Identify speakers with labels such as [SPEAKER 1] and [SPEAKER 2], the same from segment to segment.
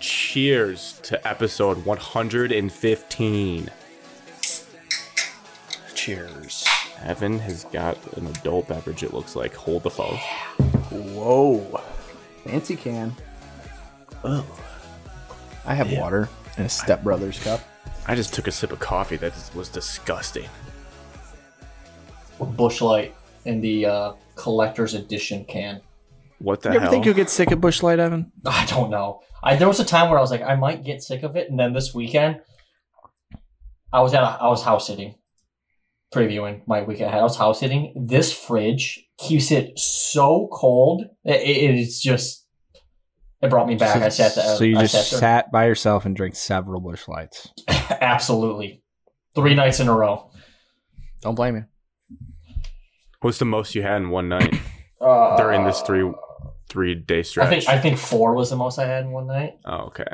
[SPEAKER 1] cheers to episode 115.
[SPEAKER 2] Cheers.
[SPEAKER 1] Evan has got an adult beverage, it looks like. Hold the phone.
[SPEAKER 2] Whoa.
[SPEAKER 3] Fancy can.
[SPEAKER 2] Oh.
[SPEAKER 3] I have water in a stepbrother's cup.
[SPEAKER 1] I just took a sip of coffee. That is- was disgusting.
[SPEAKER 4] Bushlight in the uh, collector's edition can.
[SPEAKER 1] What the
[SPEAKER 5] You ever
[SPEAKER 1] hell?
[SPEAKER 5] think you'll get sick of Bushlight, Evan?
[SPEAKER 4] I don't know. I there was a time where I was like, I might get sick of it, and then this weekend, I was at a, I was house sitting, previewing my weekend. I was house sitting. This fridge keeps it so cold. It, it is just. It brought me back. I sat there.
[SPEAKER 5] so you
[SPEAKER 4] I
[SPEAKER 5] just
[SPEAKER 4] there.
[SPEAKER 5] sat by yourself and drank several bush lights.
[SPEAKER 4] absolutely three nights in a row.
[SPEAKER 5] Don't blame you.
[SPEAKER 1] What's the most you had in one night
[SPEAKER 4] Uh,
[SPEAKER 1] during this three three day stretch?
[SPEAKER 4] I think I think four was the most I had in one night.
[SPEAKER 1] oh, okay.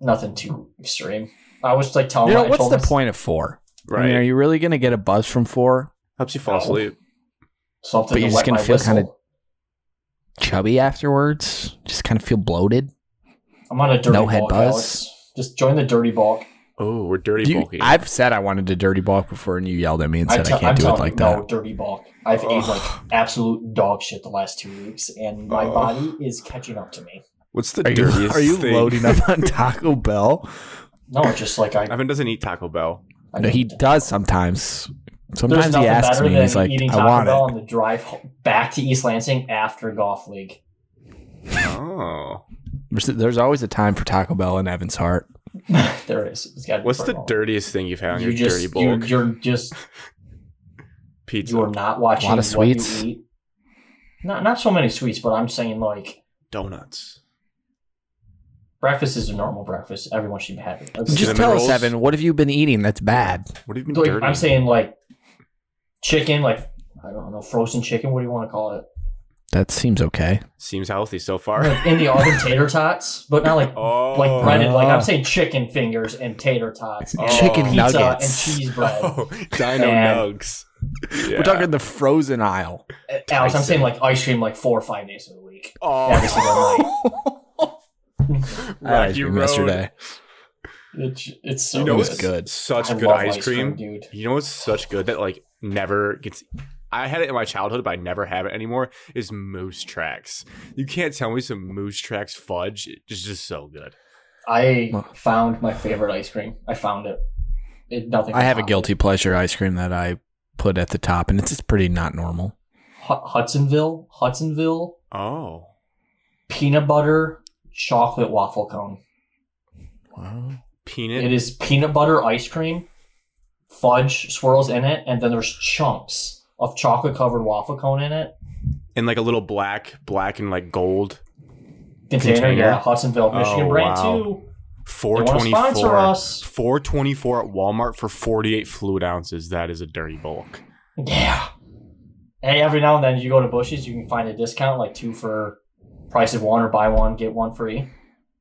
[SPEAKER 4] Nothing too extreme. I was like telling.
[SPEAKER 5] you know
[SPEAKER 4] my- I
[SPEAKER 5] what's
[SPEAKER 4] told
[SPEAKER 5] the
[SPEAKER 4] my-
[SPEAKER 5] point of four? I
[SPEAKER 1] Right.
[SPEAKER 5] mean, are you really going to get a buzz from four?
[SPEAKER 1] Helps you fall
[SPEAKER 4] No.
[SPEAKER 1] asleep.
[SPEAKER 4] Something.
[SPEAKER 5] but you're
[SPEAKER 4] to
[SPEAKER 5] just
[SPEAKER 4] wet
[SPEAKER 5] gonna
[SPEAKER 4] my
[SPEAKER 5] feel
[SPEAKER 4] whistle.
[SPEAKER 5] kinda- Chubby afterwards, just kind of feel bloated.
[SPEAKER 4] I'm on a dirty
[SPEAKER 5] No
[SPEAKER 4] bulk,
[SPEAKER 5] head buzz.
[SPEAKER 4] Alex. Just join the dirty bulk.
[SPEAKER 1] Oh, we're dirty
[SPEAKER 5] Do you-
[SPEAKER 1] bulky.
[SPEAKER 5] I've said I wanted to dirty bulk before, and you yelled at me and said I
[SPEAKER 4] tell-
[SPEAKER 5] I can't do it
[SPEAKER 4] telling
[SPEAKER 5] like
[SPEAKER 4] you,
[SPEAKER 5] that.
[SPEAKER 4] No dirty bulk. I've ate like absolute dog shit the last two weeks, and my
[SPEAKER 1] Oh.
[SPEAKER 4] body is catching up to me.
[SPEAKER 1] What's the
[SPEAKER 5] Are you,
[SPEAKER 1] dirtiest
[SPEAKER 5] are you
[SPEAKER 1] thing?
[SPEAKER 5] loading up on Taco Bell?
[SPEAKER 4] No, it's just like I.
[SPEAKER 1] Evan doesn't eat Taco Bell.
[SPEAKER 4] I
[SPEAKER 5] No, he
[SPEAKER 4] don't-
[SPEAKER 5] does sometimes.
[SPEAKER 4] There's
[SPEAKER 5] Sometimes
[SPEAKER 4] nothing
[SPEAKER 5] he asks
[SPEAKER 4] better
[SPEAKER 5] me, and
[SPEAKER 4] than
[SPEAKER 5] he's like,
[SPEAKER 4] eating
[SPEAKER 5] "I
[SPEAKER 4] Taco
[SPEAKER 5] want
[SPEAKER 4] Bell
[SPEAKER 5] it."
[SPEAKER 4] on the drive ho- back to East Lansing after golf league.
[SPEAKER 1] Oh.
[SPEAKER 5] There's, there's always a time for Taco Bell in Evan's heart.
[SPEAKER 4] there it is. It's gotta be
[SPEAKER 1] What's
[SPEAKER 4] for a
[SPEAKER 1] the
[SPEAKER 4] moment.
[SPEAKER 1] dirtiest thing you've had on
[SPEAKER 4] You
[SPEAKER 1] your
[SPEAKER 4] just
[SPEAKER 1] dirty
[SPEAKER 4] you're,
[SPEAKER 1] bulk?
[SPEAKER 4] you're just
[SPEAKER 1] Pizza.
[SPEAKER 4] you're not watching
[SPEAKER 5] of
[SPEAKER 4] what
[SPEAKER 5] sweets.
[SPEAKER 4] you eat. Not not so many sweets, but I'm saying like
[SPEAKER 1] Donuts.
[SPEAKER 4] breakfast is a normal breakfast. Everyone should be happy.
[SPEAKER 5] Just
[SPEAKER 1] Cinnamon
[SPEAKER 5] tell
[SPEAKER 1] rolls?
[SPEAKER 5] us, Evan, what have you been eating that's bad?
[SPEAKER 1] What have you been
[SPEAKER 4] like,
[SPEAKER 1] dirty?
[SPEAKER 4] I'm saying like chicken, like I don't know, frozen chicken. What do you want to call it?
[SPEAKER 5] That seems okay.
[SPEAKER 1] Seems healthy so far.
[SPEAKER 4] Like, in the oven tater tots, but not like
[SPEAKER 1] Oh.
[SPEAKER 4] like breaded. Like I'm
[SPEAKER 5] Ah.
[SPEAKER 4] saying chicken fingers and tater tots, and
[SPEAKER 1] Chicken
[SPEAKER 4] Oh, pizza
[SPEAKER 5] nuggets.
[SPEAKER 4] and cheese bread. Uh,
[SPEAKER 1] Oh, Dino
[SPEAKER 4] And-
[SPEAKER 1] Nugs. Yeah.
[SPEAKER 5] We're talking the frozen aisle.
[SPEAKER 4] Alex, I'm
[SPEAKER 1] Tyson.
[SPEAKER 4] saying like ice cream, like four or five days of the week. Every
[SPEAKER 1] Oh,
[SPEAKER 4] single night.
[SPEAKER 5] That ice
[SPEAKER 1] Rocky
[SPEAKER 5] cream
[SPEAKER 1] Road.
[SPEAKER 5] yesterday.
[SPEAKER 4] It's, it's so
[SPEAKER 1] You know
[SPEAKER 5] was
[SPEAKER 1] what's
[SPEAKER 5] good.
[SPEAKER 1] Such
[SPEAKER 4] I
[SPEAKER 1] good
[SPEAKER 4] love
[SPEAKER 1] ice, cream.
[SPEAKER 4] dude.
[SPEAKER 1] You know what's such good that like never gets. I had it in my childhood, but I never have it anymore. Is moose tracks. You can't tell me some moose tracks fudge. It's just so good.
[SPEAKER 4] I
[SPEAKER 5] Well-
[SPEAKER 4] found my favorite ice cream. I found it. It nothing.
[SPEAKER 5] I have a
[SPEAKER 4] can top it.
[SPEAKER 5] guilty pleasure ice cream that I put at the top, and it's just pretty not normal.
[SPEAKER 4] Hu- Hudsonville, Hudsonville
[SPEAKER 1] Oh,
[SPEAKER 4] peanut butter chocolate waffle cone.
[SPEAKER 5] Wow.
[SPEAKER 1] peanut.
[SPEAKER 4] It is peanut butter ice cream, fudge swirls in it, and then there's chunks of chocolate covered waffle cone in it.
[SPEAKER 1] and like a little black, black and like gold.
[SPEAKER 4] Container,
[SPEAKER 1] Container?
[SPEAKER 4] yeah, Hudsonville, Michigan
[SPEAKER 1] Oh,
[SPEAKER 4] brand
[SPEAKER 1] wow.
[SPEAKER 4] too.
[SPEAKER 1] Four
[SPEAKER 4] wanna
[SPEAKER 1] twenty
[SPEAKER 4] sponsor
[SPEAKER 1] four.
[SPEAKER 4] us.
[SPEAKER 1] Four twenty four at Walmart for forty eight fluid ounces. That is a dirty bulk.
[SPEAKER 4] Yeah. Hey, every now and then you go to Bush's, you can find a discount like two for price of one or buy one get one free.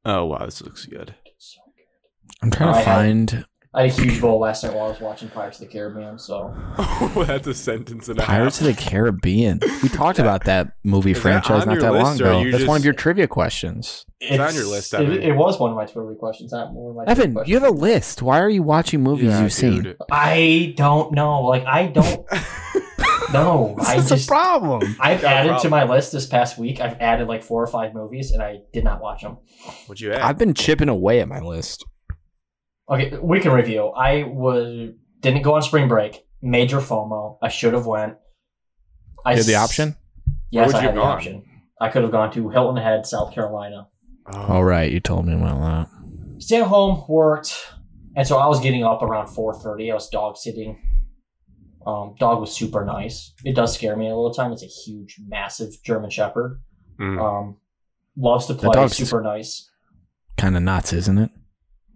[SPEAKER 1] Oh wow, this looks good.
[SPEAKER 4] So-
[SPEAKER 5] I'm trying
[SPEAKER 4] I
[SPEAKER 5] to
[SPEAKER 4] had-
[SPEAKER 5] find
[SPEAKER 4] I had a huge bowl last night while I was watching Pirates of the Caribbean. So
[SPEAKER 1] Oh, that's a sentence and a
[SPEAKER 5] Pirates of
[SPEAKER 1] half.
[SPEAKER 5] the Caribbean. We talked about that movie
[SPEAKER 1] Is that
[SPEAKER 5] franchise
[SPEAKER 1] on
[SPEAKER 5] not
[SPEAKER 1] your
[SPEAKER 5] that long
[SPEAKER 1] list, or are
[SPEAKER 5] ago.
[SPEAKER 1] you
[SPEAKER 5] That's one
[SPEAKER 1] just-
[SPEAKER 5] of your trivia questions.
[SPEAKER 1] It's on your list,
[SPEAKER 4] It,
[SPEAKER 1] Evan.
[SPEAKER 4] it was one of my Twitter questions. Not one of my Twitter
[SPEAKER 5] Evan, you have a
[SPEAKER 4] questions.
[SPEAKER 5] list. Why are you watching movies
[SPEAKER 1] Yeah,
[SPEAKER 5] you've seen?
[SPEAKER 1] dude.
[SPEAKER 4] I don't know. Like I don't know. I
[SPEAKER 5] This is a
[SPEAKER 4] just
[SPEAKER 5] problem.
[SPEAKER 4] I've
[SPEAKER 1] Got a
[SPEAKER 4] added to
[SPEAKER 1] problem.
[SPEAKER 4] my list this past week. I've added like four or five movies, and I did not watch them.
[SPEAKER 1] What'd you add?
[SPEAKER 5] I've been chipping away at my list.
[SPEAKER 4] Okay, we can review. I was didn't go on spring break. Major FOMO. I should have went. I
[SPEAKER 5] You had the
[SPEAKER 4] s-
[SPEAKER 5] option?
[SPEAKER 4] Yes,
[SPEAKER 1] would
[SPEAKER 4] I
[SPEAKER 1] you
[SPEAKER 4] had
[SPEAKER 1] have
[SPEAKER 4] the
[SPEAKER 1] gone?
[SPEAKER 4] option. I could have gone to Hilton Head, South Carolina.
[SPEAKER 1] Oh,
[SPEAKER 5] All right, you told me about that.
[SPEAKER 4] stay at home worked and so i was getting up around 4.30 i was dog sitting um, dog was super nice it does scare me a little time it's a huge massive german shepherd
[SPEAKER 1] Mm.
[SPEAKER 4] um, loves to play
[SPEAKER 5] dog's-
[SPEAKER 4] super nice
[SPEAKER 5] Kind of nuts, isn't it?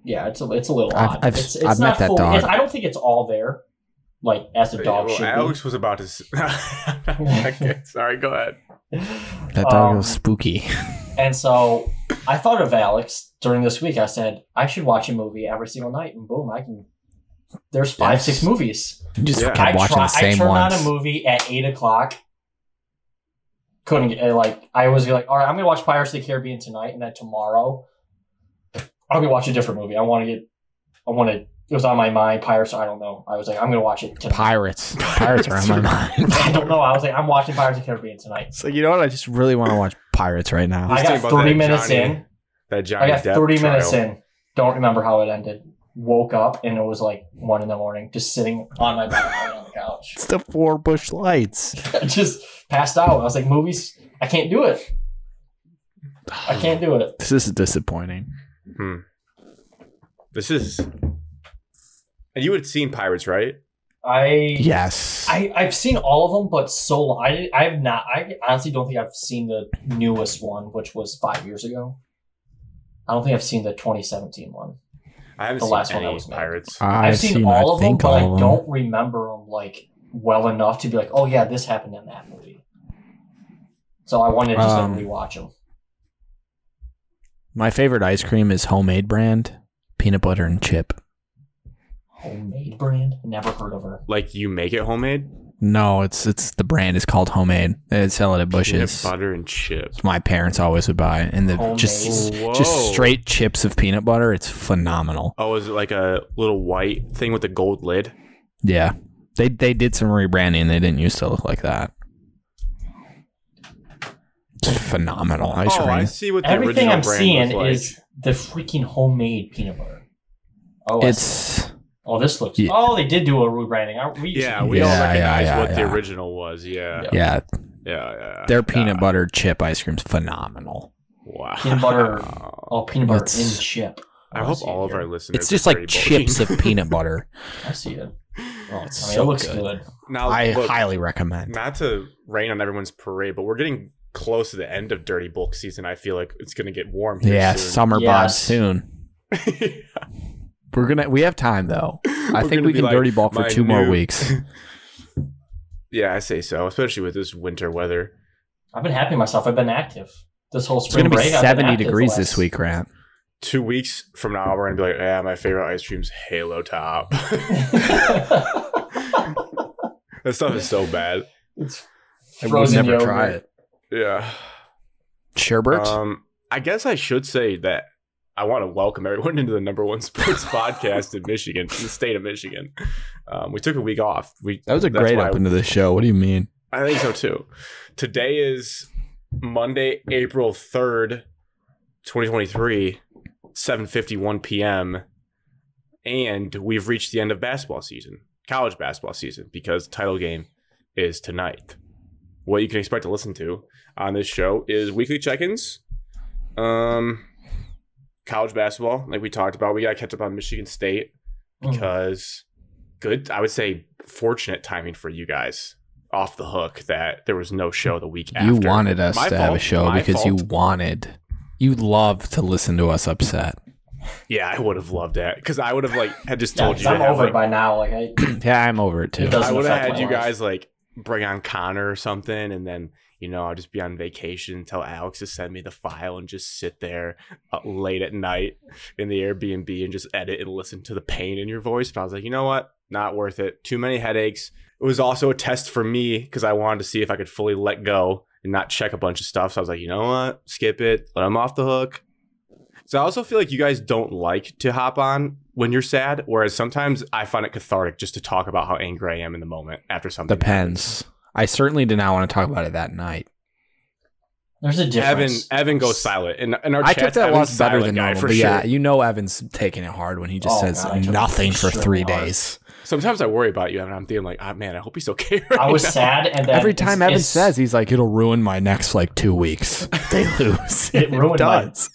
[SPEAKER 4] yeah it's a, it's a little
[SPEAKER 5] I've-
[SPEAKER 4] odd
[SPEAKER 5] I've-
[SPEAKER 4] it's, it's
[SPEAKER 5] I've
[SPEAKER 4] not
[SPEAKER 5] met that
[SPEAKER 4] full-
[SPEAKER 5] dog.
[SPEAKER 4] it's- i don't think it's all there like as a dog
[SPEAKER 1] Well,
[SPEAKER 4] should
[SPEAKER 1] Alex was about to. s- okay, sorry. Go ahead.
[SPEAKER 4] be
[SPEAKER 5] That dog
[SPEAKER 4] Um,
[SPEAKER 5] was spooky.
[SPEAKER 4] and so i thought of alex during this week i said i should watch a movie every single night and boom i can there's five
[SPEAKER 5] Yes.
[SPEAKER 4] six movies
[SPEAKER 5] You just
[SPEAKER 1] yeah.
[SPEAKER 5] kept watching the
[SPEAKER 4] I
[SPEAKER 5] same
[SPEAKER 4] turned
[SPEAKER 5] ones.
[SPEAKER 4] on a movie at eight o'clock. Couldn't get, uh, like I was like, all right, I'm gonna watch Pirates of the Caribbean tonight, and then tomorrow I'm gonna watch a different movie. I want to get. I want to. It was on my mind. Pirates. I don't know. I was like, I'm gonna watch it. Tonight.
[SPEAKER 5] Pirates. Pirates are on my mind.
[SPEAKER 4] I don't know. I was like, I'm watching Pirates of the Caribbean tonight.
[SPEAKER 5] It's like, you know what? I just really want to watch Pirates right now.
[SPEAKER 4] I
[SPEAKER 1] think
[SPEAKER 4] got
[SPEAKER 1] about
[SPEAKER 4] 30
[SPEAKER 1] that
[SPEAKER 4] minutes
[SPEAKER 1] Johnny-
[SPEAKER 4] in.
[SPEAKER 1] That Johnny
[SPEAKER 4] I got
[SPEAKER 1] Depp
[SPEAKER 4] 30 minutes
[SPEAKER 1] trial.
[SPEAKER 4] in. Don't remember how it ended. Woke up and it was like one in the morning, just sitting on my bed on the couch.
[SPEAKER 5] It's the four bush lights.
[SPEAKER 4] I just passed out. I was like, movies, I can't do it. I can't do it.
[SPEAKER 5] This is disappointing.
[SPEAKER 1] This is. And you had seen Pirates, right?
[SPEAKER 4] I
[SPEAKER 5] Yes.
[SPEAKER 4] I I've seen all of them, but so long. I I've not. I honestly don't think I've seen the newest one, which was five years ago. I don't think I've seen the 2017 one.
[SPEAKER 1] I haven't
[SPEAKER 4] The
[SPEAKER 1] seen
[SPEAKER 4] last one
[SPEAKER 1] any
[SPEAKER 4] I was made.
[SPEAKER 1] Pirates.
[SPEAKER 5] Uh,
[SPEAKER 4] I've, seen, all of them, but I don't remember them like well enough to be like, oh yeah, this happened in that movie. So I wanted to just
[SPEAKER 5] Um,
[SPEAKER 4] like, rewatch them.
[SPEAKER 5] My favorite ice cream is homemade brand, peanut butter and chip.
[SPEAKER 4] Homemade brand, never heard of her.
[SPEAKER 1] like you make it homemade?
[SPEAKER 5] No, it's it's the brand is called homemade. They sell it at
[SPEAKER 1] Peanut
[SPEAKER 5] Bush's.
[SPEAKER 1] butter and chips.
[SPEAKER 5] My parents always would buy it, and the just
[SPEAKER 4] Homemade.
[SPEAKER 5] just
[SPEAKER 1] Whoa.
[SPEAKER 5] straight chips of peanut butter. It's phenomenal.
[SPEAKER 1] Oh, is it like a little white thing with a gold lid?
[SPEAKER 5] Yeah, they they did some rebranding. They didn't used to look like that. It's phenomenal ice
[SPEAKER 1] oh,
[SPEAKER 5] cream.
[SPEAKER 1] I see what the
[SPEAKER 4] Everything
[SPEAKER 1] original
[SPEAKER 4] I'm
[SPEAKER 1] brand
[SPEAKER 4] seeing
[SPEAKER 1] was like.
[SPEAKER 4] is the freaking homemade peanut butter. Oh, I see.
[SPEAKER 5] It's
[SPEAKER 4] oh, this looks.
[SPEAKER 5] Yeah.
[SPEAKER 4] Oh, they did do a rebranding. I- We
[SPEAKER 1] Yeah,
[SPEAKER 4] we,
[SPEAKER 1] we all
[SPEAKER 5] Yeah, yeah,
[SPEAKER 1] recognize
[SPEAKER 5] yeah,
[SPEAKER 1] what the
[SPEAKER 5] yeah.
[SPEAKER 1] original was. Yeah.
[SPEAKER 4] Yeah.
[SPEAKER 1] Yeah,
[SPEAKER 5] yeah,
[SPEAKER 1] yeah.
[SPEAKER 5] their
[SPEAKER 1] yeah.
[SPEAKER 5] peanut butter chip ice cream's phenomenal.
[SPEAKER 1] Wow.
[SPEAKER 4] Peanut butter. oh peanut butter
[SPEAKER 5] It's-
[SPEAKER 4] in chip. Oh,
[SPEAKER 1] I hope
[SPEAKER 4] see it
[SPEAKER 1] all of
[SPEAKER 4] here.
[SPEAKER 1] our listeners.
[SPEAKER 5] It's
[SPEAKER 1] are
[SPEAKER 5] just like
[SPEAKER 1] pretty
[SPEAKER 5] chips
[SPEAKER 1] bulky.
[SPEAKER 5] of peanut butter.
[SPEAKER 4] I see it.
[SPEAKER 5] Oh, it's
[SPEAKER 4] I mean,
[SPEAKER 5] so
[SPEAKER 4] it looks
[SPEAKER 5] good.
[SPEAKER 4] good.
[SPEAKER 1] now,
[SPEAKER 5] I
[SPEAKER 1] look,
[SPEAKER 5] highly recommend.
[SPEAKER 1] not to rain on everyone's parade, but we're getting close to the end of Dirty Bulk season. I feel like it's going to get warm here
[SPEAKER 5] Yeah,
[SPEAKER 1] soon.
[SPEAKER 5] summer bod
[SPEAKER 4] Yes.
[SPEAKER 5] soon. We're gonna. We have time though. I
[SPEAKER 1] We're
[SPEAKER 5] think
[SPEAKER 1] gonna
[SPEAKER 5] we
[SPEAKER 1] be
[SPEAKER 5] can
[SPEAKER 1] like,
[SPEAKER 5] dirty ball for
[SPEAKER 1] my
[SPEAKER 5] two more
[SPEAKER 1] new-
[SPEAKER 5] weeks.
[SPEAKER 1] yeah, I say so, especially with this winter weather.
[SPEAKER 4] I've been happy with myself. I've been active this whole
[SPEAKER 5] It's
[SPEAKER 4] spring
[SPEAKER 5] gonna be
[SPEAKER 4] break. I've been
[SPEAKER 5] seventy
[SPEAKER 4] active the
[SPEAKER 5] degrees
[SPEAKER 4] last-
[SPEAKER 5] this week, Grant.
[SPEAKER 1] Two weeks from now, we're going to be like, yeah, my favorite ice cream's Halo Top. that stuff is so bad.
[SPEAKER 4] it's
[SPEAKER 5] I would
[SPEAKER 4] frozen
[SPEAKER 5] never
[SPEAKER 4] yogurt.
[SPEAKER 5] try it.
[SPEAKER 1] Yeah.
[SPEAKER 5] Sherbert.
[SPEAKER 1] Um, I guess I should say that I want to welcome everyone into the number one sports podcast in Michigan, in the state of Michigan. Um, we took a week off. We
[SPEAKER 5] that was a
[SPEAKER 1] that's
[SPEAKER 5] great
[SPEAKER 1] why
[SPEAKER 5] open to the show. What do you mean?
[SPEAKER 1] I think so too. Today is Monday, April third, twenty twenty three, seven fifty one p.m. And we've reached the end of basketball season, college basketball season, because the title game is tonight. What you can expect to listen to on this show is weekly check-ins, um, college basketball, like we talked about. We got to catch up on Michigan State
[SPEAKER 5] Hmm.
[SPEAKER 4] Mm.
[SPEAKER 1] because good i would say fortunate timing for you guys off the hook that there was no show the week after
[SPEAKER 5] You wanted us
[SPEAKER 1] My
[SPEAKER 5] to have a
[SPEAKER 1] fault,
[SPEAKER 5] show
[SPEAKER 1] my
[SPEAKER 5] because you
[SPEAKER 1] fault.
[SPEAKER 5] wanted. You love to listen to us upset.
[SPEAKER 1] yeah i would have loved that because i would have like had just
[SPEAKER 4] Yeah,
[SPEAKER 1] told
[SPEAKER 4] 'cause
[SPEAKER 1] you to
[SPEAKER 4] I'm
[SPEAKER 1] have,
[SPEAKER 4] over
[SPEAKER 1] like-
[SPEAKER 4] it by now. Like I,
[SPEAKER 5] yeah, I'm over it too.
[SPEAKER 4] It does.
[SPEAKER 1] i
[SPEAKER 4] Doesn't
[SPEAKER 1] would have had
[SPEAKER 4] affect my
[SPEAKER 1] you
[SPEAKER 4] life.
[SPEAKER 1] guys like bring on connor or something and then you know i'll just be on vacation and tell alex to send me the file and just sit there uh, late at night in the airbnb and just edit and listen to the pain in your voice but i was like you know what not worth it too many headaches it was also a test for me because I wanted to see if I could fully let go and not check a bunch of stuff. So I was like, you know what? Skip it. Let them off the hook. So I also feel like you guys don't like to hop on when you're sad, whereas sometimes I find it cathartic just to talk about how angry I am in the moment after something.
[SPEAKER 5] Depends. I certainly did not want to talk about it that night.
[SPEAKER 4] there's a
[SPEAKER 1] Evan,
[SPEAKER 4] difference.
[SPEAKER 1] Evan goes silent, and in our
[SPEAKER 5] I
[SPEAKER 1] chat,
[SPEAKER 5] took that
[SPEAKER 1] Evan's
[SPEAKER 5] loss better
[SPEAKER 1] silent
[SPEAKER 5] than
[SPEAKER 1] guy
[SPEAKER 5] normal.
[SPEAKER 1] for
[SPEAKER 5] but
[SPEAKER 1] sure.
[SPEAKER 5] Yeah, you know Evan's taking it hard when he
[SPEAKER 4] Oh,
[SPEAKER 5] just says
[SPEAKER 4] God, I took it
[SPEAKER 5] nothing for three
[SPEAKER 4] extremely hard.
[SPEAKER 5] days.
[SPEAKER 1] Sometimes I worry about you, Evan. I'm thinking like, ah, man, I hope he's okay.
[SPEAKER 4] I
[SPEAKER 1] right
[SPEAKER 4] was
[SPEAKER 1] now."
[SPEAKER 4] sad, and then
[SPEAKER 5] Every
[SPEAKER 4] it's-
[SPEAKER 5] time Evan
[SPEAKER 4] it's-
[SPEAKER 5] says, he's like, "It'll ruin my next like two weeks." They lose.
[SPEAKER 4] It ruined my-
[SPEAKER 5] does.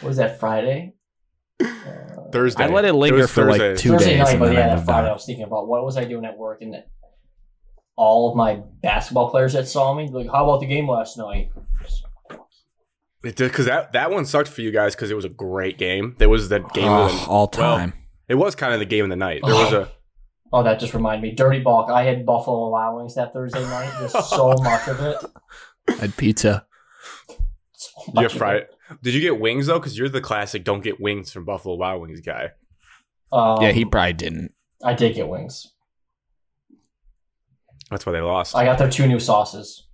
[SPEAKER 4] "What is that Friday?" Uh,
[SPEAKER 1] Thursday.
[SPEAKER 5] I let it linger
[SPEAKER 1] was
[SPEAKER 5] for like
[SPEAKER 1] Thursday.
[SPEAKER 5] two
[SPEAKER 4] Thursday
[SPEAKER 5] days.
[SPEAKER 4] night,
[SPEAKER 5] and
[SPEAKER 4] but
[SPEAKER 5] then I
[SPEAKER 4] yeah, that
[SPEAKER 5] moved
[SPEAKER 4] Friday I
[SPEAKER 5] on.
[SPEAKER 4] was thinking about what was I doing at work, and then all of my basketball players that saw me like, "How about the game last night?"
[SPEAKER 1] It did because that that one sucked for you guys because it was a great game. That was the game. of the,
[SPEAKER 5] Oh, all time.
[SPEAKER 1] It was kind of the game of the night. There was a
[SPEAKER 4] Oh, that just reminded me. Dirty Balk. I had buffalo Wild Wings that Thursday night. There's so much of it.
[SPEAKER 5] I had pizza.
[SPEAKER 4] So much
[SPEAKER 1] yeah
[SPEAKER 4] of it.
[SPEAKER 1] Friday. Did you get wings though? Because you're the classic don't get wings from Buffalo Wild Wings guy.
[SPEAKER 4] Um,
[SPEAKER 5] yeah, he probably didn't.
[SPEAKER 4] I did get wings.
[SPEAKER 1] That's why they lost.
[SPEAKER 4] I got their two new sauces.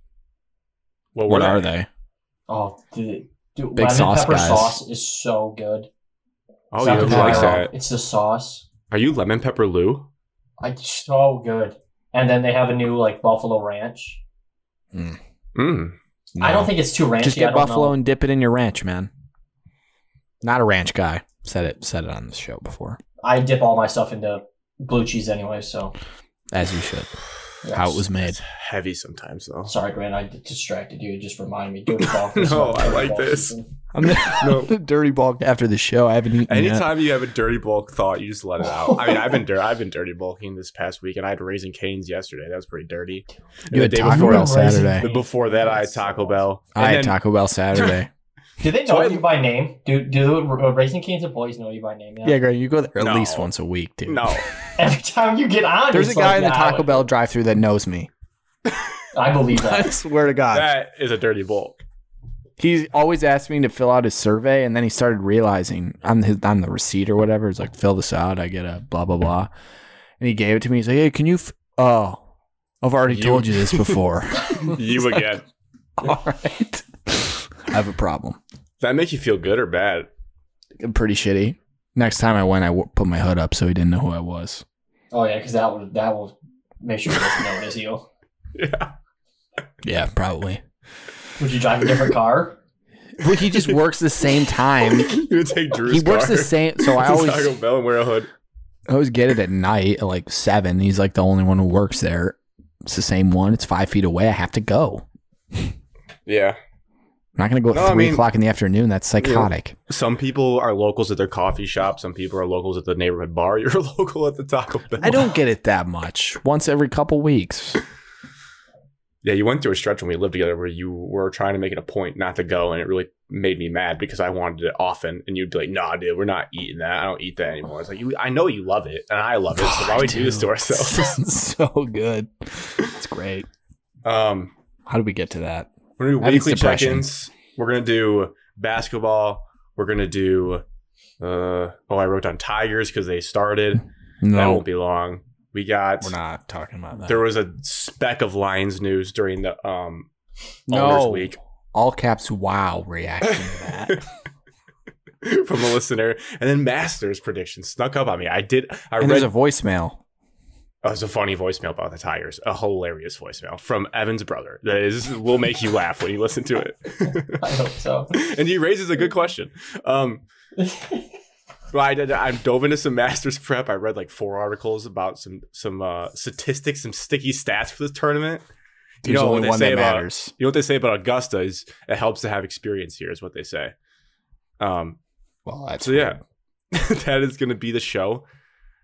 [SPEAKER 1] well,
[SPEAKER 5] What are they?
[SPEAKER 4] Oh, the dude,
[SPEAKER 5] Big
[SPEAKER 4] lemon
[SPEAKER 5] sauce
[SPEAKER 4] pepper
[SPEAKER 5] guys.
[SPEAKER 4] sauce is so good.
[SPEAKER 1] Oh,
[SPEAKER 4] not
[SPEAKER 1] yeah,
[SPEAKER 4] the
[SPEAKER 1] who likes
[SPEAKER 4] gyro,
[SPEAKER 1] that?
[SPEAKER 4] It's the sauce.
[SPEAKER 1] Are you lemon pepper Lou?
[SPEAKER 4] I so good. And then they have a new like buffalo ranch.
[SPEAKER 1] Mm.
[SPEAKER 4] I
[SPEAKER 5] No.
[SPEAKER 4] don't think it's too ranchy.
[SPEAKER 5] Just
[SPEAKER 4] I
[SPEAKER 5] get
[SPEAKER 4] don't
[SPEAKER 5] buffalo
[SPEAKER 4] know.
[SPEAKER 5] and dip it in your ranch, man. Not a ranch guy. Said it. Said it on the show before,
[SPEAKER 4] I dip all my stuff into blue cheese anyway. So
[SPEAKER 5] as you should. How it was made.
[SPEAKER 1] It's heavy sometimes though.
[SPEAKER 4] sorry, Grant. I d- distracted you. It Just remind me. Do it all.
[SPEAKER 1] No, I like this.
[SPEAKER 5] I'm
[SPEAKER 1] No.
[SPEAKER 5] the dirty bulk after the show. I haven't eaten yet.
[SPEAKER 1] Anytime you have a dirty bulk thought, you just let it out. I mean, I've been dir- I've been dirty bulking this past week, and I had raisin canes yesterday. That was pretty dirty. And
[SPEAKER 5] You had Taco Bell Saturday.
[SPEAKER 1] the- Before that, I had Taco Bell. And
[SPEAKER 5] I had
[SPEAKER 1] then-
[SPEAKER 5] Taco Bell Saturday.
[SPEAKER 4] Do they
[SPEAKER 1] So
[SPEAKER 4] know
[SPEAKER 1] I-
[SPEAKER 4] you by name? Do do the uh, Raising Cane's employees know you by name?
[SPEAKER 5] yeah, Greg, you go there at
[SPEAKER 1] No.
[SPEAKER 5] least once a week, dude.
[SPEAKER 1] No,
[SPEAKER 4] Every time you get on,
[SPEAKER 5] There's a
[SPEAKER 4] it's
[SPEAKER 5] guy
[SPEAKER 4] like,
[SPEAKER 5] in the
[SPEAKER 4] "Nah,
[SPEAKER 5] Taco Bell drive-through that knows me.
[SPEAKER 4] I believe
[SPEAKER 5] I
[SPEAKER 4] that.
[SPEAKER 5] swear to God.
[SPEAKER 1] that is a dirty bulk.
[SPEAKER 5] He always asked me to fill out his survey, and then he started realizing on his on the receipt or whatever, it's like fill this out. I get a blah blah blah, and he gave it to me. He's like, "Hey, can you?" F- oh, I've already
[SPEAKER 1] You-
[SPEAKER 5] told you this before.
[SPEAKER 1] You again.
[SPEAKER 5] All right, I have a problem.
[SPEAKER 1] That make you feel good or bad?
[SPEAKER 5] I'm pretty shitty. Next time I went, I w- put my hood up so he didn't know who I was.
[SPEAKER 4] Oh yeah, because that would that will make sure he doesn't know it is you.
[SPEAKER 1] Yeah.
[SPEAKER 5] Yeah, probably.
[SPEAKER 4] Would you drive a different car?
[SPEAKER 5] Well, he just works the same time.
[SPEAKER 1] you would take Drew's
[SPEAKER 5] he works
[SPEAKER 1] car
[SPEAKER 5] the same. So I
[SPEAKER 1] to
[SPEAKER 5] always
[SPEAKER 1] Taco Bell and wear a hood.
[SPEAKER 5] I always get it at night at like seven. He's like the only one who works there. It's the same one. It's five feet away. I have to go.
[SPEAKER 1] Yeah.
[SPEAKER 5] I'm not gonna go at
[SPEAKER 1] No, I
[SPEAKER 5] three
[SPEAKER 1] mean-
[SPEAKER 5] o'clock in the afternoon. That's psychotic.
[SPEAKER 1] Some people are locals at their coffee shop. Some people are locals at the neighborhood bar. You're a local at the Taco Bell.
[SPEAKER 5] I don't get it that much. Once every couple weeks.
[SPEAKER 1] Yeah, you went through a stretch when we lived together where you were trying to make it a point not to go, and it really made me mad because I wanted it often, and you'd be like, "Nah, dude, we're not eating that. I don't eat that anymore." It's like you, I know you love it, and I love it, so why would you do this to ourselves?
[SPEAKER 5] so good. It's great.
[SPEAKER 1] um,
[SPEAKER 5] How did we get to that?
[SPEAKER 1] we're gonna do
[SPEAKER 5] That is
[SPEAKER 1] weekly
[SPEAKER 5] depression.
[SPEAKER 1] check-ins. We're gonna do basketball. We're gonna do. Uh, oh, I wrote down Tigers because they started. That
[SPEAKER 5] No,
[SPEAKER 1] won't be long. We got.
[SPEAKER 5] we're not talking about that.
[SPEAKER 1] There was a speck of Lions news during the um Owners
[SPEAKER 5] no,
[SPEAKER 1] Week.
[SPEAKER 5] all caps. Wow, reaction to that.
[SPEAKER 1] from a listener, and then Masters prediction snuck up on me. I did. I read.
[SPEAKER 5] and there's a voicemail.
[SPEAKER 1] oh, it was a funny voicemail about the Tigers. A hilarious voicemail from Evan's brother. That is will make you laugh when you listen to it.
[SPEAKER 4] I hope so.
[SPEAKER 1] and he raises a good question. Um, but I did. I dove into some Masters prep. I read like four articles about some some uh, statistics, some sticky stats for the tournament.
[SPEAKER 5] There's
[SPEAKER 1] know what
[SPEAKER 5] only
[SPEAKER 1] they
[SPEAKER 5] one
[SPEAKER 1] say
[SPEAKER 5] that
[SPEAKER 1] about-
[SPEAKER 5] matters.
[SPEAKER 1] You know what they say about Augusta is it helps to have experience here. Is what they say. Um,
[SPEAKER 5] Well, that's
[SPEAKER 1] so yeah, that is going to be the show.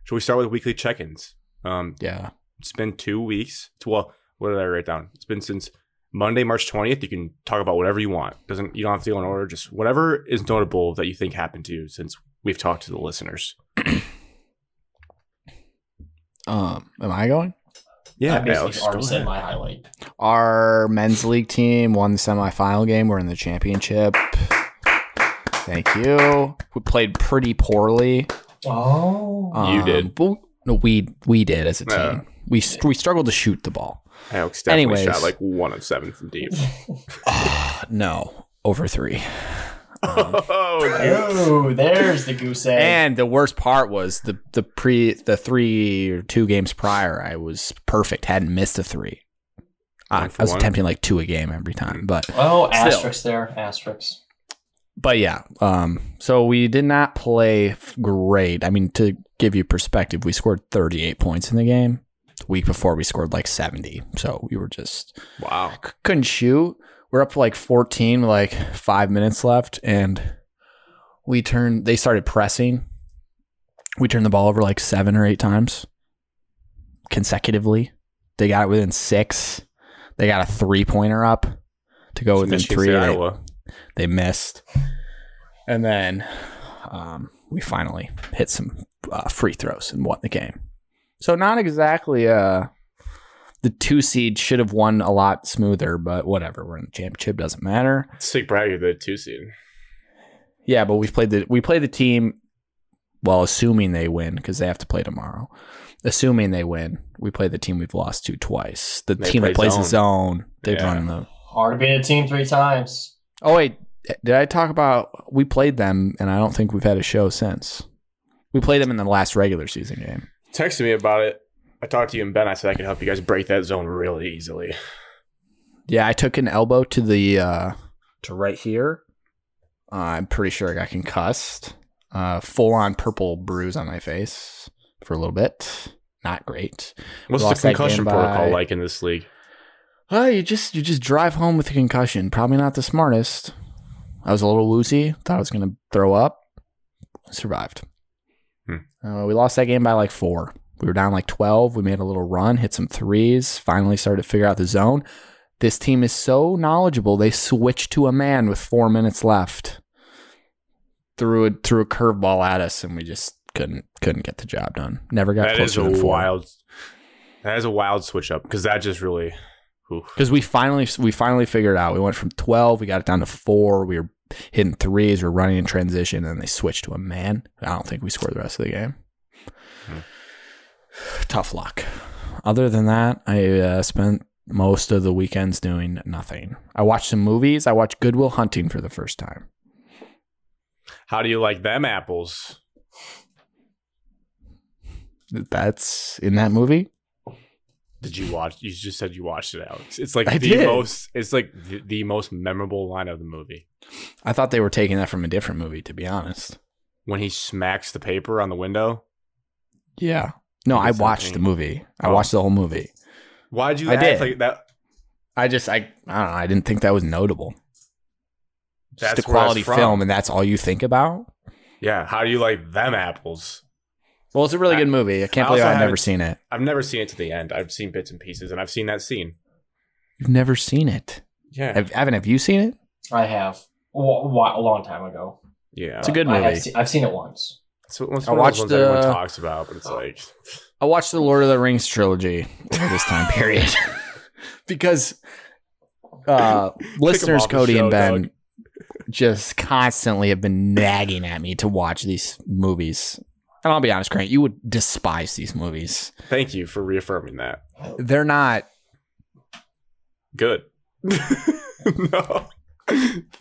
[SPEAKER 1] Should we start with weekly check-ins? Um,
[SPEAKER 5] yeah.
[SPEAKER 1] it's been two weeks. It's, well, what did I write down? It's been since Monday, March twentieth. You can talk about whatever you want. Doesn't you don't have to go in order. Just whatever is notable that you think happened to you since we've talked to the listeners.
[SPEAKER 5] Um, am I going?
[SPEAKER 4] I
[SPEAKER 1] Yeah,
[SPEAKER 4] basically
[SPEAKER 1] Alex,
[SPEAKER 4] already
[SPEAKER 1] go
[SPEAKER 4] said
[SPEAKER 1] ahead.
[SPEAKER 4] my highlight.
[SPEAKER 5] Our men's league team won the semifinal game. We're in the championship. Thank you. We played pretty poorly. Um,
[SPEAKER 4] Oh,
[SPEAKER 1] You did.
[SPEAKER 5] but- no, we we did as a team.
[SPEAKER 1] Yeah.
[SPEAKER 5] We st- we struggled to shoot the ball.
[SPEAKER 1] Alex definitely
[SPEAKER 5] Anyways.
[SPEAKER 1] shot like one of seven from deep.
[SPEAKER 5] No, over three.
[SPEAKER 1] oh, dude.
[SPEAKER 4] oh, there's the goose egg.
[SPEAKER 5] And the worst part was the the pre the three or two games prior. I was perfect. Hadn't missed a three. I,
[SPEAKER 1] One for
[SPEAKER 5] I was
[SPEAKER 1] one.
[SPEAKER 5] attempting like two a game every time, but
[SPEAKER 4] oh,
[SPEAKER 5] Still.
[SPEAKER 4] asterisks there, asterisks.
[SPEAKER 5] but yeah, um, so we did not play f- great. I mean, to give you perspective, we scored 38 points in the game. The week before, we scored like 70. So we were just
[SPEAKER 1] wow.
[SPEAKER 5] c- couldn't shoot. We're up to like 14, with, like five minutes left, and we turned. They started pressing. We turned the ball over like seven or eight times consecutively. They got it within six. They got a three pointer up to go within
[SPEAKER 1] Michigan
[SPEAKER 5] three.
[SPEAKER 1] State,
[SPEAKER 5] They-
[SPEAKER 1] Iowa.
[SPEAKER 5] they missed. And then um, we finally hit some uh, free throws and won the game. So not exactly uh, the two seed should have won a lot smoother, but whatever. We're in the championship, doesn't matter.
[SPEAKER 1] Sick brag, you're the two seed.
[SPEAKER 5] Yeah, but we've played the we play the team. Well, assuming they win because they have to play tomorrow. Assuming they win, we play the team we've lost to twice. The
[SPEAKER 1] They
[SPEAKER 5] team that
[SPEAKER 1] play
[SPEAKER 5] plays the zone, they
[SPEAKER 1] Yeah.
[SPEAKER 5] run the.
[SPEAKER 4] Hard to beat a team three times.
[SPEAKER 5] Oh wait, did I talk about we played them and I don't think we've had a show since. We played them in the last regular season game.
[SPEAKER 1] Texted me about it. I talked to you and Ben. I said I could help you guys break that zone really easily.
[SPEAKER 5] Yeah, I took an elbow to the uh to right here. Uh, I'm pretty sure I got concussed. Uh full on purple bruise on my face for a little bit. Not great.
[SPEAKER 1] What's
[SPEAKER 5] Lost
[SPEAKER 1] the
[SPEAKER 5] that game
[SPEAKER 1] concussion protocol
[SPEAKER 5] by-
[SPEAKER 1] like in this league?
[SPEAKER 5] Oh, you just you just drive home with a concussion. Probably not the smartest. I was a little woozy. Thought I was gonna throw up. Survived.
[SPEAKER 1] Hmm.
[SPEAKER 5] Uh, we lost that game by like four. We were down like twelve. We made a little run, hit some threes. Finally started to figure out the zone. This team is so knowledgeable. They switched to a man with four minutes left. Threw a threw a curveball at us, and we just couldn't couldn't get the job done. Never got
[SPEAKER 1] That is
[SPEAKER 5] closer
[SPEAKER 1] a
[SPEAKER 5] than four.
[SPEAKER 1] wild. That is a wild switch up because that just really. oof.
[SPEAKER 5] because we finally we finally figured it out. We went from twelve, we got it down to four. We were hitting threes, we were running in transition, and then they switched to a man. I don't think we scored the rest of the game. Hmm. Tough luck. Other than that, I uh, spent most of the weekends doing nothing. I watched some movies. I watched Goodwill Hunting for the first time.
[SPEAKER 1] How do you like them apples?
[SPEAKER 5] That's in that movie.
[SPEAKER 1] Did you watch? You just said you watched it, Alex. It's like
[SPEAKER 5] I
[SPEAKER 1] the
[SPEAKER 5] did.
[SPEAKER 1] most. It's like the, the most memorable line of the movie
[SPEAKER 5] I thought they were taking that from a different movie, to be honest.
[SPEAKER 1] when he smacks the paper on the window.
[SPEAKER 5] Yeah. No, I
[SPEAKER 1] That's
[SPEAKER 5] watched the
[SPEAKER 1] something-
[SPEAKER 5] movie. I
[SPEAKER 1] Oh.
[SPEAKER 5] watched the whole movie.
[SPEAKER 1] Why'd you?
[SPEAKER 5] I
[SPEAKER 1] act
[SPEAKER 5] did.
[SPEAKER 1] Like that.
[SPEAKER 5] I just I I don't know. I didn't think that was notable.
[SPEAKER 1] That's
[SPEAKER 5] just a
[SPEAKER 1] where that's
[SPEAKER 5] quality
[SPEAKER 1] from.
[SPEAKER 5] film, and that's all you think about.
[SPEAKER 1] Yeah. How do you like them apples?
[SPEAKER 5] Well, it's a really
[SPEAKER 1] I-
[SPEAKER 5] good movie. I can't
[SPEAKER 1] I
[SPEAKER 5] believe
[SPEAKER 1] also
[SPEAKER 5] I've never
[SPEAKER 1] haven't-
[SPEAKER 5] seen it.
[SPEAKER 1] I've never seen it to the end. I've seen bits and pieces, and I've seen that scene.
[SPEAKER 5] You've never seen it.
[SPEAKER 1] Yeah.
[SPEAKER 5] Have, Evan, have you seen it?
[SPEAKER 4] I have a wa- a long time ago.
[SPEAKER 1] yeah.
[SPEAKER 5] It's a good
[SPEAKER 4] I have
[SPEAKER 5] movie.
[SPEAKER 4] se- I've seen it once.
[SPEAKER 1] It's one it's
[SPEAKER 5] I
[SPEAKER 1] one of
[SPEAKER 5] watched
[SPEAKER 1] those ones everyone
[SPEAKER 5] the-
[SPEAKER 1] talks about, but it's like
[SPEAKER 5] I watched the Lord of the Rings trilogy over this time period because uh, listeners
[SPEAKER 1] off the
[SPEAKER 5] Cody
[SPEAKER 1] show,
[SPEAKER 5] and Ben
[SPEAKER 1] Doug.
[SPEAKER 5] just constantly have been nagging at me to watch these movies. And I'll be honest, Grant, you would despise these movies.
[SPEAKER 1] Thank you for reaffirming that.
[SPEAKER 5] They're not.
[SPEAKER 1] Good. no.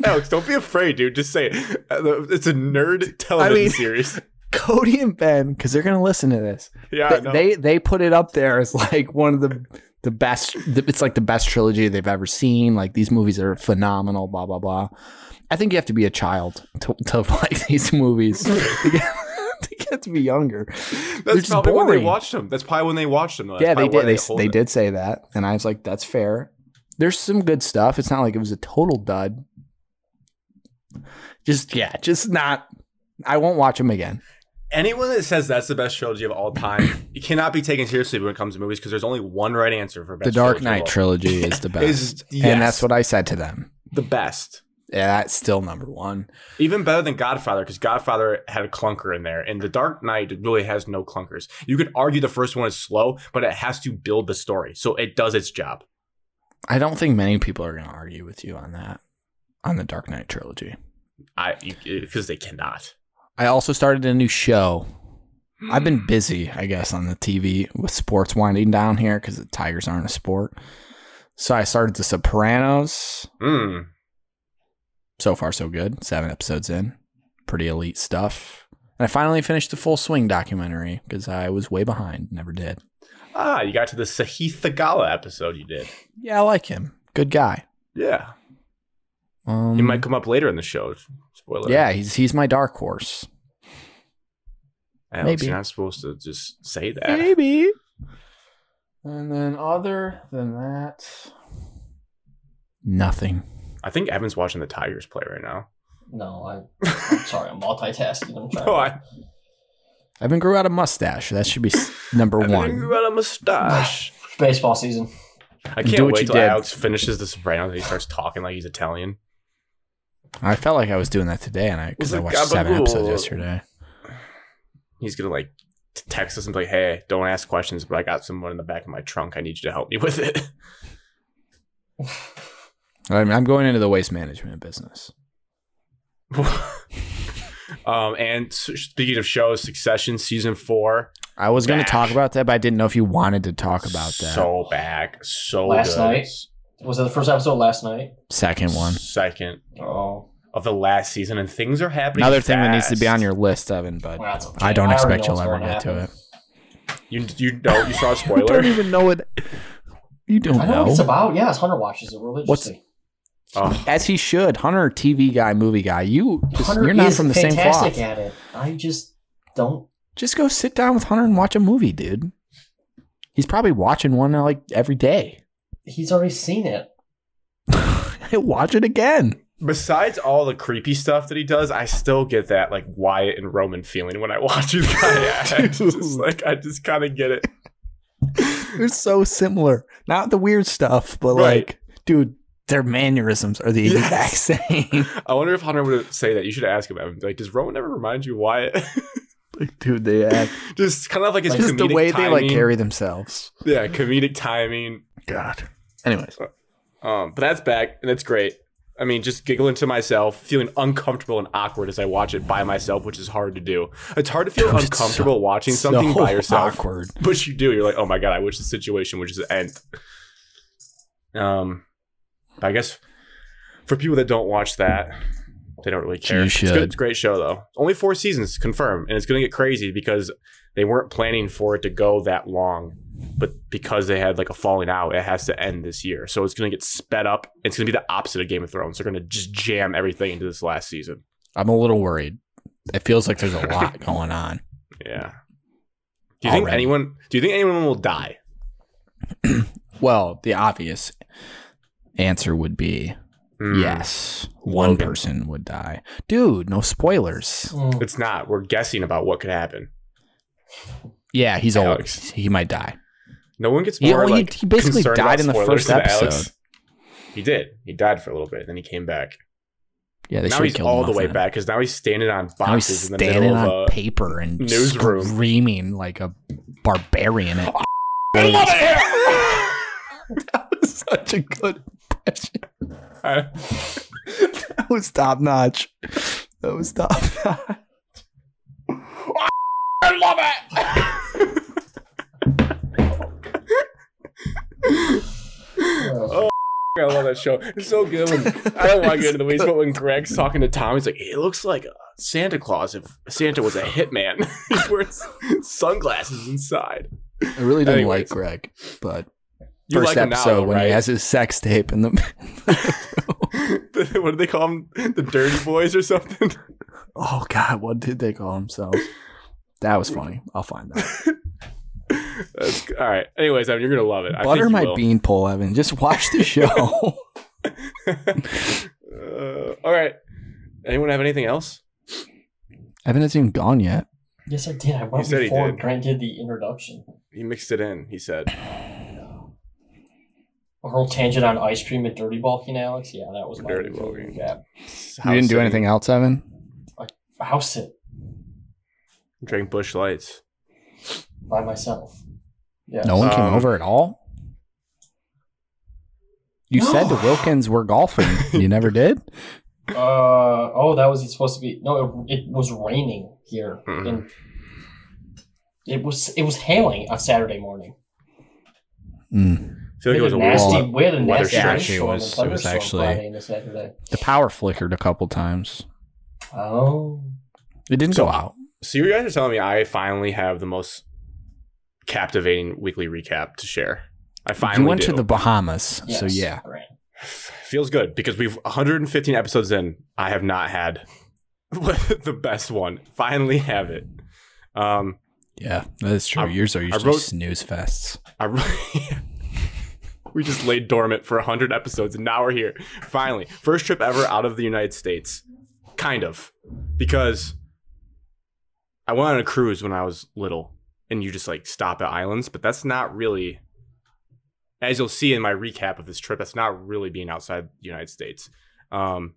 [SPEAKER 1] Alex, don't be afraid, dude. Just say it. Uh, It's a nerd television
[SPEAKER 5] mean-
[SPEAKER 1] series.
[SPEAKER 5] Cody and Ben, because they're going to listen to this.
[SPEAKER 1] Yeah, I
[SPEAKER 5] Th-
[SPEAKER 1] know.
[SPEAKER 5] they they put it up there as like one of the the best. The, it's like the best trilogy they've ever seen. Like these movies are phenomenal. Blah blah blah. I think you have to be a child to, to like these movies. to, get, to get to be younger. They're
[SPEAKER 1] That's
[SPEAKER 5] just
[SPEAKER 1] probably when
[SPEAKER 5] boring.
[SPEAKER 1] they watched them. That's probably when they watched them. Though. That's
[SPEAKER 5] yeah, they
[SPEAKER 1] probably why
[SPEAKER 5] did. They s-
[SPEAKER 1] hold
[SPEAKER 5] they
[SPEAKER 1] it.
[SPEAKER 5] did say that, and I was like, that's fair. There's some good stuff. It's not like it was a total dud. Just yeah, just not. I won't watch them again.
[SPEAKER 1] Anyone that says that's the best trilogy of all time, it cannot be taken seriously when it comes to movies because there's only one right answer for best.
[SPEAKER 5] The Dark
[SPEAKER 1] trilogy of
[SPEAKER 5] Knight
[SPEAKER 1] all-
[SPEAKER 5] trilogy is the best,
[SPEAKER 1] Is yes,
[SPEAKER 5] and that's what I said to them.
[SPEAKER 1] the best.
[SPEAKER 5] Yeah, that's still number one.
[SPEAKER 1] Even better than Godfather, because Godfather had a clunker in there, and The Dark Knight really has no clunkers. You could argue the first one is slow, but it has to build the story, so it does its job.
[SPEAKER 5] I don't think many people are going to argue with you on that, on the Dark Knight trilogy.
[SPEAKER 1] I because they cannot.
[SPEAKER 5] I also started a new show. I've been busy, I guess, on the TV with sports winding down here because the Tigers aren't a sport. So I started The Sopranos.
[SPEAKER 1] Mm.
[SPEAKER 5] So far, so good. Seven episodes in. Pretty elite stuff. And I finally finished the Full Swing documentary because I was way behind, never did.
[SPEAKER 1] Ah, you got to the Sahitha Gala episode. You did.
[SPEAKER 5] Yeah, I like him. Good guy.
[SPEAKER 1] Yeah,
[SPEAKER 5] Um,
[SPEAKER 1] he might come up later in the show. Spoiler.
[SPEAKER 5] yeah, he's he's my dark horse.
[SPEAKER 1] Alex,
[SPEAKER 5] maybe.
[SPEAKER 1] you're not supposed to just say that.
[SPEAKER 5] Maybe. And then other than that, nothing.
[SPEAKER 1] I think Evan's watching the Tigers play right now.
[SPEAKER 4] No, I, I'm sorry. I'm multitasking. I'm trying.
[SPEAKER 1] Oh,
[SPEAKER 4] to-
[SPEAKER 1] I,
[SPEAKER 5] I've been grew out a mustache. That should be s- number
[SPEAKER 1] Evan
[SPEAKER 5] one.
[SPEAKER 1] grew out a mustache.
[SPEAKER 4] Baseball season.
[SPEAKER 1] I
[SPEAKER 5] Do
[SPEAKER 1] can't
[SPEAKER 5] what
[SPEAKER 1] wait
[SPEAKER 5] you
[SPEAKER 1] till
[SPEAKER 5] did.
[SPEAKER 1] Alex finishes The Sopranos and he starts talking like he's Italian.
[SPEAKER 5] I felt like I was doing that today, and I because I
[SPEAKER 1] Was
[SPEAKER 5] watched
[SPEAKER 1] it
[SPEAKER 5] seven
[SPEAKER 1] gabagool?
[SPEAKER 5] episodes yesterday.
[SPEAKER 1] he's gonna like t- text us and be like, "Hey, don't ask questions, but I got someone in the back of my trunk. I need you to help me with it."
[SPEAKER 5] I'm, I'm going into the waste management business.
[SPEAKER 1] um, and s- speaking of shows, Succession season four,
[SPEAKER 5] I was going to
[SPEAKER 1] Bash.
[SPEAKER 5] talk about that, but I didn't know if you wanted to talk about that
[SPEAKER 1] so back, so
[SPEAKER 4] Last
[SPEAKER 1] good.
[SPEAKER 4] night? Was it the first episode last night?
[SPEAKER 5] second one.
[SPEAKER 1] second.
[SPEAKER 4] Oh,
[SPEAKER 1] of the last season, and things are happening.
[SPEAKER 5] Another thing that needs to be on
[SPEAKER 1] fast.
[SPEAKER 5] your list, Evan, but
[SPEAKER 4] Well, that's okay.
[SPEAKER 5] I don't
[SPEAKER 4] already
[SPEAKER 5] expect
[SPEAKER 4] know
[SPEAKER 5] you'll
[SPEAKER 4] what's
[SPEAKER 5] ever
[SPEAKER 4] gonna
[SPEAKER 5] get to
[SPEAKER 4] happen.
[SPEAKER 5] it.
[SPEAKER 1] You you know you saw a
[SPEAKER 5] You don't
[SPEAKER 1] spoiler.
[SPEAKER 5] even know it. You don't
[SPEAKER 4] I know what
[SPEAKER 5] know.
[SPEAKER 4] it's about. Yes, Hunter watches it religiously.
[SPEAKER 1] oh,
[SPEAKER 5] As he should. Hunter, TV guy, movie guy. You just,
[SPEAKER 4] Hunter
[SPEAKER 5] you're not
[SPEAKER 4] is
[SPEAKER 5] from the same
[SPEAKER 4] fantastic
[SPEAKER 5] cloth.
[SPEAKER 4] at it. I just don't.
[SPEAKER 5] Just go sit down with Hunter and watch a movie, dude. He's probably watching one like every day.
[SPEAKER 4] He's already seen it.
[SPEAKER 5] watch it again.
[SPEAKER 1] besides all the creepy stuff that he does, I still get that like Wyatt and Roman feeling when I watch this guy act. It's just, like I just kind of get it.
[SPEAKER 5] They're so similar. Not the weird stuff, but
[SPEAKER 1] Right.
[SPEAKER 5] like, dude, their mannerisms are the
[SPEAKER 1] Yes.
[SPEAKER 5] exact same.
[SPEAKER 1] I wonder if Hunter would say that. You should ask him. Evan. Like, does Roman ever remind you of Wyatt?
[SPEAKER 5] like, dude, they act.
[SPEAKER 1] just kind of like his
[SPEAKER 5] It's just the
[SPEAKER 1] comedic
[SPEAKER 5] way they like
[SPEAKER 1] timing.
[SPEAKER 5] carry themselves.
[SPEAKER 1] Yeah, comedic timing.
[SPEAKER 5] God. Anyways,
[SPEAKER 1] Um, but that's back, and it's great. I mean, just giggling to myself, feeling uncomfortable and awkward as I watch it by myself, which is hard to do. It's hard to feel
[SPEAKER 5] Dude, it's
[SPEAKER 1] uncomfortable watching
[SPEAKER 5] so
[SPEAKER 1] something by yourself,
[SPEAKER 5] awkward.
[SPEAKER 1] but you do. You're like, oh my god, I wish the situation would just end. Um, I guess for people that don't watch that, they don't really care.
[SPEAKER 5] You
[SPEAKER 1] It's, good.
[SPEAKER 5] should.
[SPEAKER 1] it's a great show though. Only four seasons confirmed, and it's going to get crazy because they weren't planning for it to go that long, but because they had like a falling out, it has to end this year. So it's going to get sped up. It's going to be the opposite of Game of Thrones. They're going to just jam everything into this last season.
[SPEAKER 5] I'm a little worried. It feels like there's a lot going on.
[SPEAKER 1] Yeah. Do you think
[SPEAKER 5] Already.
[SPEAKER 1] anyone? Do you think anyone will die?
[SPEAKER 5] Well, the obvious answer would be
[SPEAKER 1] Mm,
[SPEAKER 5] yes. One
[SPEAKER 1] Logan.
[SPEAKER 5] person would die. Dude, no spoilers.
[SPEAKER 4] Mm.
[SPEAKER 1] It's not. We're guessing about what could happen.
[SPEAKER 5] Yeah, he's
[SPEAKER 1] Alex.
[SPEAKER 5] old. He might die.
[SPEAKER 1] No one gets
[SPEAKER 5] He-
[SPEAKER 1] more
[SPEAKER 5] well, he-
[SPEAKER 1] like
[SPEAKER 5] he basically
[SPEAKER 1] concerned about
[SPEAKER 5] died in the
[SPEAKER 1] spoilers
[SPEAKER 5] first
[SPEAKER 1] than Alex.
[SPEAKER 5] episode.
[SPEAKER 1] He did. He died for a little bit, and then he came back.
[SPEAKER 5] Yeah, they
[SPEAKER 1] now
[SPEAKER 5] should
[SPEAKER 1] he's
[SPEAKER 5] kill him.
[SPEAKER 1] all the
[SPEAKER 5] off
[SPEAKER 1] way
[SPEAKER 5] in it.
[SPEAKER 1] back because now he's standing on
[SPEAKER 5] Now he's
[SPEAKER 1] boxes in the
[SPEAKER 5] standing
[SPEAKER 1] middle
[SPEAKER 5] on
[SPEAKER 1] of a.
[SPEAKER 5] paper and
[SPEAKER 1] newsroom.
[SPEAKER 5] screaming like a barbarian. At
[SPEAKER 1] I love it here!
[SPEAKER 5] that was such a good impression.
[SPEAKER 1] I-
[SPEAKER 5] That was top notch. That was top notch.
[SPEAKER 1] I love it.
[SPEAKER 4] Uh,
[SPEAKER 1] I love that show. It's so good. When, I don't want to get into the weeds, but when Greg's talking to Tom, he's like, "It looks like uh, Santa Claus if Santa was a hitman. he's wearing sunglasses inside."
[SPEAKER 5] I really didn't
[SPEAKER 1] Anyways.
[SPEAKER 5] like Greg, but
[SPEAKER 1] You
[SPEAKER 5] first
[SPEAKER 1] like him now,
[SPEAKER 5] episode
[SPEAKER 1] though,
[SPEAKER 5] when
[SPEAKER 1] right?
[SPEAKER 5] he has his sex tape in the
[SPEAKER 1] The- what do they call them? The Dirty Boys or something?
[SPEAKER 5] oh god, what did they call themselves? That was funny. I'll find that.
[SPEAKER 1] That's, all right. Anyways, Evan, you're gonna love it. I think
[SPEAKER 5] Butter
[SPEAKER 1] you
[SPEAKER 5] my
[SPEAKER 1] will.
[SPEAKER 5] beanpole, Evan. Just watch the show.
[SPEAKER 1] uh, all right. Anyone have anything else?
[SPEAKER 5] Evan hasn't even gone yet.
[SPEAKER 4] yes, I did.
[SPEAKER 1] He
[SPEAKER 4] I went
[SPEAKER 1] said he
[SPEAKER 4] before
[SPEAKER 1] did.
[SPEAKER 4] Grant did the introduction.
[SPEAKER 1] He mixed it in. He said,
[SPEAKER 4] A whole tangent on ice cream and dirty bulking, Alex. Yeah, that was my
[SPEAKER 1] Dirty
[SPEAKER 4] usual
[SPEAKER 1] bulking.
[SPEAKER 4] recap.
[SPEAKER 5] You didn't do anything else, Evan?
[SPEAKER 4] House it
[SPEAKER 1] Drink Bush Lights.
[SPEAKER 4] by myself. Yeah.
[SPEAKER 5] No one came
[SPEAKER 1] Um,
[SPEAKER 5] over at all? You said the Wilkins were golfing. You never did?
[SPEAKER 4] Uh oh, that was supposed to be. No, it, it was raining here.
[SPEAKER 1] Mhm.
[SPEAKER 4] And it was it was hailing on Saturday morning.
[SPEAKER 5] Mm.
[SPEAKER 1] I feel like it was a
[SPEAKER 4] nasty.
[SPEAKER 1] wall.
[SPEAKER 4] we had a
[SPEAKER 1] weather
[SPEAKER 4] nasty
[SPEAKER 1] shock.
[SPEAKER 4] ice storm and
[SPEAKER 5] It was- it was
[SPEAKER 4] thunderstorm
[SPEAKER 5] actually-
[SPEAKER 4] Friday into Saturday.
[SPEAKER 5] The power flickered a couple times.
[SPEAKER 4] Oh,
[SPEAKER 5] It didn't
[SPEAKER 1] So-
[SPEAKER 5] go out.
[SPEAKER 1] So you guys are telling me I finally have the most captivating weekly recap to share. I finally
[SPEAKER 5] you went
[SPEAKER 1] do.
[SPEAKER 5] to the Bahamas,
[SPEAKER 4] yes,
[SPEAKER 5] so yeah.
[SPEAKER 4] Grant.
[SPEAKER 1] Feels good because we've 115 episodes in. I have not had the best one. Finally have it. Um,
[SPEAKER 5] Yeah, that is true.
[SPEAKER 1] I-
[SPEAKER 5] Yours are usually
[SPEAKER 1] wrote-
[SPEAKER 5] snooze fests.
[SPEAKER 1] I re- we just laid dormant for 100 episodes and now we're here. Finally. First trip ever out of the United States. Kind of. Because I went on a cruise when I was little and you just like stop at islands, but that's not really as you'll see in my recap of this trip, that's not really being outside the United States. Um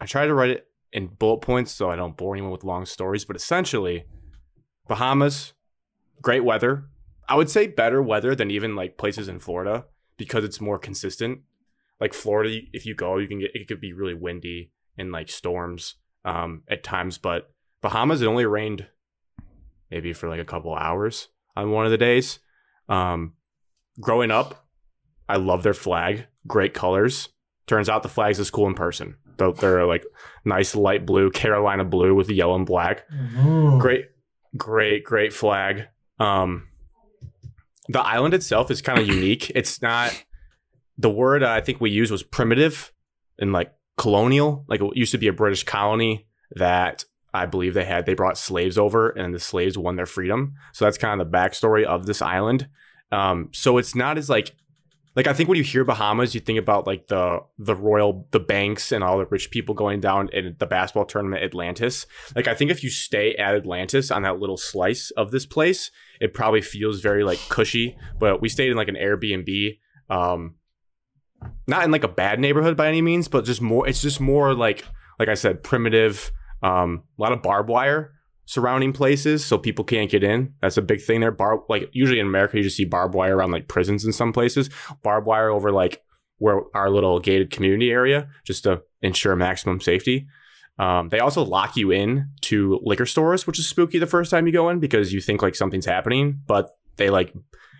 [SPEAKER 1] I try to write it in bullet points so I don't bore anyone with long stories, but essentially Bahamas, great weather, I would say better weather than even like places in Florida because it's more consistent. Like Florida, if you go, you can get it could be really windy and like storms um, at times. But Bahamas, it only rained maybe for like a couple hours on one of the days. Um, growing up, I love their flag, great colors. Turns out the flag's as cool in person. They're- They're like nice light blue, Carolina blue with yellow and black.
[SPEAKER 4] Mm.
[SPEAKER 1] Great, great, great flag. Um, the island itself is kind of unique. It's not the word I think we used was primitive and like colonial. Like it used to be a British colony that I believe they had. They brought slaves over, and the slaves won their freedom. So that's kind of the backstory of this island. Um, so it's not as like like I think when you hear Bahamas, you think about like the the royal the banks and all the rich people going down in the basketball tournament Atlantis. Like I think if you stay at Atlantis on that little slice of this place, it probably feels very like cushy. But we stayed in like an Airbnb, um, not in like a bad neighborhood by any means, but just more. It's just more like like I said, primitive. Um, a lot of barbed wire surrounding places, so people can't get in. That's a big thing there. Bar like usually in America, you just see barbed wire around like prisons in some places. Barbed wire over like where our little gated community area, just to ensure maximum safety. Um, they also lock you in to liquor stores, which is spooky the first time you go in because you think like something's happening, but they like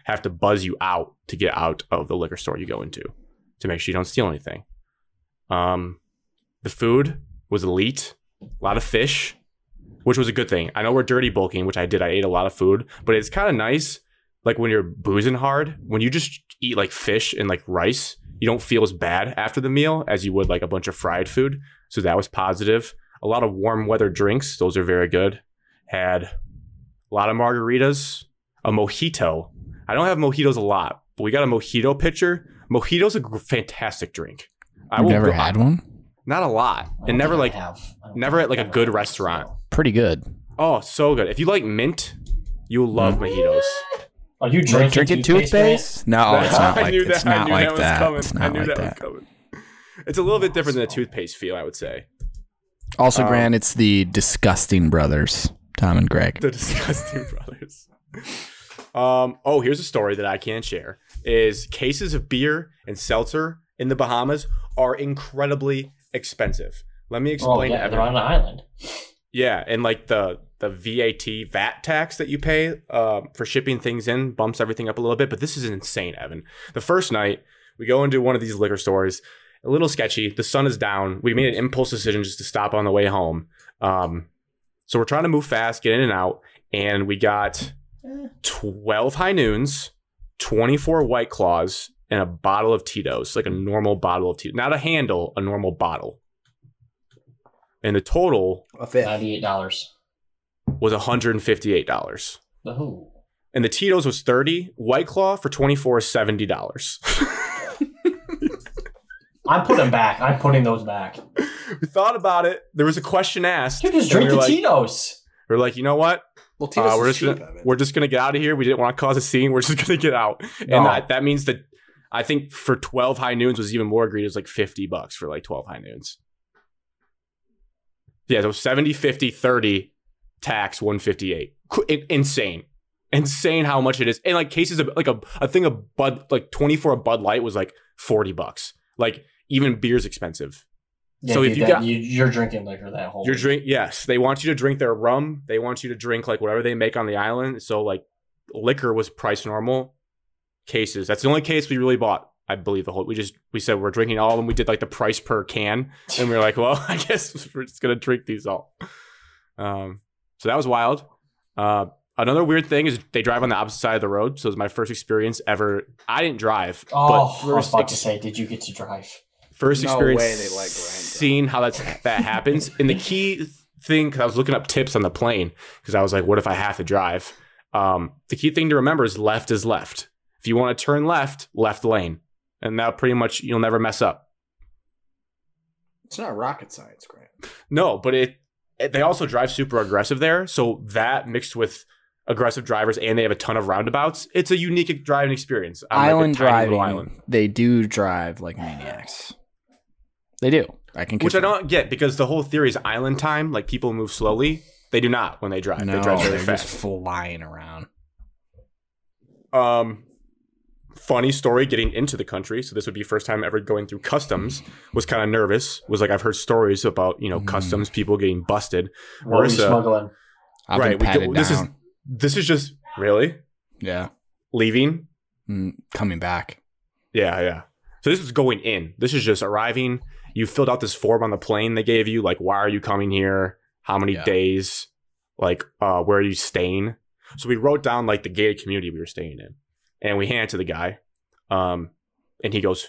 [SPEAKER 1] have to buzz you out to get out of the liquor store you go into to make sure you don't steal anything. Um, the food was elite, a lot of fish, which was a good thing. I know we're dirty bulking, which I did. I ate a lot of food, but it's kind of nice. Like when you're boozing hard, when you just eat like fish and like rice, you don't feel as bad after the meal as you would like a bunch of fried food. So that was positive. A lot of warm weather drinks. Those are very good. Had a lot of margaritas, a mojito. I don't have mojitos a lot, but we got a mojito pitcher. Mojito's a gr- fantastic drink. I
[SPEAKER 5] I've never
[SPEAKER 1] go-
[SPEAKER 5] had one.
[SPEAKER 1] Not a lot.
[SPEAKER 5] Oh,
[SPEAKER 4] I don't
[SPEAKER 1] And never
[SPEAKER 4] think I
[SPEAKER 1] like,
[SPEAKER 4] have. I don't
[SPEAKER 1] never
[SPEAKER 4] think
[SPEAKER 1] at like
[SPEAKER 4] I
[SPEAKER 1] a
[SPEAKER 4] ever
[SPEAKER 1] good
[SPEAKER 4] have.
[SPEAKER 1] restaurant.
[SPEAKER 5] Pretty good.
[SPEAKER 1] oh, so good. If you like mint, you'll love mojitos.
[SPEAKER 4] Are you
[SPEAKER 5] Like
[SPEAKER 4] drinking,
[SPEAKER 5] drinking
[SPEAKER 4] toothpaste?
[SPEAKER 5] toothpaste? No, Oh, it's not like it's not like
[SPEAKER 1] was
[SPEAKER 5] that.
[SPEAKER 1] coming.
[SPEAKER 5] It's
[SPEAKER 1] I
[SPEAKER 5] not
[SPEAKER 1] knew
[SPEAKER 5] like
[SPEAKER 1] that was
[SPEAKER 5] that.
[SPEAKER 1] coming. It's a little bit different than a toothpaste feel, I would say.
[SPEAKER 5] Also,
[SPEAKER 1] Um,
[SPEAKER 5] Grant, it's the disgusting brothers, Tom and Greg.
[SPEAKER 1] the disgusting brothers um oh here's a story that i can share is cases of beer and seltzer in the bahamas are incredibly expensive let me
[SPEAKER 4] Oh,
[SPEAKER 1] explain to
[SPEAKER 4] yeah, they're
[SPEAKER 1] everyone
[SPEAKER 4] on an island.
[SPEAKER 1] yeah and like the the vat vat tax that you pay um, for shipping things in bumps everything up a little bit but this is insane evan the first night we go into one of these liquor stores a little sketchy the sun is down we made an impulse decision just to stop on the way home um, so we're trying to move fast get in and out and we got 12 high noons, 24 white claws, and a bottle of Tito's, like a normal bottle of Tito's, not a handle, a normal bottle. And the total
[SPEAKER 3] A fifth.
[SPEAKER 4] Ninety-eight dollars.
[SPEAKER 1] was $158.
[SPEAKER 4] Oh,
[SPEAKER 1] And the Tito's was 30, White Claw for 24 is $70.
[SPEAKER 4] I'm putting back. I'm putting those back.
[SPEAKER 1] we thought about it. There was a question asked.
[SPEAKER 4] You just
[SPEAKER 1] and
[SPEAKER 4] drink
[SPEAKER 1] we were
[SPEAKER 4] the
[SPEAKER 1] like,
[SPEAKER 4] Tito's.
[SPEAKER 1] we were like, you know what?
[SPEAKER 2] Well,
[SPEAKER 1] Uh,
[SPEAKER 2] Tito's
[SPEAKER 1] we're,
[SPEAKER 2] is
[SPEAKER 1] just
[SPEAKER 2] cheap,
[SPEAKER 1] gonna,
[SPEAKER 2] Evan.
[SPEAKER 1] we're just gonna get out of here. We didn't want to cause a scene. We're just gonna get out,
[SPEAKER 4] No.
[SPEAKER 1] and that, that means that I think for twelve high noons was even more agreed. It was like fifty bucks for like twelve high noons. Yeah, so 70, 50, 30, tax one fifty eight. Insane, insane how much it is. And like cases of like a a thing of Bud like twenty four of Bud Light was like forty bucks. Like even beer's expensive.
[SPEAKER 4] Yeah,
[SPEAKER 1] So if
[SPEAKER 4] dude,
[SPEAKER 1] you
[SPEAKER 4] that-
[SPEAKER 1] got-
[SPEAKER 4] you, you're drinking liquor that whole.
[SPEAKER 1] Your drink, yes. They want you to drink their rum. They want you to drink like whatever they make on the island. So like liquor was price normal cases. That's the only case we really bought. I believe the whole we just we said we're drinking all of them. We did like the price per can, and we were like, well, I guess we're just gonna drink these all. Um, so that was wild. Uh, another weird thing is they drive on the opposite side of the road. So it was my first experience ever. I didn't drive, but
[SPEAKER 4] Oh, I was
[SPEAKER 1] first
[SPEAKER 4] about to
[SPEAKER 1] ex-
[SPEAKER 4] say, did you get to drive?
[SPEAKER 1] first
[SPEAKER 2] No
[SPEAKER 1] experience
[SPEAKER 2] way they let Grant
[SPEAKER 1] seeing how that's, that happens. And the key thing, because I was looking up tips on the plane, because I was like, what if I have to drive? Um, the key thing to remember is left is left. If you want to turn left, left lane. And that pretty much, you'll never mess up.
[SPEAKER 2] It's not rocket science, Grant.
[SPEAKER 1] No, but it, it- they also drive super aggressive there. So that mixed with aggressive drivers and they have a ton of roundabouts, it's a unique driving experience. on, like, a
[SPEAKER 5] island
[SPEAKER 1] tiny little
[SPEAKER 5] driving, they do drive like maniacs. They do. I can.
[SPEAKER 1] Which I
[SPEAKER 5] confirm.
[SPEAKER 1] don't get because the whole theory is island time. Like people move slowly. They do not when they drive.
[SPEAKER 5] No,
[SPEAKER 1] they drive
[SPEAKER 5] they're
[SPEAKER 1] very fast.
[SPEAKER 5] just flying around.
[SPEAKER 1] Um, funny story getting into the country. So this would be first time ever going through customs. Was kind of nervous. Was like I've heard stories about you know
[SPEAKER 5] Mm.
[SPEAKER 1] customs people getting busted.
[SPEAKER 4] What were you
[SPEAKER 1] Marissa.
[SPEAKER 4] smuggling?
[SPEAKER 5] I've
[SPEAKER 1] right.
[SPEAKER 5] right, been
[SPEAKER 1] we go-
[SPEAKER 5] patted
[SPEAKER 1] this is
[SPEAKER 5] down.
[SPEAKER 1] this is just really
[SPEAKER 5] yeah,
[SPEAKER 1] leaving.
[SPEAKER 5] Mm, coming back.
[SPEAKER 1] Yeah, yeah. So this is going in. This is just arriving. You filled out this form on the plane they gave you. Like, why are you coming here? How many
[SPEAKER 5] Yeah.
[SPEAKER 1] days? Like, uh, where are you staying? So we wrote down like the gated community we were staying in, and we hand it to the guy, um, and he goes,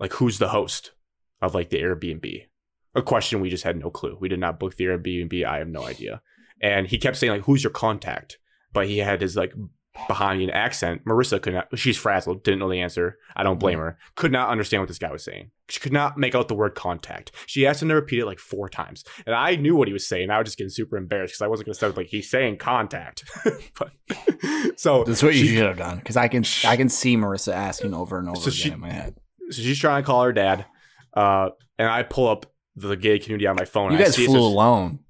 [SPEAKER 1] like, who's the host of like the Airbnb? A question we just had no clue. We did not book the Airbnb. I have no idea. And he kept saying like, who's your contact? But he had his like Bahamian accent. Marissa could not. She's frazzled. Didn't know the answer. I don't blame her. Could not understand what this guy was saying. She could not make out the word contact. She asked him to repeat it like four times, and I knew what he was saying. I was just getting super embarrassed because I wasn't going to start like he's saying contact. but so
[SPEAKER 5] That's what you
[SPEAKER 1] she-
[SPEAKER 5] should have done because I can I can see Marissa asking over and over
[SPEAKER 1] So
[SPEAKER 5] again
[SPEAKER 1] she-
[SPEAKER 5] in my head.
[SPEAKER 1] so she's trying to call her dad, uh, and I pull up the gay community on my phone.
[SPEAKER 5] You
[SPEAKER 1] and I
[SPEAKER 5] guys
[SPEAKER 1] see it
[SPEAKER 5] flew
[SPEAKER 1] says-
[SPEAKER 5] alone.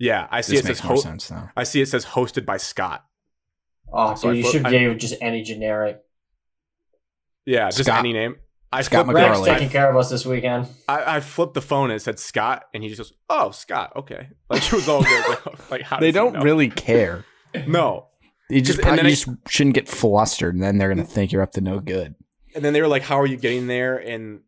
[SPEAKER 1] Yeah, I see
[SPEAKER 5] This
[SPEAKER 1] it says
[SPEAKER 5] makes more
[SPEAKER 1] ho-
[SPEAKER 5] sense now.
[SPEAKER 1] I see it says hosted by Scott.
[SPEAKER 4] Oh,
[SPEAKER 1] So
[SPEAKER 4] dude,
[SPEAKER 1] I
[SPEAKER 4] you
[SPEAKER 1] fo-
[SPEAKER 4] should
[SPEAKER 1] I-
[SPEAKER 4] give just any generic.
[SPEAKER 1] Yeah, just
[SPEAKER 5] Scott-
[SPEAKER 1] any name. I
[SPEAKER 5] Scott
[SPEAKER 1] flip-
[SPEAKER 4] Greg's
[SPEAKER 5] McGarley.
[SPEAKER 4] taking care of us this weekend.
[SPEAKER 1] I, I flipped the phone and it said Scott, and he just goes, "Oh, Scott, okay." Like it was all good. Like, like, how
[SPEAKER 5] They
[SPEAKER 1] does he
[SPEAKER 5] don't
[SPEAKER 1] know?
[SPEAKER 5] really care.
[SPEAKER 1] No,
[SPEAKER 5] You just,
[SPEAKER 1] And then
[SPEAKER 5] probably,
[SPEAKER 1] I-
[SPEAKER 5] you just shouldn't get flustered, and then they're gonna think you're up to no good.
[SPEAKER 1] and then they were like, "How are you getting there?" And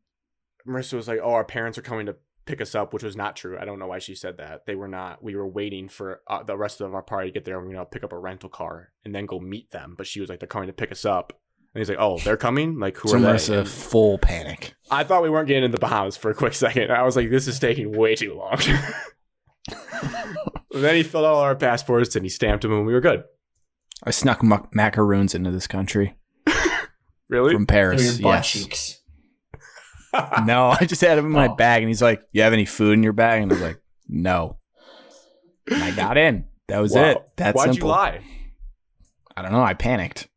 [SPEAKER 1] Marissa was like, "Oh, our parents are coming to pick us up," which was not true. I don't know why she said that. They were not. We were waiting for uh, the rest of our party to get there, and we're gonna pick up a rental car and then go meet them. But she was like, "They're coming to pick us up," and he's like, "Oh, they're coming? Like who
[SPEAKER 5] So
[SPEAKER 1] are they?"
[SPEAKER 5] Marissa,
[SPEAKER 1] And
[SPEAKER 5] full panic.
[SPEAKER 1] I thought we weren't getting in the Bahamas for a quick second. I was like, "This is taking way too long." And then he filled out all our passports and he stamped them, and we were good.
[SPEAKER 5] I snuck mac- macaroons into this country
[SPEAKER 1] Really?
[SPEAKER 5] from
[SPEAKER 4] Through your
[SPEAKER 5] Paris.
[SPEAKER 4] butt
[SPEAKER 5] Yes.
[SPEAKER 4] cheeks.
[SPEAKER 1] Ah.
[SPEAKER 5] No, I just had them in my
[SPEAKER 4] Oh.
[SPEAKER 5] bag, and he's like, "You have any food in your bag?" And I was like, "No." And I got in. That was
[SPEAKER 1] Wow.
[SPEAKER 5] it. That's
[SPEAKER 1] Why'd
[SPEAKER 5] simple.
[SPEAKER 1] you lie?
[SPEAKER 5] I don't know. I panicked.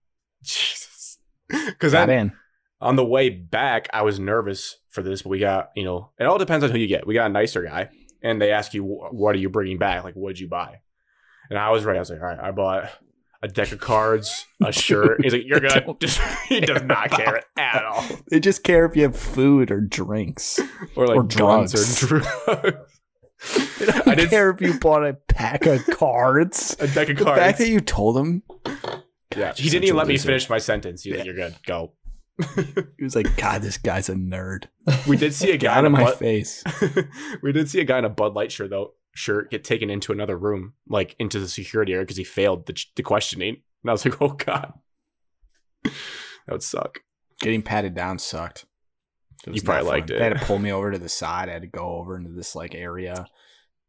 [SPEAKER 1] Jesus. Because
[SPEAKER 5] Got
[SPEAKER 1] then
[SPEAKER 5] in.
[SPEAKER 1] on the way back, I was nervous for this, but we got, you know, it all depends on who you get. We got a nicer guy, and they ask you, "Wh- what are you bringing back? Like, what'd you buy? And I was right. I was like, all right, I bought a deck of cards, a shirt. He's like, you're
[SPEAKER 5] I
[SPEAKER 1] good.
[SPEAKER 5] don't
[SPEAKER 1] Just, he does
[SPEAKER 5] care
[SPEAKER 1] not care at all.
[SPEAKER 5] They just care if you have food or drinks.
[SPEAKER 1] Or like
[SPEAKER 5] Or
[SPEAKER 1] drugs
[SPEAKER 5] drugs.
[SPEAKER 1] or drugs.
[SPEAKER 5] They don't
[SPEAKER 1] I didn't-
[SPEAKER 5] care if you bought a pack of cards.
[SPEAKER 1] a deck of
[SPEAKER 5] The fact
[SPEAKER 1] cards.
[SPEAKER 5] that you told him,
[SPEAKER 1] yeah. He
[SPEAKER 5] such
[SPEAKER 1] didn't even
[SPEAKER 5] a
[SPEAKER 1] let me
[SPEAKER 5] loser.
[SPEAKER 1] finish my sentence. He's like,
[SPEAKER 5] Yeah.
[SPEAKER 1] you're good. Go.
[SPEAKER 5] he was like, "God, this guy's a nerd."
[SPEAKER 1] We did see a
[SPEAKER 5] Get
[SPEAKER 1] guy
[SPEAKER 5] out
[SPEAKER 1] in
[SPEAKER 5] of
[SPEAKER 1] a
[SPEAKER 5] my
[SPEAKER 1] butt-
[SPEAKER 5] face.
[SPEAKER 1] we did see a guy in a Bud Light shirt though shirt get taken into another room, like into the security area because he failed the, the questioning. And I was like, oh god, that would suck.
[SPEAKER 5] Getting patted down sucked. It was
[SPEAKER 1] You probably
[SPEAKER 5] not
[SPEAKER 1] liked it.
[SPEAKER 5] They had to pull me over to the side. I had to go over into this like area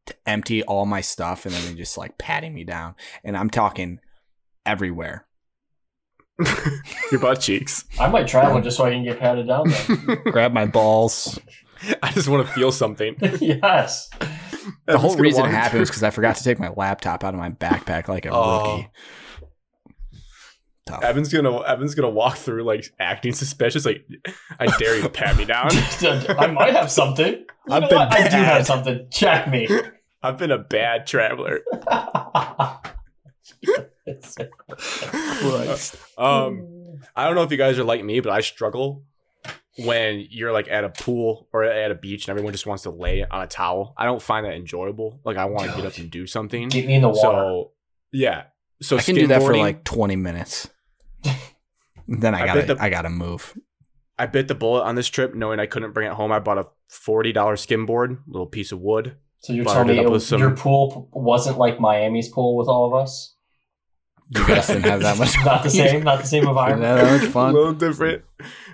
[SPEAKER 5] to empty all my stuff, and then they just like patting me down. And I'm talking everywhere.
[SPEAKER 1] Your butt cheeks.
[SPEAKER 4] I might try one just so I can get patted down. Then.
[SPEAKER 5] Grab my balls.
[SPEAKER 1] I just want to feel something.
[SPEAKER 4] yes.
[SPEAKER 5] The whole reason it happened was because I forgot to take my laptop out of my backpack like a
[SPEAKER 1] Oh.
[SPEAKER 5] rookie. Tough.
[SPEAKER 1] Evan's gonna Evan's gonna walk through like acting suspicious. Like, I dare you to pat me down.
[SPEAKER 4] I might have something. You
[SPEAKER 5] I've
[SPEAKER 4] know
[SPEAKER 5] been
[SPEAKER 4] what? I do
[SPEAKER 5] bad.
[SPEAKER 4] have something. Check me.
[SPEAKER 1] I've been a bad traveler.
[SPEAKER 5] Christ.
[SPEAKER 1] Um, I don't know if you guys are like me, but I struggle when you're like at a pool or at a beach and everyone just wants to lay on a towel. I don't find that enjoyable. Like I want to get up and do something.
[SPEAKER 4] Get me in the water.
[SPEAKER 1] So yeah. So
[SPEAKER 5] I can do that for
[SPEAKER 1] skateboarding,
[SPEAKER 5] like 20 minutes. then I
[SPEAKER 1] I
[SPEAKER 5] gotta, I,
[SPEAKER 1] bet the-
[SPEAKER 5] gotta move.
[SPEAKER 1] I bit the bullet on this trip knowing I couldn't bring it home. I bought a forty dollar skimboard, little piece of wood.
[SPEAKER 4] So you're
[SPEAKER 1] Fired
[SPEAKER 4] telling
[SPEAKER 1] it
[SPEAKER 4] me
[SPEAKER 1] up
[SPEAKER 4] it,
[SPEAKER 1] with some-
[SPEAKER 4] your pool p- wasn't like Miami's pool with all of us?
[SPEAKER 5] You guys didn't have that much.
[SPEAKER 4] Not the same. Not the same
[SPEAKER 5] Didn't
[SPEAKER 4] environment.
[SPEAKER 5] have Oh, that much
[SPEAKER 1] a
[SPEAKER 5] fun.
[SPEAKER 1] little different.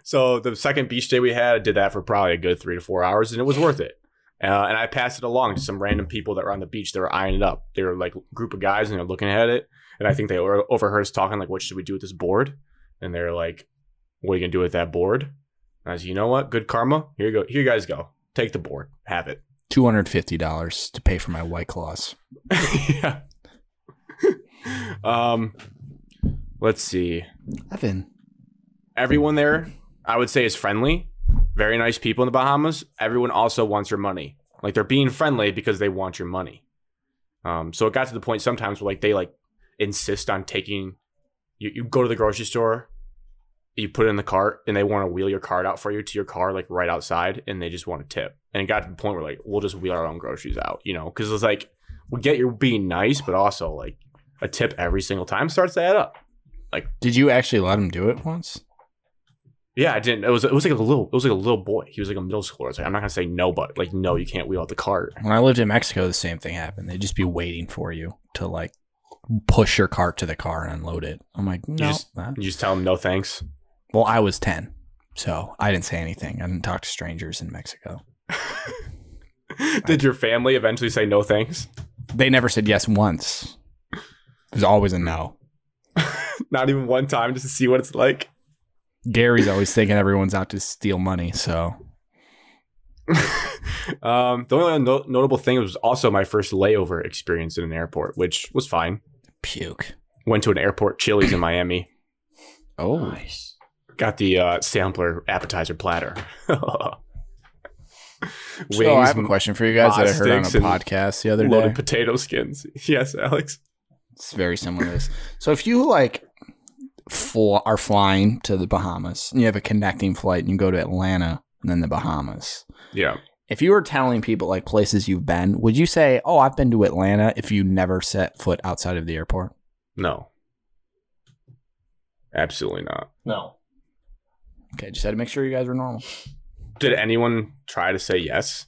[SPEAKER 1] So the second beach day we had, I did that for probably a good three to four hours, and it was worth it. Uh, and I passed it along to some random people that were on the beach. They were eyeing it up. They were like a group of guys, and they're looking at it. And I think they were overheard us talking like, "What should we do with this board?" And they're like, "What are you gonna do with that board?" And I said, "You know what? Good karma. Here you go. Here you guys go. Take the board. Have it."
[SPEAKER 5] Two hundred fifty dollars to pay for my white claws.
[SPEAKER 1] yeah. um, let's see.
[SPEAKER 5] Evan,
[SPEAKER 1] everyone there i would say is friendly very nice people in the bahamas everyone also wants your money like they're being friendly because they want your money um, so it got to the point sometimes where like they like insist on taking you, you go to the grocery store you put it in the cart and they want to wheel your cart out for you to your car like right outside and they just want a tip and it got to the point where like we'll just wheel our own groceries out you know because it's like we get you're being nice but also like a tip every single time starts to add up
[SPEAKER 5] did you actually let him do it once?
[SPEAKER 1] Yeah, I didn't. It was it was like a little it was like a little boy. He was like a middle schooler. I was like, I'm not gonna say no, but like no, you can't wheel out the cart.
[SPEAKER 5] When I lived in Mexico, the same thing happened. They'd just be waiting for you to like push your cart to the car and unload it. I'm like, no.
[SPEAKER 1] just-
[SPEAKER 5] that-
[SPEAKER 1] You just tell him no thanks.
[SPEAKER 5] well, I was 10, so I didn't say anything. I didn't talk to strangers in Mexico.
[SPEAKER 1] Did your family eventually say no thanks?
[SPEAKER 5] They never said yes once. It was always a no.
[SPEAKER 1] Not even one time just to see what it's like.
[SPEAKER 5] Gary's always thinking everyone's out to steal money, so
[SPEAKER 1] um, the only no- notable thing was also my first layover experience in an airport, which was fine.
[SPEAKER 5] puke.
[SPEAKER 1] Went to an airport Chili's in Miami.
[SPEAKER 5] Oh,
[SPEAKER 4] Nice.
[SPEAKER 1] Got the uh, sampler appetizer platter.
[SPEAKER 5] so I have a question for you guys that I heard on a
[SPEAKER 1] Bostick's and
[SPEAKER 5] podcast the other
[SPEAKER 1] loaded
[SPEAKER 5] day.
[SPEAKER 1] potato skins. Yes, Alex.
[SPEAKER 5] It's very similar to this. So if you like fl- are flying to the Bahamas and you have a connecting flight and you go to Atlanta and then the Bahamas,
[SPEAKER 1] Yeah.
[SPEAKER 5] if you were telling people like places you've been, would you say, "Oh, I've been to Atlanta" if you never set foot outside of the airport?
[SPEAKER 1] No. Absolutely not.
[SPEAKER 4] No.
[SPEAKER 5] Okay, just had to make sure you guys were normal.
[SPEAKER 1] Did anyone try to say yes?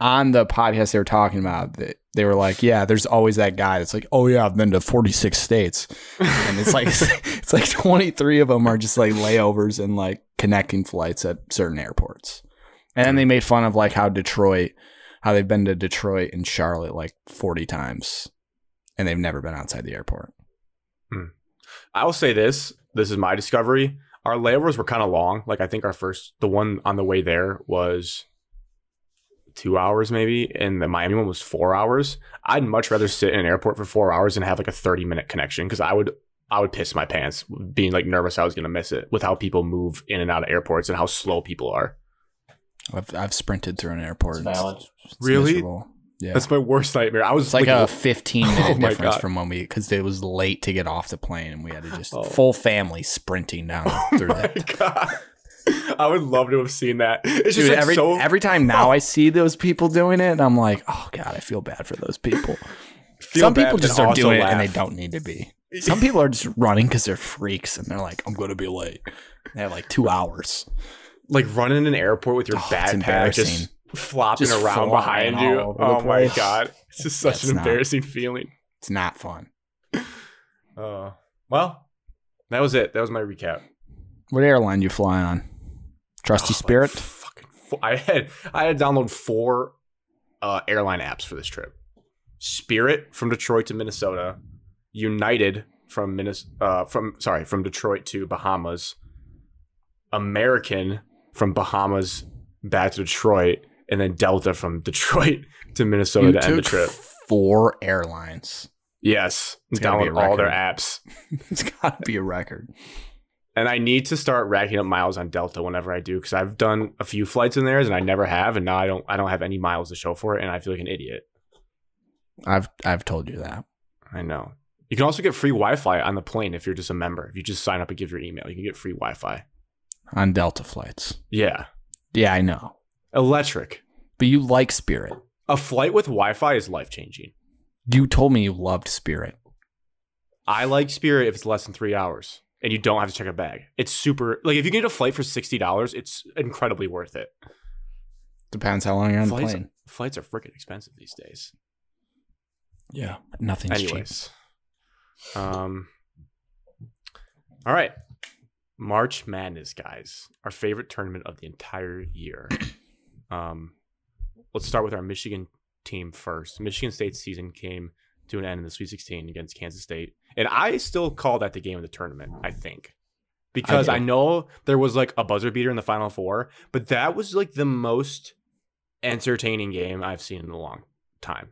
[SPEAKER 5] On the podcast they were talking about that they were like, "Yeah, there's always that guy that's like, "Oh yeah, I've been to 46 states." and it's like it's like 23 of them are just like layovers and like connecting flights at certain airports and then they made fun of like how detroit how they've been to detroit and charlotte like 40 times and they've never been outside the airport
[SPEAKER 1] I will say this. This is my discovery. Our layovers were kind of long. Like I think our first, the one on the way there was two hours maybe, and the Miami one was four hours. I'd much rather sit in an airport for four hours and have like a thirty minute connection because I would, I would piss my pants being like nervous I was gonna miss it with how people move in and out of airports and how slow people are.
[SPEAKER 5] i've, I've sprinted through an airport
[SPEAKER 4] It's valid.
[SPEAKER 5] It's
[SPEAKER 1] Really?
[SPEAKER 5] miserable. yeah
[SPEAKER 1] That's my worst nightmare. I was
[SPEAKER 5] it's like
[SPEAKER 1] looking-
[SPEAKER 5] a 15
[SPEAKER 1] Oh
[SPEAKER 5] minute
[SPEAKER 1] my
[SPEAKER 5] difference
[SPEAKER 1] God.
[SPEAKER 5] from when we because it was late to get off the plane and we had to just
[SPEAKER 1] Oh.
[SPEAKER 5] full family sprinting down through
[SPEAKER 1] my
[SPEAKER 5] that
[SPEAKER 1] god. I would love to have seen that. It's just
[SPEAKER 5] Dude,
[SPEAKER 1] like
[SPEAKER 5] every
[SPEAKER 1] so. Oh.
[SPEAKER 5] every time now I see those people doing it, and I'm like, oh god, I feel bad for those people.
[SPEAKER 1] feel
[SPEAKER 5] Some
[SPEAKER 1] bad,
[SPEAKER 5] people
[SPEAKER 1] but
[SPEAKER 5] just are
[SPEAKER 1] also
[SPEAKER 5] doing it and
[SPEAKER 1] laugh.
[SPEAKER 5] they don't need to be. Some people are just running because they're freaks and they're like, I'm gonna be late. They have like two hours.
[SPEAKER 1] like running in an airport with your
[SPEAKER 5] Oh, it's
[SPEAKER 1] backpack just
[SPEAKER 5] embarrassing.
[SPEAKER 1] flopping
[SPEAKER 5] Just
[SPEAKER 1] around
[SPEAKER 5] flying
[SPEAKER 1] behind you.
[SPEAKER 5] all over the
[SPEAKER 1] Oh my
[SPEAKER 5] place.
[SPEAKER 1] god, it's just such
[SPEAKER 5] That's
[SPEAKER 1] an
[SPEAKER 5] not-
[SPEAKER 1] embarrassing feeling.
[SPEAKER 5] It's not fun.
[SPEAKER 1] Uh, well, that was it. That was my recap.
[SPEAKER 5] What airline you fly on?
[SPEAKER 1] Oh,
[SPEAKER 5] Trusty Spirit.
[SPEAKER 1] Like, fucking, fo- I had I had to download four uh, airline apps for this trip. Spirit from Detroit to Minnesota, United from Minnes- uh, from sorry from Detroit to Bahamas, American from Bahamas back to Detroit, and then Delta from Detroit to Minnesota
[SPEAKER 5] You
[SPEAKER 1] to end the
[SPEAKER 5] took
[SPEAKER 1] trip.
[SPEAKER 5] four airlines.
[SPEAKER 1] Yes,
[SPEAKER 5] gotta be
[SPEAKER 1] download
[SPEAKER 5] a
[SPEAKER 1] all their
[SPEAKER 5] record.
[SPEAKER 1] apps,
[SPEAKER 5] it's gotta be a record.
[SPEAKER 1] and I need to start racking up miles on Delta whenever I do because I've done a few flights in theirs and I never have, and now I don't I don't have any miles to show for it, and I feel like an idiot.
[SPEAKER 5] I've I've told you that.
[SPEAKER 1] I know. You can also get free Wi-Fi on the plane if you're just a member. If you just sign up and give your email, you can get free Wi-Fi.
[SPEAKER 5] On Delta flights.
[SPEAKER 1] Yeah,
[SPEAKER 5] Yeah, I know.
[SPEAKER 1] electric.
[SPEAKER 5] But you like Spirit.
[SPEAKER 1] A flight with Wi-Fi is life changing.
[SPEAKER 5] You told me you loved Spirit.
[SPEAKER 1] I like Spirit if it's less than three hours and you don't have to check a bag. It's super. Like if you get a flight for sixty dollars, it's incredibly worth it.
[SPEAKER 5] Depends how long you're on
[SPEAKER 1] Flights,
[SPEAKER 5] the plane.
[SPEAKER 1] flights are freaking expensive these days.
[SPEAKER 5] Yeah. Nothing's cheap.
[SPEAKER 1] Anyways, um, all right. March Madness, guys, our favorite tournament of the entire year. Um, let's start with our Michigan team first. Michigan State's season came to an end in the Sweet 16 against Kansas State, and I still call that the game of the tournament. I think because
[SPEAKER 5] do.
[SPEAKER 1] I, know there was like a buzzer beater in the Final Four, but that was like the most entertaining game I've seen in a long time.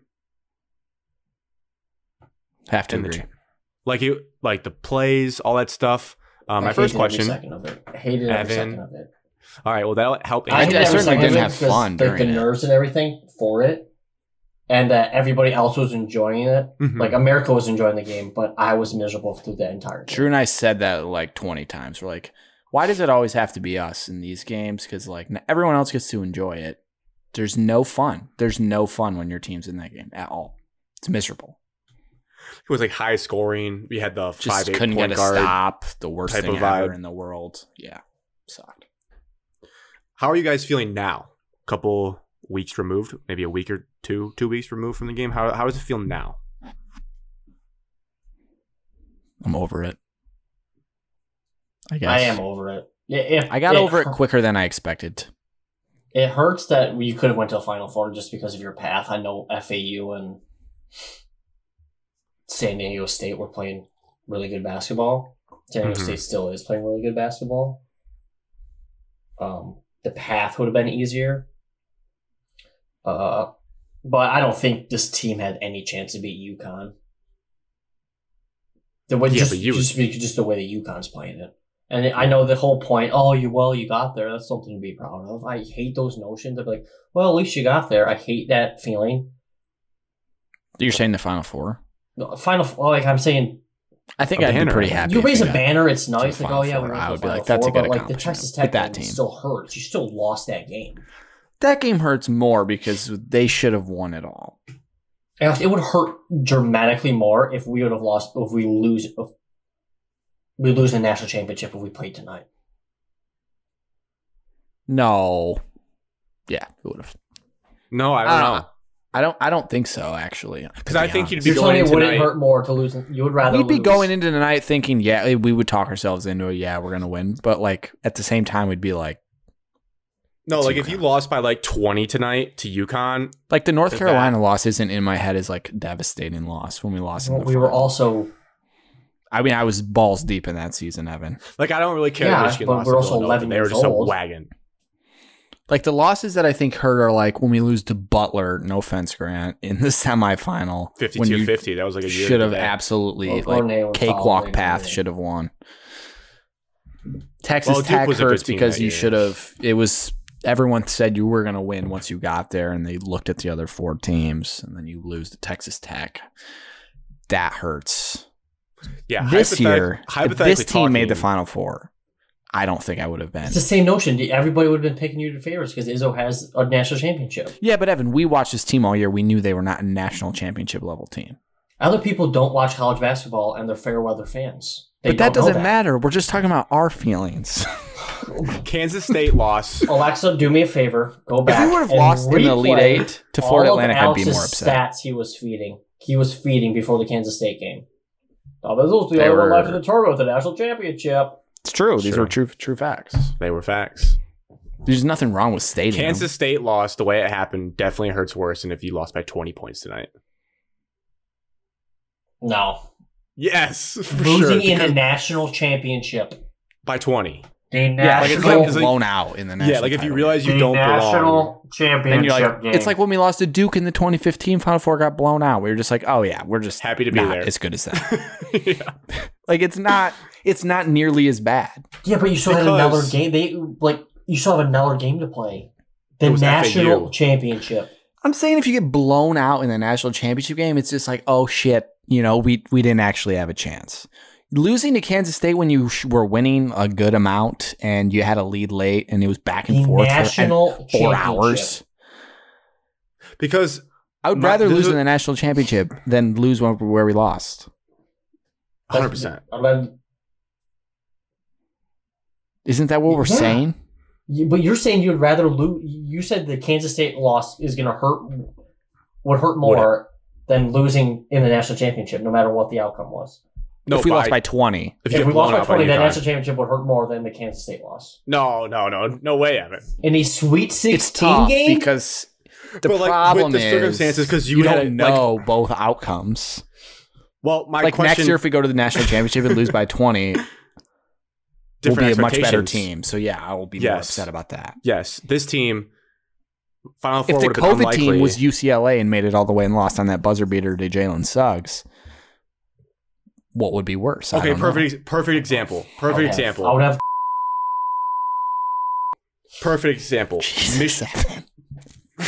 [SPEAKER 5] Have to
[SPEAKER 1] in the
[SPEAKER 5] agree.
[SPEAKER 1] cha- like you like the plays, all that stuff. Um,
[SPEAKER 4] I
[SPEAKER 1] my first
[SPEAKER 4] hated every
[SPEAKER 1] question.
[SPEAKER 4] second of it. I hated every
[SPEAKER 1] Evan,
[SPEAKER 4] second of it.
[SPEAKER 1] All right, well that'll help.
[SPEAKER 5] I
[SPEAKER 1] answer
[SPEAKER 5] did- I
[SPEAKER 1] this.
[SPEAKER 5] certainly
[SPEAKER 4] second of
[SPEAKER 5] didn't
[SPEAKER 4] it
[SPEAKER 5] have
[SPEAKER 4] because
[SPEAKER 5] fun
[SPEAKER 4] the, the
[SPEAKER 5] during it.
[SPEAKER 4] nerves and everything for it, and that everybody else was enjoying it.
[SPEAKER 1] Mhm.
[SPEAKER 4] Like America was enjoying the game, but I was miserable through the entire game.
[SPEAKER 5] Drew and I said that like 20 times. We're like, why does it always have to be us in these games? Because like n- everyone else gets to enjoy it. There's no fun. There's no fun when your team's in that game at all. It's miserable.
[SPEAKER 1] it was like high scoring. We had the
[SPEAKER 5] Just
[SPEAKER 1] five eight
[SPEAKER 5] couldn't
[SPEAKER 1] point
[SPEAKER 5] get a
[SPEAKER 1] guard.
[SPEAKER 5] stop. The worst
[SPEAKER 1] type
[SPEAKER 5] thing
[SPEAKER 1] of
[SPEAKER 5] ever
[SPEAKER 1] vibe.
[SPEAKER 5] in the world. Yeah.
[SPEAKER 3] Sucked.
[SPEAKER 1] How are you guys feeling now? Couple weeks removed, maybe a week or two, two weeks removed from the game. How how does it feel now?
[SPEAKER 5] I'm over it. I guess
[SPEAKER 4] I am over it. It- it-
[SPEAKER 5] I got over it
[SPEAKER 4] hu-
[SPEAKER 5] quicker than I expected.
[SPEAKER 4] It hurts that you could have went to a Final Four just because of your path. I know FAU and San Diego State were playing really good basketball. San Diego
[SPEAKER 1] Mhm.
[SPEAKER 4] State still is playing really good basketball. Um, the path would have been easier. Uh, but I don't think this team had any chance to beat UConn. The way
[SPEAKER 1] Yeah,
[SPEAKER 4] just,
[SPEAKER 1] but you-
[SPEAKER 4] just, be- just the way that UConn's playing it. And I know the whole point, oh, you well, you got there. That's something to be proud of. I hate those notions of like, well, at least you got there. I hate that feeling.
[SPEAKER 5] You're saying the final four?
[SPEAKER 4] No, Final, oh, like I'm saying,
[SPEAKER 5] I think
[SPEAKER 1] A
[SPEAKER 5] I'd be
[SPEAKER 1] banner,
[SPEAKER 5] pretty
[SPEAKER 1] I think.
[SPEAKER 5] happy.
[SPEAKER 4] you
[SPEAKER 5] if we
[SPEAKER 4] raise a
[SPEAKER 5] got-
[SPEAKER 4] banner, it's nice.
[SPEAKER 5] the
[SPEAKER 4] Like,
[SPEAKER 5] Final
[SPEAKER 4] oh yeah,
[SPEAKER 5] Four,
[SPEAKER 4] we
[SPEAKER 5] I
[SPEAKER 4] I
[SPEAKER 5] would
[SPEAKER 4] would
[SPEAKER 5] be
[SPEAKER 4] Final
[SPEAKER 5] like, that's a
[SPEAKER 4] Four, but
[SPEAKER 5] good
[SPEAKER 4] like the
[SPEAKER 5] accomplishment
[SPEAKER 4] Texas
[SPEAKER 5] with
[SPEAKER 4] Tech
[SPEAKER 5] that
[SPEAKER 4] that
[SPEAKER 5] team.
[SPEAKER 4] still hurts. You still lost that game.
[SPEAKER 5] That game hurts more because they should have won it all.
[SPEAKER 4] And it would hurt dramatically more if we would have lost. If we lose, if we lose the national championship if we played tonight.
[SPEAKER 5] No. Yeah, it would have.
[SPEAKER 1] No, I don't
[SPEAKER 5] Uh,
[SPEAKER 1] know.
[SPEAKER 5] I don't. I don't think so. Actually,
[SPEAKER 1] Because I think
[SPEAKER 5] you
[SPEAKER 1] you'd be
[SPEAKER 4] You're
[SPEAKER 1] going
[SPEAKER 4] telling me it
[SPEAKER 1] in
[SPEAKER 4] wouldn't
[SPEAKER 1] tonight.
[SPEAKER 4] hurt more to lose? You would rather
[SPEAKER 5] we'd be
[SPEAKER 4] lose.
[SPEAKER 5] going into tonight thinking, yeah, eh, we would talk ourselves into, yeah, we're gonna win. But like at the same time, we'd be like,
[SPEAKER 1] No,
[SPEAKER 5] It's
[SPEAKER 1] like if you
[SPEAKER 5] UConn.
[SPEAKER 1] lost by like 20 tonight to UConn,
[SPEAKER 5] like the North
[SPEAKER 1] Is
[SPEAKER 5] Carolina loss isn't in my head as like devastating loss when we lost. in
[SPEAKER 4] Well,
[SPEAKER 5] the
[SPEAKER 4] we were
[SPEAKER 5] final.
[SPEAKER 4] also
[SPEAKER 5] I mean, I was balls deep in that season, Evan.
[SPEAKER 1] like I don't really care.
[SPEAKER 4] Yeah,
[SPEAKER 1] that Michigan
[SPEAKER 4] but
[SPEAKER 1] lost
[SPEAKER 4] we're
[SPEAKER 1] to
[SPEAKER 4] also
[SPEAKER 1] Villanova.
[SPEAKER 4] 11
[SPEAKER 1] They were
[SPEAKER 4] years
[SPEAKER 1] just
[SPEAKER 4] old.
[SPEAKER 1] a wagon.
[SPEAKER 5] Like the losses that I think hurt are like when we lose to Butler. No offense, Grant, in the semifinal, when
[SPEAKER 1] 52
[SPEAKER 5] you
[SPEAKER 1] 50. That was like a year.
[SPEAKER 5] should have
[SPEAKER 1] today.
[SPEAKER 5] absolutely
[SPEAKER 4] Well, Cornet
[SPEAKER 5] like
[SPEAKER 4] was
[SPEAKER 5] cakewalk
[SPEAKER 4] following
[SPEAKER 5] path
[SPEAKER 4] Cornet.
[SPEAKER 5] should have won. Texas
[SPEAKER 1] Well, Duke
[SPEAKER 5] Tech
[SPEAKER 1] was a good
[SPEAKER 5] hurts
[SPEAKER 1] team
[SPEAKER 5] because
[SPEAKER 1] that
[SPEAKER 5] you
[SPEAKER 1] year.
[SPEAKER 5] should have. It was everyone said you were going to win once you got there, and they looked at the other four teams, and then you lose to Texas Tech. That hurts.
[SPEAKER 1] Yeah,
[SPEAKER 5] this
[SPEAKER 1] hypothet-
[SPEAKER 5] year, if
[SPEAKER 1] hypothetically
[SPEAKER 5] this team made the
[SPEAKER 1] talking,
[SPEAKER 5] Final Four, I don't think I would have been.
[SPEAKER 4] It's the same notion. Everybody would have been picking you to favors because Izzo has a national championship.
[SPEAKER 5] Yeah, but Evan, we watched this team all year. We knew they were not a national championship level team.
[SPEAKER 4] Other people don't watch college basketball and they're fair weather fans. They
[SPEAKER 5] but that
[SPEAKER 4] don't know
[SPEAKER 5] doesn't matter. We're just talking about our feelings.
[SPEAKER 1] Kansas State lost.
[SPEAKER 4] Alexa, do me a favor. Go back.
[SPEAKER 5] if we would have
[SPEAKER 4] and
[SPEAKER 5] lost in the Elite
[SPEAKER 4] replay
[SPEAKER 5] Eight to Florida
[SPEAKER 4] all of
[SPEAKER 5] Atlantic, I'd be
[SPEAKER 4] Alex's
[SPEAKER 5] more upset.
[SPEAKER 4] Stats he was feeding. He was feeding before the Kansas State game. Oh, this was the
[SPEAKER 5] They
[SPEAKER 4] only one
[SPEAKER 5] were-
[SPEAKER 4] left in the tournament with a national championship.
[SPEAKER 5] It's true. These
[SPEAKER 1] Sure.
[SPEAKER 5] were true true facts.
[SPEAKER 1] They were facts.
[SPEAKER 5] There's nothing wrong with stating them.
[SPEAKER 1] Kansas State lost the way it happened definitely hurts worse than if you lost by 20 points tonight.
[SPEAKER 4] No,
[SPEAKER 1] Yes, for
[SPEAKER 4] losing
[SPEAKER 1] sure.
[SPEAKER 4] in a
[SPEAKER 1] because-
[SPEAKER 4] national championship.
[SPEAKER 1] by 20
[SPEAKER 4] The
[SPEAKER 5] Yeah, like
[SPEAKER 1] it's
[SPEAKER 5] it's
[SPEAKER 4] national,
[SPEAKER 1] like-
[SPEAKER 5] like
[SPEAKER 1] it's like-
[SPEAKER 5] blown out in the national.
[SPEAKER 1] Yeah, like if you
[SPEAKER 5] title.
[SPEAKER 1] realize you
[SPEAKER 4] the
[SPEAKER 1] don't belong.
[SPEAKER 4] national
[SPEAKER 5] Then
[SPEAKER 4] championship
[SPEAKER 5] you're like,
[SPEAKER 4] game.
[SPEAKER 5] it's like when we lost to Duke in the 2015 Final Four, got blown out. We were just like, oh yeah, we're just
[SPEAKER 1] Happy to be
[SPEAKER 5] not
[SPEAKER 1] there.
[SPEAKER 5] As good as that.
[SPEAKER 1] yeah.
[SPEAKER 5] like it's not. It's not nearly as bad.
[SPEAKER 4] Yeah, but you still had
[SPEAKER 1] Because-
[SPEAKER 4] another game. They like you still have another game to play. The
[SPEAKER 1] It was
[SPEAKER 4] national
[SPEAKER 1] FAU.
[SPEAKER 4] championship.
[SPEAKER 5] I'm saying if you get blown out in the national championship game, it's just like, oh shit, you know, we we didn't actually have a chance. Losing to Kansas State when you sh- were winning a good amount and you had a lead late and it was back and
[SPEAKER 4] The
[SPEAKER 5] forth for and
[SPEAKER 4] national
[SPEAKER 5] four
[SPEAKER 4] championship.
[SPEAKER 5] hours.
[SPEAKER 1] Because
[SPEAKER 5] I would
[SPEAKER 1] My-
[SPEAKER 5] rather
[SPEAKER 1] this
[SPEAKER 5] lose
[SPEAKER 1] is-
[SPEAKER 5] in the national championship than lose one where we lost.
[SPEAKER 1] 100%.
[SPEAKER 4] I mean,
[SPEAKER 5] Isn't that what we're
[SPEAKER 4] Yeah.
[SPEAKER 5] saying?
[SPEAKER 4] you- But you're saying you'd rather lose. You said the Kansas State loss is going to hurt, would hurt more than losing in the national championship, no matter what the outcome was.
[SPEAKER 1] No,
[SPEAKER 5] if we lost
[SPEAKER 1] by,
[SPEAKER 5] by 20,
[SPEAKER 1] if you
[SPEAKER 4] If
[SPEAKER 1] get
[SPEAKER 4] we
[SPEAKER 1] blown
[SPEAKER 4] lost by
[SPEAKER 1] out by
[SPEAKER 4] 20, that
[SPEAKER 1] 20,
[SPEAKER 4] national championship would hurt more than the Kansas State loss.
[SPEAKER 1] No, no, no. No way, Evan.
[SPEAKER 4] In a Sweet 16
[SPEAKER 5] it's tough
[SPEAKER 4] game?
[SPEAKER 5] because the
[SPEAKER 1] But, like, with
[SPEAKER 5] problem
[SPEAKER 1] the
[SPEAKER 5] is
[SPEAKER 1] circumstances, 'cause you had a, like-
[SPEAKER 5] don't know both outcomes.
[SPEAKER 1] Well, my
[SPEAKER 5] like
[SPEAKER 1] question
[SPEAKER 5] next year, if we go to the national championship and lose by 20, we'll be
[SPEAKER 1] different
[SPEAKER 5] a much better
[SPEAKER 1] expectations.
[SPEAKER 5] team. So yeah, I will be more
[SPEAKER 1] Yes.
[SPEAKER 5] upset about that.
[SPEAKER 1] Yes, this team Final Four
[SPEAKER 5] if the
[SPEAKER 1] would have been
[SPEAKER 5] COVID
[SPEAKER 1] unlikely.
[SPEAKER 5] team was UCLA and made it all the way and lost on that buzzer beater to Jalen Suggs, what would be worse? I
[SPEAKER 1] Okay,
[SPEAKER 5] don't know.
[SPEAKER 1] perfect ex- perfect example. Perfect
[SPEAKER 4] Okay. I
[SPEAKER 1] example.
[SPEAKER 4] would have.
[SPEAKER 1] Perfect example.
[SPEAKER 5] Jesus,
[SPEAKER 1] Mich-
[SPEAKER 5] Evan.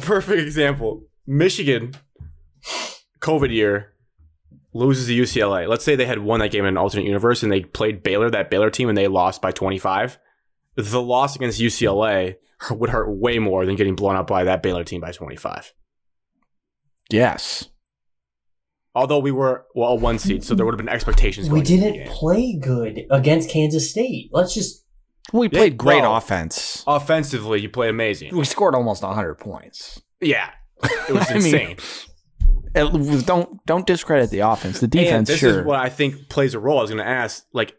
[SPEAKER 1] perfect example. Michigan, COVID year, loses to UCLA. Let's say they had won that game in an alternate universe and they played Baylor, that Baylor team, and they lost by 25. The loss against UCLA would hurt way more than getting blown up by that Baylor team by 25.
[SPEAKER 5] Yes.
[SPEAKER 1] Although we were well a one seed, so there would have been expectations. going
[SPEAKER 4] We
[SPEAKER 1] into the
[SPEAKER 4] didn't
[SPEAKER 1] game.
[SPEAKER 4] play good against Kansas State. Let's just
[SPEAKER 5] We
[SPEAKER 1] Yeah,
[SPEAKER 5] played great
[SPEAKER 1] well-
[SPEAKER 5] offense.
[SPEAKER 1] Offensively, you played amazing.
[SPEAKER 5] We scored almost 100 points.
[SPEAKER 1] Yeah, it was
[SPEAKER 5] I mean,
[SPEAKER 1] insane.
[SPEAKER 5] It was- Uh, don't don't discredit the offense. The
[SPEAKER 1] And
[SPEAKER 5] defense,
[SPEAKER 1] this
[SPEAKER 5] sure.
[SPEAKER 1] is what I think plays a role. I was going to ask, like,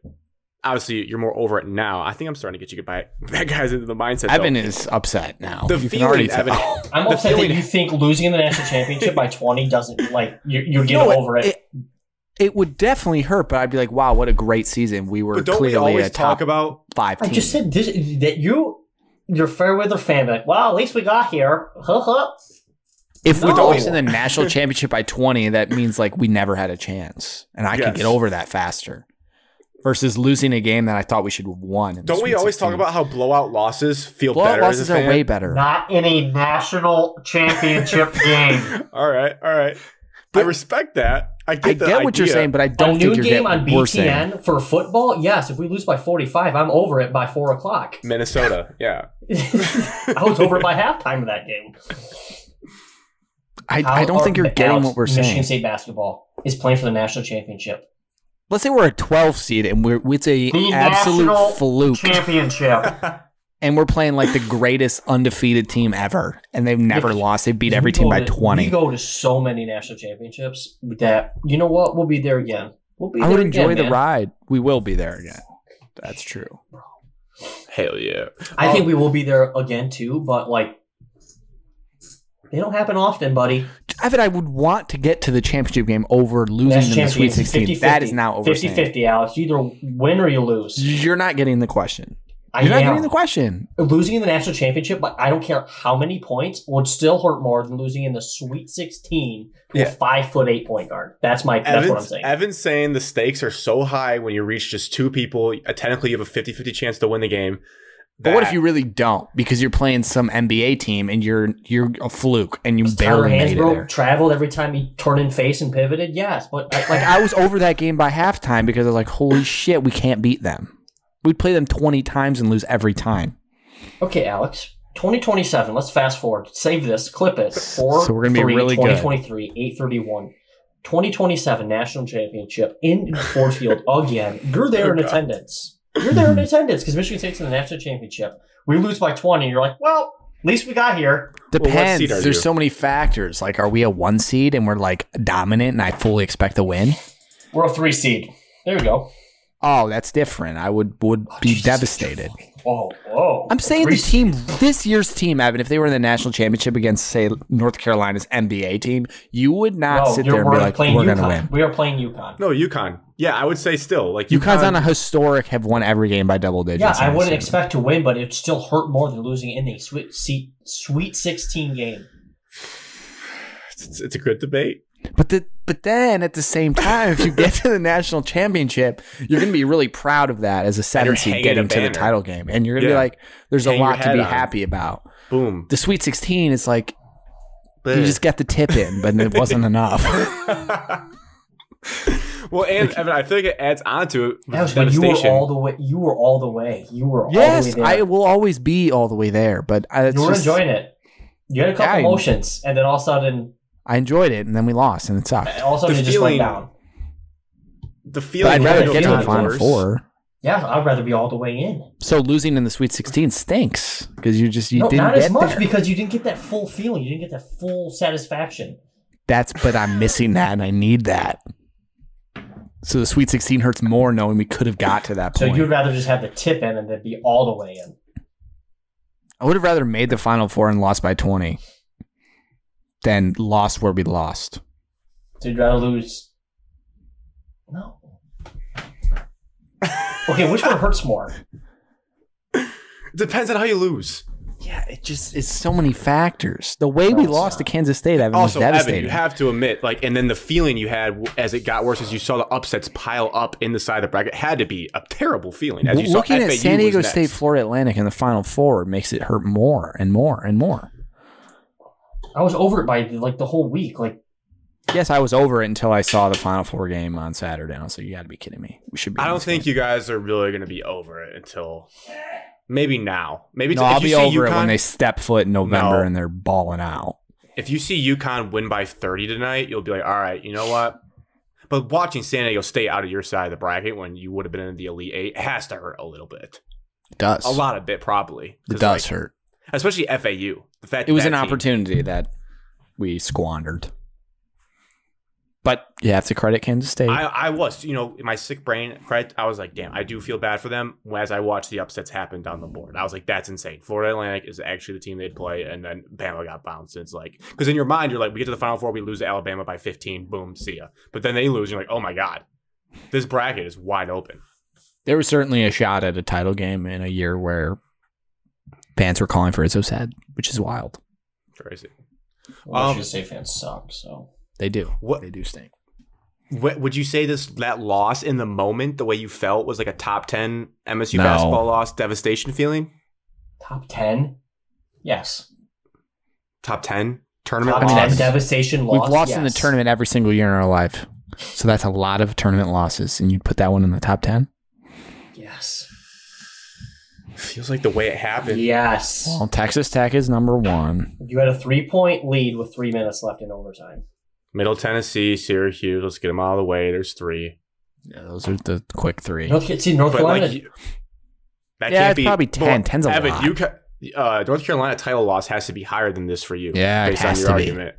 [SPEAKER 1] obviously you're more over it now. I think I'm starting to get you back, back guys into the mindset. though.
[SPEAKER 5] Evan is upset now.
[SPEAKER 1] the
[SPEAKER 5] You can already
[SPEAKER 1] feeling,
[SPEAKER 5] tell.
[SPEAKER 1] Evan.
[SPEAKER 4] I'm
[SPEAKER 1] The
[SPEAKER 4] upset that
[SPEAKER 1] feeling-
[SPEAKER 4] you think losing in the national championship by 20 doesn't like you, you're getting
[SPEAKER 5] No,
[SPEAKER 4] over it.
[SPEAKER 5] it. It would definitely hurt, but I'd be like, "Wow, what a great season! We were
[SPEAKER 1] But don't we
[SPEAKER 5] clearly
[SPEAKER 1] always
[SPEAKER 5] a top
[SPEAKER 1] talk about?
[SPEAKER 5] five
[SPEAKER 4] I
[SPEAKER 5] team."
[SPEAKER 4] just said this that you. Your fair weather fan, be like, well, at least we got here. Huh, huh.
[SPEAKER 5] if we're
[SPEAKER 4] No.
[SPEAKER 5] always in the national championship by twenty, that means like we never had a chance, and I could
[SPEAKER 1] Yes.
[SPEAKER 5] get over that faster. Versus losing a game that I thought we should have won. in the
[SPEAKER 1] Don't we
[SPEAKER 5] Sweet
[SPEAKER 1] always talk
[SPEAKER 5] 16.
[SPEAKER 1] about how blowout losses feel
[SPEAKER 5] blowout
[SPEAKER 1] better?
[SPEAKER 5] losses
[SPEAKER 1] as a
[SPEAKER 5] are
[SPEAKER 1] fan?
[SPEAKER 5] way better?
[SPEAKER 4] Not in a national championship game.
[SPEAKER 1] all right, all right. I
[SPEAKER 5] But-
[SPEAKER 1] respect that. I get,
[SPEAKER 5] I
[SPEAKER 1] the
[SPEAKER 5] get what you're
[SPEAKER 1] idea.
[SPEAKER 5] saying, but I
[SPEAKER 4] A
[SPEAKER 5] don't
[SPEAKER 4] new
[SPEAKER 5] think you're
[SPEAKER 4] game
[SPEAKER 5] getting
[SPEAKER 4] on
[SPEAKER 5] we're saying.
[SPEAKER 4] BTN for football. Yes, if we lose by 45, I'm over it by four o'clock.
[SPEAKER 1] Minnesota, yeah.
[SPEAKER 4] I was over it by halftime of that game.
[SPEAKER 5] I, I don't
[SPEAKER 4] How
[SPEAKER 5] think you're
[SPEAKER 4] are
[SPEAKER 5] getting
[SPEAKER 4] Alex-
[SPEAKER 5] what we're
[SPEAKER 4] Michigan
[SPEAKER 5] saying.
[SPEAKER 4] State basketball is playing for the national championship.
[SPEAKER 5] Let's say we're a 12 seed and we're it's a
[SPEAKER 4] The national
[SPEAKER 5] absolute fluke,
[SPEAKER 4] Championship.
[SPEAKER 5] and we're playing like the greatest undefeated team ever, and they've never
[SPEAKER 4] Yeah.
[SPEAKER 5] lost. They beat every
[SPEAKER 4] We
[SPEAKER 5] team
[SPEAKER 4] go
[SPEAKER 5] by
[SPEAKER 4] to-
[SPEAKER 5] 20.
[SPEAKER 4] We go to so many national championships that you know what? We'll be there again. We'll be
[SPEAKER 5] I
[SPEAKER 4] there
[SPEAKER 5] would enjoy
[SPEAKER 4] again,
[SPEAKER 5] the
[SPEAKER 4] man.
[SPEAKER 5] ride. We will be there again. That's true.
[SPEAKER 1] Hell yeah.
[SPEAKER 4] I think we will be there again too, but like they don't happen often, buddy.
[SPEAKER 5] Evan, I would want to get to the championship game over losing in the Sweet 16. that is now over.
[SPEAKER 4] 50 50, Alex. You either win or you lose.
[SPEAKER 5] You're not getting the question.
[SPEAKER 4] I
[SPEAKER 5] You're not
[SPEAKER 4] am.
[SPEAKER 5] getting the question.
[SPEAKER 4] losing in the national championship, but I don't care how many points would still hurt more than losing in the Sweet 16 to a
[SPEAKER 1] Yeah.
[SPEAKER 4] five foot eight point guard. That's my. that's what I'm
[SPEAKER 1] Evan's,
[SPEAKER 4] saying.
[SPEAKER 1] Evan's saying the stakes are so high when you reach just two people. uh, Technically, you have a 50 50 chance to win the game.
[SPEAKER 5] But what if
[SPEAKER 1] that-
[SPEAKER 5] you really don't? Because you're playing some NBA team and you're you're a fluke and you
[SPEAKER 4] Tyler
[SPEAKER 5] barely made it
[SPEAKER 4] Hansbrough
[SPEAKER 5] there.
[SPEAKER 4] traveled every time he turned in face and pivoted. Yes, but I-
[SPEAKER 5] Like
[SPEAKER 4] like
[SPEAKER 5] I was over that game by halftime because I was like, "Holy shit, we can't beat them." We play them 20 times and lose every time.
[SPEAKER 4] okay, Alex. 2027. Let's fast forward. Save this. Clip it. Four.
[SPEAKER 5] So we're gonna be
[SPEAKER 4] three,
[SPEAKER 5] really good.
[SPEAKER 4] 2023. 831. 2027 national championship in Ford Field again. You're there in
[SPEAKER 1] Oh, God.
[SPEAKER 4] attendance. You're there in
[SPEAKER 5] Hmm.
[SPEAKER 4] attendance because Michigan State's in the national championship. We lose by 20. You're like, well, at least we got here.
[SPEAKER 1] what seed
[SPEAKER 5] Depends.
[SPEAKER 1] are
[SPEAKER 5] There's
[SPEAKER 1] you?
[SPEAKER 5] so many factors. Like, are we a one seed and we're like dominant and I fully expect to win?
[SPEAKER 4] We're a three seed. There we go.
[SPEAKER 5] Oh, that's different. I would would be devastated.
[SPEAKER 4] Oh, whoa.
[SPEAKER 5] I'm
[SPEAKER 4] A
[SPEAKER 5] saying
[SPEAKER 4] three
[SPEAKER 5] the
[SPEAKER 4] seed.
[SPEAKER 5] team, this year's team, Evan, if they were in the national championship against, say, North Carolina's NBA team, you would not
[SPEAKER 4] No, Oh,
[SPEAKER 5] sit
[SPEAKER 4] you're-
[SPEAKER 5] there and
[SPEAKER 4] we're
[SPEAKER 5] be like,
[SPEAKER 4] playing
[SPEAKER 5] "We're going to
[SPEAKER 4] UConn.
[SPEAKER 5] win."
[SPEAKER 4] We are playing UConn.
[SPEAKER 1] No, UConn. Yeah, I would say still. Like
[SPEAKER 5] UConn's on a historic, have won every game by double digits.
[SPEAKER 4] Yeah, I
[SPEAKER 5] this
[SPEAKER 4] wouldn't
[SPEAKER 5] year.
[SPEAKER 4] expect to win, but it still hurt more than losing in the sweet seat, sweet sixteen game.
[SPEAKER 1] It's, it's a good debate.
[SPEAKER 5] But the but then at the same time, if you get to the national championship, you're going to be really proud of that as a seven
[SPEAKER 1] you're
[SPEAKER 5] seed
[SPEAKER 1] hanging
[SPEAKER 5] getting
[SPEAKER 1] a
[SPEAKER 5] to the
[SPEAKER 1] banner.
[SPEAKER 5] title game, and you're going to
[SPEAKER 1] Yeah.
[SPEAKER 5] be like, "There's
[SPEAKER 1] Hang
[SPEAKER 5] a
[SPEAKER 1] your
[SPEAKER 5] lot to
[SPEAKER 1] head
[SPEAKER 5] be
[SPEAKER 1] on.
[SPEAKER 5] happy about."
[SPEAKER 1] Boom.
[SPEAKER 5] The Sweet 16 is like you
[SPEAKER 1] Bleh.
[SPEAKER 5] just got the tip in, but it wasn't enough.
[SPEAKER 1] well, and Evan, I feel like it adds on to it. with
[SPEAKER 4] That was when you were
[SPEAKER 1] devastation.
[SPEAKER 4] all the way. You were all the way. You were all
[SPEAKER 5] yes,
[SPEAKER 4] the way
[SPEAKER 5] I
[SPEAKER 4] there.
[SPEAKER 5] will always be all the way there, but I, it's
[SPEAKER 4] you were
[SPEAKER 5] just-
[SPEAKER 4] enjoying it. You had a couple
[SPEAKER 5] Yeah, I-
[SPEAKER 4] emotions, and then all of a sudden,
[SPEAKER 5] I enjoyed it, and then we lost, and it sucked.
[SPEAKER 4] all of a sudden,
[SPEAKER 1] The
[SPEAKER 4] it just went
[SPEAKER 1] feeling-
[SPEAKER 4] down.
[SPEAKER 1] the
[SPEAKER 5] But
[SPEAKER 1] feeling.
[SPEAKER 5] I'd
[SPEAKER 1] of
[SPEAKER 5] rather
[SPEAKER 1] having
[SPEAKER 5] get to the
[SPEAKER 1] feeling
[SPEAKER 5] final
[SPEAKER 1] worse.
[SPEAKER 5] four.
[SPEAKER 4] Yeah, I'd rather be all the way in.
[SPEAKER 5] So losing in the Sweet 16 stinks because you just you
[SPEAKER 4] no,
[SPEAKER 5] didn't
[SPEAKER 4] not
[SPEAKER 5] get
[SPEAKER 4] as much
[SPEAKER 5] there.
[SPEAKER 4] because you didn't get that full feeling. You didn't get that full satisfaction.
[SPEAKER 5] That's but I'm missing that, and I need that. So the Sweet 16 hurts more knowing we could have got to that
[SPEAKER 4] So
[SPEAKER 5] point.
[SPEAKER 4] you'd rather just have the tip in and then be all the way in.
[SPEAKER 5] I would have rather made the final four and lost by 20 than lost where we lost.
[SPEAKER 4] So you'd rather lose? No. Okay, which one hurts more?
[SPEAKER 1] Depends on how you lose.
[SPEAKER 5] Yeah, it just it's so many factors. The way we
[SPEAKER 4] No, it's
[SPEAKER 5] lost to Kansas State, Evan,
[SPEAKER 1] Also,
[SPEAKER 5] was
[SPEAKER 1] Evan,
[SPEAKER 5] devastating.
[SPEAKER 1] you have to admit, like, and then the feeling you had w- as it got worse, as you saw the upsets pile up in the side of the bracket, had to be a terrible feeling. As you
[SPEAKER 5] W-
[SPEAKER 1] saw
[SPEAKER 5] Looking at
[SPEAKER 1] FAU
[SPEAKER 5] San
[SPEAKER 1] was
[SPEAKER 5] Diego
[SPEAKER 1] next.
[SPEAKER 5] State, Florida Atlantic in the final four makes it hurt more and more and more.
[SPEAKER 4] I was over it by like the whole week. Like
[SPEAKER 5] Yes, I was over it until I saw the final four game on Saturday. and I was like, you got to be kidding me. We should be.
[SPEAKER 1] I don't think you guys are really going to be over it until maybe now. Maybe
[SPEAKER 5] No,
[SPEAKER 1] t- if
[SPEAKER 5] I'll
[SPEAKER 1] you
[SPEAKER 5] be
[SPEAKER 1] see
[SPEAKER 5] over
[SPEAKER 1] UConn,
[SPEAKER 5] it when they step foot in November
[SPEAKER 1] No.
[SPEAKER 5] and they're balling out.
[SPEAKER 1] If you see UConn win by 30 tonight, you'll be like, all right, you know what? But watching San Diego State out of your side of the bracket when you would have been in the Elite Eight has to hurt a little bit.
[SPEAKER 5] It does.
[SPEAKER 1] A lot of it, probably.
[SPEAKER 5] It
[SPEAKER 1] 'Cause,
[SPEAKER 5] does
[SPEAKER 1] like,
[SPEAKER 5] hurt.
[SPEAKER 1] especially FAU. The fact
[SPEAKER 5] It was
[SPEAKER 1] that
[SPEAKER 5] an
[SPEAKER 1] team-
[SPEAKER 5] opportunity that we squandered. But you have to credit Kansas State.
[SPEAKER 1] I, I was, you know, in my sick brain, right? I was like, damn, I do feel bad for them as I watched the upsets happen down the board. I was like, that's insane. Florida Atlantic is actually the team they'd play, and then Bama got bounced. It's like, because in your mind, you're like, we get to the Final Four, we lose to Alabama by 15, boom, see ya. But then they lose, and you're like, oh my God, this bracket is wide open.
[SPEAKER 5] there was certainly a shot at a title game in a year where fans were calling for it so sad, which is wild.
[SPEAKER 1] Crazy.
[SPEAKER 4] Well, I
[SPEAKER 1] Um,
[SPEAKER 4] should say fans suck. So
[SPEAKER 5] They do.
[SPEAKER 1] What
[SPEAKER 5] They do stink.
[SPEAKER 1] wh- would you say this that loss in the moment, the way you felt, was like a top 10 MSU
[SPEAKER 5] No.
[SPEAKER 1] basketball loss devastation feeling?
[SPEAKER 4] top ten. Yes.
[SPEAKER 1] Top 10 tournament
[SPEAKER 4] Top
[SPEAKER 1] loss?
[SPEAKER 4] ten devastation loss.
[SPEAKER 5] We've lost in the
[SPEAKER 4] yes.
[SPEAKER 5] tournament every single year in our life. So that's a lot of tournament losses. And you'd put that one in the top 10?
[SPEAKER 4] Yes.
[SPEAKER 1] Feels like the way it happened.
[SPEAKER 4] Yes.
[SPEAKER 5] Well, Texas Tech is number one.
[SPEAKER 4] You had a three point lead with three minutes left in overtime.
[SPEAKER 1] Middle Tennessee, Syracuse. Let's get them out of the way. There's three.
[SPEAKER 5] Yeah, those are the quick three.
[SPEAKER 4] North, see, North
[SPEAKER 1] But
[SPEAKER 4] Carolina.
[SPEAKER 1] like, you- that
[SPEAKER 5] Yeah,
[SPEAKER 1] can't
[SPEAKER 5] it's
[SPEAKER 1] be
[SPEAKER 5] probably 10. 10's a
[SPEAKER 1] Evan,
[SPEAKER 5] lot.
[SPEAKER 1] you ca- uh, North Carolina title loss has to be higher than this for you.
[SPEAKER 5] Yeah, it
[SPEAKER 1] based
[SPEAKER 5] has
[SPEAKER 1] on your
[SPEAKER 5] to be.
[SPEAKER 1] argument.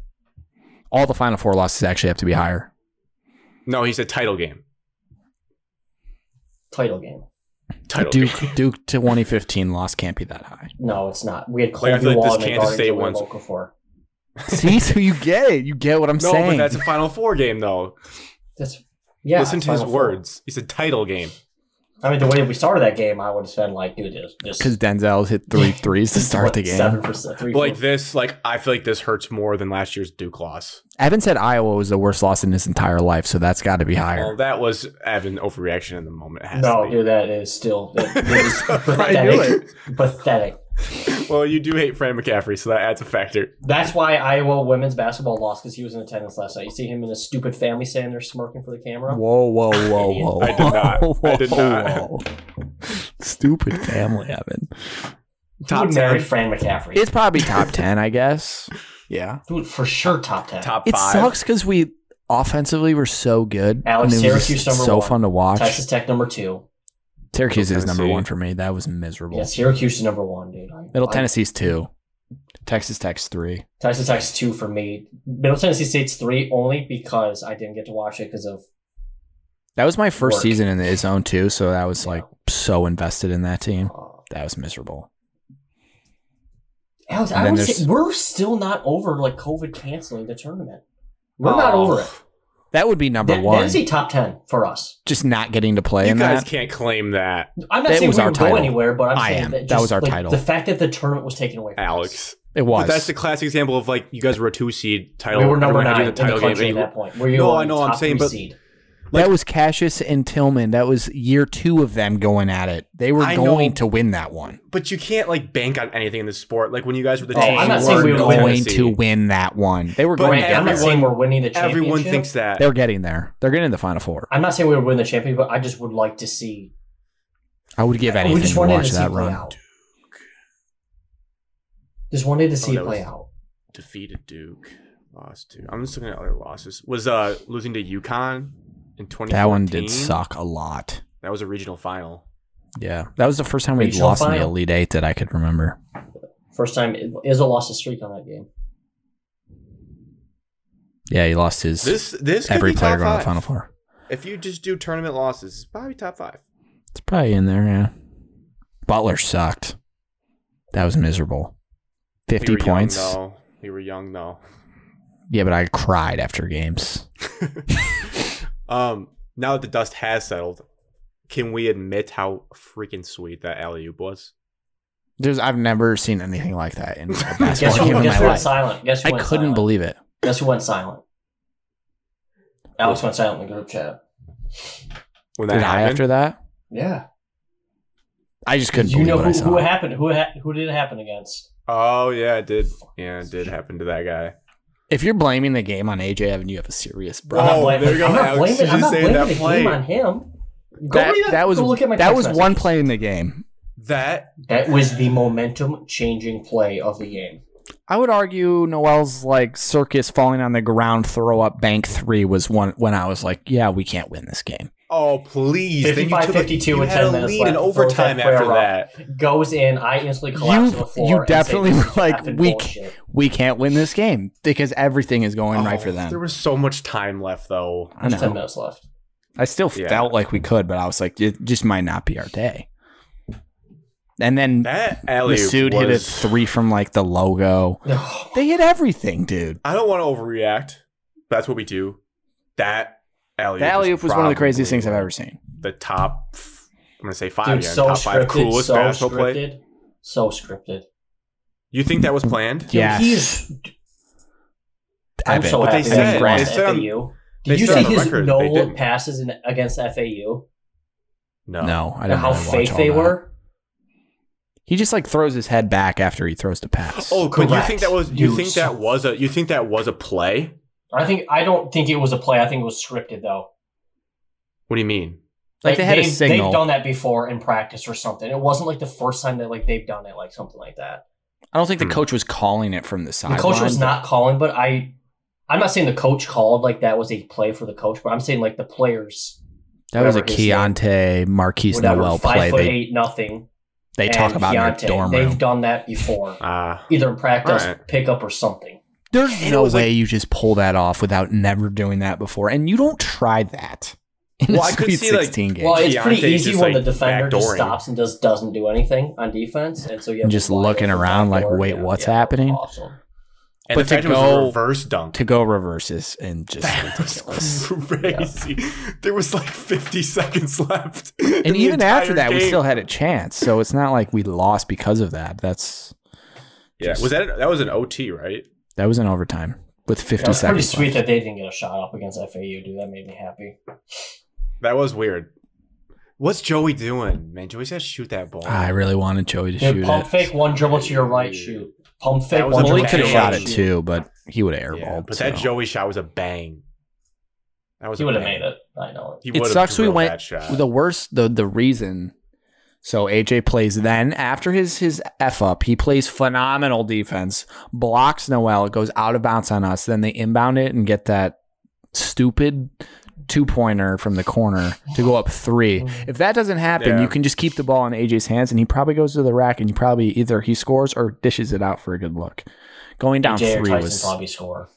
[SPEAKER 5] All the Final Four losses actually have to be higher.
[SPEAKER 1] No, he said title game.
[SPEAKER 4] title game.
[SPEAKER 1] Title
[SPEAKER 5] Duke
[SPEAKER 1] game.
[SPEAKER 5] Duke to 2015 loss can't be that high.
[SPEAKER 4] No, it's not. We had
[SPEAKER 1] Like, I
[SPEAKER 4] Colby
[SPEAKER 1] feel like
[SPEAKER 4] Wall
[SPEAKER 1] this
[SPEAKER 4] and
[SPEAKER 1] Kansas State
[SPEAKER 4] State
[SPEAKER 1] one's-
[SPEAKER 4] Local for.
[SPEAKER 5] See, so you get it. You get what I'm
[SPEAKER 1] No, but
[SPEAKER 5] saying.
[SPEAKER 1] that's a Final Four game though.
[SPEAKER 4] That's yeah.
[SPEAKER 1] Listen
[SPEAKER 4] it's
[SPEAKER 1] to his
[SPEAKER 4] Final Four.
[SPEAKER 1] words. He said title game.
[SPEAKER 4] I mean, the way we started that game, I would have said like, dude, this
[SPEAKER 5] Because Denzel hit three threes to start the game.
[SPEAKER 4] Seven percent, three.
[SPEAKER 1] Like this, like I feel like this hurts more than last year's Duke loss.
[SPEAKER 5] Evan said Iowa was the worst loss in his entire life, so that's got to be higher.
[SPEAKER 1] Well, that was Evan overreaction in the moment. It has
[SPEAKER 4] no,
[SPEAKER 1] to be.
[SPEAKER 4] dude, that is still that- that is
[SPEAKER 1] I knew
[SPEAKER 4] pathetic. pathetic.
[SPEAKER 1] Well, you do hate Fran McCaffrey, so that adds a factor.
[SPEAKER 4] That's why Iowa women's basketball lost because he was in attendance last night. You see him and his stupid family standing there smirking for the camera.
[SPEAKER 5] Whoa, whoa, whoa,
[SPEAKER 4] Idiot.
[SPEAKER 5] whoa!
[SPEAKER 1] I did not. I did not.
[SPEAKER 5] whoa. Stupid family, Evan.
[SPEAKER 1] Top
[SPEAKER 4] Who married
[SPEAKER 1] 10,
[SPEAKER 4] Fran McCaffrey?
[SPEAKER 5] It's probably top ten, I guess.
[SPEAKER 3] Yeah.
[SPEAKER 4] Who- for sure, top ten.
[SPEAKER 1] top
[SPEAKER 5] It
[SPEAKER 1] five.
[SPEAKER 5] sucks because we offensively were so good.
[SPEAKER 4] Alex,
[SPEAKER 5] and it was
[SPEAKER 4] Syracuse
[SPEAKER 5] just
[SPEAKER 4] number
[SPEAKER 5] so
[SPEAKER 4] one.
[SPEAKER 5] fun to watch.
[SPEAKER 4] Texas Tech number two.
[SPEAKER 5] Syracuse is number
[SPEAKER 1] Tennessee.
[SPEAKER 5] one for me. That was miserable.
[SPEAKER 4] Yeah, Syracuse is number one, dude. I-
[SPEAKER 5] Middle
[SPEAKER 4] I-
[SPEAKER 5] Tennessee's two. Texas Tech's three.
[SPEAKER 4] Texas Tech's two for me. Middle Tennessee State's three only because I didn't get to watch it because of
[SPEAKER 5] That was my first
[SPEAKER 4] Work.
[SPEAKER 5] season in the zone too, so that was
[SPEAKER 4] Yeah.
[SPEAKER 5] like so invested in that team.
[SPEAKER 4] uh,
[SPEAKER 5] That was miserable.
[SPEAKER 4] Alex.
[SPEAKER 5] And
[SPEAKER 4] I
[SPEAKER 5] then
[SPEAKER 4] would say
[SPEAKER 5] there's-
[SPEAKER 4] we're still not over like COVID canceling the tournament. We're not
[SPEAKER 1] Oh.
[SPEAKER 4] over it.
[SPEAKER 5] That would be number
[SPEAKER 4] That,
[SPEAKER 5] one.
[SPEAKER 4] that is a top ten for us.
[SPEAKER 5] just not getting to play
[SPEAKER 1] You
[SPEAKER 5] in
[SPEAKER 1] guys
[SPEAKER 5] that.
[SPEAKER 1] can't claim that,
[SPEAKER 4] I'm not
[SPEAKER 5] That
[SPEAKER 4] saying
[SPEAKER 5] was
[SPEAKER 4] we
[SPEAKER 5] our
[SPEAKER 4] would go
[SPEAKER 5] title.
[SPEAKER 4] anywhere, but I'm
[SPEAKER 5] I
[SPEAKER 4] saying
[SPEAKER 5] am.
[SPEAKER 4] that,
[SPEAKER 5] That
[SPEAKER 4] just,
[SPEAKER 5] was our
[SPEAKER 4] like,
[SPEAKER 5] title.
[SPEAKER 4] The fact that the tournament was taken away, from us.
[SPEAKER 1] Alex.
[SPEAKER 5] It was.
[SPEAKER 1] But that's the classic example of like you guys were a two seed title.
[SPEAKER 4] we were number
[SPEAKER 1] everyone had
[SPEAKER 4] nine
[SPEAKER 1] you
[SPEAKER 4] in the country at
[SPEAKER 1] and you-
[SPEAKER 4] that point. Were you
[SPEAKER 1] No,
[SPEAKER 4] on
[SPEAKER 1] I know,
[SPEAKER 4] Top
[SPEAKER 1] I'm saying,
[SPEAKER 4] three
[SPEAKER 1] but-
[SPEAKER 4] seed.
[SPEAKER 5] that was Cassius and Tillman. That was year two of them going at it. They were
[SPEAKER 1] I
[SPEAKER 5] going
[SPEAKER 1] know.
[SPEAKER 5] to win that one.
[SPEAKER 1] but you can't like bank on anything in this sport. Like when you guys were the
[SPEAKER 4] Oh,
[SPEAKER 1] team,
[SPEAKER 4] I'm not
[SPEAKER 1] you
[SPEAKER 4] saying
[SPEAKER 1] were
[SPEAKER 4] we were
[SPEAKER 1] going
[SPEAKER 5] Going
[SPEAKER 1] Tennessee.
[SPEAKER 5] to win that one. They were
[SPEAKER 1] But
[SPEAKER 5] going.
[SPEAKER 4] Grant, I'm not
[SPEAKER 1] everyone-
[SPEAKER 4] saying we're winning the championship.
[SPEAKER 1] Everyone thinks that.
[SPEAKER 5] They were getting there. They're getting to the final four.
[SPEAKER 4] I'm not saying we would win the championship, but I just would like to see.
[SPEAKER 5] I would give anything
[SPEAKER 4] we just
[SPEAKER 5] to
[SPEAKER 4] wanted
[SPEAKER 5] watch
[SPEAKER 4] to see
[SPEAKER 5] that
[SPEAKER 4] play
[SPEAKER 5] run.
[SPEAKER 4] out. Just wanted to see
[SPEAKER 1] Oh, that
[SPEAKER 4] it play
[SPEAKER 1] was-
[SPEAKER 4] out.
[SPEAKER 1] Defeated Duke, lost to. I'm just looking at other losses. Was uh losing to UConn in 2014.
[SPEAKER 5] That one did suck a lot.
[SPEAKER 1] That was a regional final.
[SPEAKER 5] Yeah, that was the first time we
[SPEAKER 4] Regional
[SPEAKER 5] lost in the
[SPEAKER 4] final.
[SPEAKER 5] Elite Eight that I could remember.
[SPEAKER 4] First time Izzo lost a streak on that game.
[SPEAKER 5] Yeah, he lost his
[SPEAKER 1] This this could
[SPEAKER 5] every
[SPEAKER 1] be top
[SPEAKER 5] player going to
[SPEAKER 1] five.
[SPEAKER 5] the final four.
[SPEAKER 1] If you just do tournament losses, it's probably top five.
[SPEAKER 5] It's probably in there, yeah. Butler sucked. That was miserable.
[SPEAKER 1] we
[SPEAKER 5] 50
[SPEAKER 1] were
[SPEAKER 5] points.
[SPEAKER 1] Young, though. We were young though.
[SPEAKER 5] Yeah, but I cried after games.
[SPEAKER 1] Um, now that the dust has settled, can we admit how freaking sweet that alley oop was?
[SPEAKER 5] There's, I've never seen anything like that in a
[SPEAKER 1] Well,
[SPEAKER 4] Guess
[SPEAKER 5] basketball
[SPEAKER 1] I
[SPEAKER 4] who,
[SPEAKER 5] game
[SPEAKER 1] can't
[SPEAKER 4] guess
[SPEAKER 5] in my
[SPEAKER 4] who went
[SPEAKER 5] life.
[SPEAKER 4] silent? Guess who
[SPEAKER 5] I
[SPEAKER 4] went
[SPEAKER 5] couldn't
[SPEAKER 4] silent?
[SPEAKER 5] believe it.
[SPEAKER 4] Guess who went silent? Alex went silent in the group chat.
[SPEAKER 1] When that
[SPEAKER 5] Did I
[SPEAKER 1] happened?
[SPEAKER 5] after that?
[SPEAKER 4] Yeah.
[SPEAKER 5] I just couldn't
[SPEAKER 4] You
[SPEAKER 5] believe
[SPEAKER 4] know
[SPEAKER 5] what
[SPEAKER 4] who,
[SPEAKER 5] I saw.
[SPEAKER 4] who happened? Who ha- who did it happen against?
[SPEAKER 1] Oh yeah, it did. Yeah, it did happen to that guy.
[SPEAKER 5] if you're blaming the game on AJ Evan, you have a serious
[SPEAKER 1] Oh,
[SPEAKER 5] problem.
[SPEAKER 4] blaming-
[SPEAKER 1] there you go,
[SPEAKER 4] I'm not
[SPEAKER 1] Alex.
[SPEAKER 4] blaming,
[SPEAKER 1] You
[SPEAKER 4] I'm
[SPEAKER 1] just
[SPEAKER 4] not
[SPEAKER 1] saved
[SPEAKER 4] blaming
[SPEAKER 1] that
[SPEAKER 4] the
[SPEAKER 1] play.
[SPEAKER 4] game on him. Go
[SPEAKER 5] that,
[SPEAKER 4] read up-
[SPEAKER 5] that was
[SPEAKER 4] go look at my
[SPEAKER 5] that
[SPEAKER 4] text
[SPEAKER 5] was
[SPEAKER 4] messages.
[SPEAKER 5] one play in the game.
[SPEAKER 1] That
[SPEAKER 4] That was the momentum changing play of the game.
[SPEAKER 5] I would argue Noel's like circus falling on the ground throw up bank three was one when I was like, yeah, we can't win this game.
[SPEAKER 1] Oh please! Then you
[SPEAKER 4] 55,
[SPEAKER 1] took a-
[SPEAKER 4] 52
[SPEAKER 1] you
[SPEAKER 4] with
[SPEAKER 1] had
[SPEAKER 4] 10
[SPEAKER 1] a
[SPEAKER 4] minutes
[SPEAKER 1] lead in
[SPEAKER 4] left.
[SPEAKER 1] overtime
[SPEAKER 4] Voltec
[SPEAKER 1] after
[SPEAKER 4] Guerrero.
[SPEAKER 1] that.
[SPEAKER 4] Goes in, I instantly collapse to the
[SPEAKER 5] You-
[SPEAKER 4] floor.
[SPEAKER 5] you
[SPEAKER 4] and say,
[SPEAKER 5] definitely
[SPEAKER 4] "This
[SPEAKER 5] were
[SPEAKER 4] is
[SPEAKER 5] like,
[SPEAKER 4] effing
[SPEAKER 5] we
[SPEAKER 4] bullshit."
[SPEAKER 5] We can't win this game because everything is going right
[SPEAKER 1] Oh,
[SPEAKER 5] for them.
[SPEAKER 1] There was so much time left though.
[SPEAKER 5] I
[SPEAKER 4] There's 10
[SPEAKER 5] know.
[SPEAKER 4] minutes left.
[SPEAKER 5] I still
[SPEAKER 1] Yeah.
[SPEAKER 5] felt like we could, but I was like, it just might not be our day. And then
[SPEAKER 1] That alley
[SPEAKER 5] Masood hit a three from like the logo. They hit everything, dude.
[SPEAKER 1] I don't want to overreact. That's what we do. That alley.
[SPEAKER 5] The alley oop was one of the craziest things I've ever seen.
[SPEAKER 1] The top. f- I'm gonna say five.
[SPEAKER 4] Dude,
[SPEAKER 1] yeah,
[SPEAKER 4] so
[SPEAKER 1] top five
[SPEAKER 4] scripted.
[SPEAKER 1] coolest
[SPEAKER 4] so
[SPEAKER 1] basketball play.
[SPEAKER 4] scripted. So scripted.
[SPEAKER 1] You think that was planned?
[SPEAKER 4] Dude,
[SPEAKER 5] Yes.
[SPEAKER 4] He's, I'm
[SPEAKER 5] Epic.
[SPEAKER 4] so
[SPEAKER 1] But they
[SPEAKER 4] happy
[SPEAKER 1] said-
[SPEAKER 4] that he
[SPEAKER 1] they
[SPEAKER 4] lost
[SPEAKER 1] said on-
[SPEAKER 4] FAU.
[SPEAKER 1] they
[SPEAKER 4] Did you
[SPEAKER 1] said on
[SPEAKER 4] see
[SPEAKER 1] the
[SPEAKER 4] his
[SPEAKER 1] record
[SPEAKER 4] no
[SPEAKER 1] they
[SPEAKER 4] look
[SPEAKER 1] didn't.
[SPEAKER 4] passes in, against FAU?
[SPEAKER 1] No.
[SPEAKER 5] No, I
[SPEAKER 4] And
[SPEAKER 5] don't
[SPEAKER 4] how
[SPEAKER 5] know
[SPEAKER 4] fake they were?
[SPEAKER 5] He just like throws his head back after he throws the pass.
[SPEAKER 1] Oh, but you
[SPEAKER 4] Correct.
[SPEAKER 1] think that was you
[SPEAKER 4] Dude,
[SPEAKER 1] think
[SPEAKER 4] so-
[SPEAKER 1] that was a you think that was a play?
[SPEAKER 4] I think I don't think it was a play. I think it was scripted though.
[SPEAKER 1] What do you mean?
[SPEAKER 5] Like, they had a signal.
[SPEAKER 4] They've done that before in practice or something. It wasn't like the first time that like they've done it, like something like that.
[SPEAKER 5] I don't think the
[SPEAKER 1] Hmm.
[SPEAKER 5] coach was calling it from the
[SPEAKER 4] The
[SPEAKER 5] sideline.
[SPEAKER 4] coach was not calling, but I, I'm not saying the coach called like that was a play for the coach, but I'm saying like the players,
[SPEAKER 5] That was a
[SPEAKER 4] whatever his name-
[SPEAKER 5] Keontae Marquise
[SPEAKER 4] whatever,
[SPEAKER 5] Noel
[SPEAKER 4] five
[SPEAKER 5] play.
[SPEAKER 4] foot
[SPEAKER 5] They,
[SPEAKER 4] eight, nothing.
[SPEAKER 5] they talk
[SPEAKER 4] and
[SPEAKER 5] about in
[SPEAKER 4] Keontae.
[SPEAKER 5] their dorm
[SPEAKER 4] They've
[SPEAKER 5] room.
[SPEAKER 4] done that before,
[SPEAKER 1] Ah,
[SPEAKER 4] either in practice,
[SPEAKER 1] Alright.
[SPEAKER 4] pickup, or something.
[SPEAKER 5] There's
[SPEAKER 1] And it
[SPEAKER 5] no way
[SPEAKER 1] was like-
[SPEAKER 5] you just pull that off without never doing that before, and you don't try that. In
[SPEAKER 1] Well,
[SPEAKER 5] a
[SPEAKER 1] I could
[SPEAKER 5] Sweet
[SPEAKER 1] see, like-
[SPEAKER 5] 16 game.
[SPEAKER 4] Well, it's
[SPEAKER 1] Keontae
[SPEAKER 4] pretty easy
[SPEAKER 1] just,
[SPEAKER 4] when
[SPEAKER 1] like,
[SPEAKER 4] the defender just
[SPEAKER 1] backdooring.
[SPEAKER 4] stops and just doesn't do anything on defense, and so you have
[SPEAKER 5] And
[SPEAKER 4] to
[SPEAKER 5] just
[SPEAKER 4] rely on
[SPEAKER 5] looking
[SPEAKER 4] the
[SPEAKER 5] around like,
[SPEAKER 4] backdoor.
[SPEAKER 5] wait, what's happening?
[SPEAKER 4] Awesome.
[SPEAKER 1] and the
[SPEAKER 5] But to
[SPEAKER 1] fact it was a
[SPEAKER 5] go-
[SPEAKER 1] reverse dunk.
[SPEAKER 5] to go reverses and just
[SPEAKER 1] That was
[SPEAKER 5] ridiculous.
[SPEAKER 1] crazy. There was like 50 seconds left. in
[SPEAKER 5] And
[SPEAKER 1] the
[SPEAKER 5] even after
[SPEAKER 1] entire
[SPEAKER 5] that, we
[SPEAKER 1] game.
[SPEAKER 5] still had a chance. So it's not like we lost because of that. That's
[SPEAKER 1] Yeah, was that that was an OT, right?
[SPEAKER 5] that was in overtime with 50
[SPEAKER 4] Yeah, it's pretty
[SPEAKER 5] seconds.
[SPEAKER 4] sweet
[SPEAKER 5] left.
[SPEAKER 4] that they didn't get a shot up against FAU, dude. That made me happy.
[SPEAKER 1] That was weird. What's Joey doing, man? Joey's got to shoot that ball.
[SPEAKER 5] I really wanted Joey to
[SPEAKER 4] Dude,
[SPEAKER 5] shoot
[SPEAKER 4] pump
[SPEAKER 5] it.
[SPEAKER 4] fake one dribble to your right, shoot. Pump fake
[SPEAKER 1] was
[SPEAKER 4] one
[SPEAKER 1] a
[SPEAKER 4] dribble
[SPEAKER 5] Well, he
[SPEAKER 1] bad
[SPEAKER 4] to
[SPEAKER 5] could have
[SPEAKER 4] your
[SPEAKER 1] idea.
[SPEAKER 5] shot
[SPEAKER 4] right,
[SPEAKER 5] it
[SPEAKER 4] shoot.
[SPEAKER 5] too, but he would have
[SPEAKER 1] Yeah,
[SPEAKER 5] airballed.
[SPEAKER 1] but that
[SPEAKER 5] so.
[SPEAKER 1] Joey shot was a bang. That was
[SPEAKER 4] He
[SPEAKER 1] a
[SPEAKER 4] would have
[SPEAKER 1] bang.
[SPEAKER 4] made it. I know.
[SPEAKER 1] He
[SPEAKER 5] It
[SPEAKER 1] would've
[SPEAKER 5] sucks we
[SPEAKER 1] drilled
[SPEAKER 5] went
[SPEAKER 1] that shot.
[SPEAKER 5] the worst the the reason so AJ plays then after his his F up, he plays phenomenal defense, blocks Noel, goes out of bounds on us, then they inbound it and get that stupid two pointer from the corner to go up three. If that doesn't happen,
[SPEAKER 1] Yeah.
[SPEAKER 5] you can just keep the ball in AJ's hands and he probably goes to the rack and you probably either he scores or dishes it out for a good look. Going down
[SPEAKER 4] J.R.
[SPEAKER 5] three
[SPEAKER 4] Tyson
[SPEAKER 5] was
[SPEAKER 4] probably score.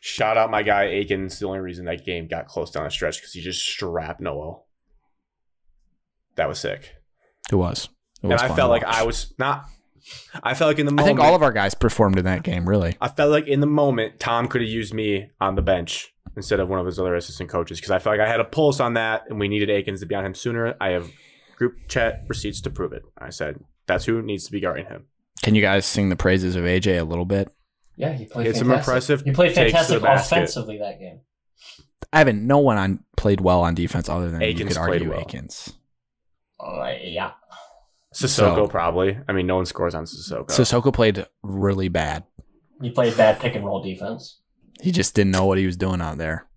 [SPEAKER 1] Shout out my guy Aiken. It's the only reason that game got close down the stretch because he just strapped Noel. That was sick.
[SPEAKER 5] it was. It
[SPEAKER 1] And
[SPEAKER 5] was
[SPEAKER 1] I
[SPEAKER 5] fun
[SPEAKER 1] felt
[SPEAKER 5] to
[SPEAKER 1] like
[SPEAKER 5] watch.
[SPEAKER 1] I was not. I felt like in the
[SPEAKER 5] I
[SPEAKER 1] moment.
[SPEAKER 5] think all of our guys performed in that game, really.
[SPEAKER 1] I felt like in the moment Tom could have used me on the bench instead of one of his other assistant coaches because I felt like I had a pulse on that and we needed Aikens to be on him sooner. I have group chat receipts to prove it. I said that's who needs to be guarding him.
[SPEAKER 5] Can you guys sing the praises of AJ a little bit?
[SPEAKER 4] Yeah, he played
[SPEAKER 1] Hit some
[SPEAKER 4] fantastic.
[SPEAKER 1] impressive
[SPEAKER 4] He played
[SPEAKER 1] takes to the
[SPEAKER 4] fantastic
[SPEAKER 1] basket.
[SPEAKER 4] offensively that game.
[SPEAKER 5] I haven't. No one on played well on defense other than you
[SPEAKER 1] Akins
[SPEAKER 5] could
[SPEAKER 1] played
[SPEAKER 5] argue
[SPEAKER 1] well.
[SPEAKER 5] Akins.
[SPEAKER 4] Uh, yeah.
[SPEAKER 1] Sissoko
[SPEAKER 5] So-
[SPEAKER 1] probably. I mean, no one scores on Sissoko.
[SPEAKER 5] Sissoko played really bad.
[SPEAKER 4] He played bad pick and roll defense.
[SPEAKER 5] He just didn't know what he was doing out there.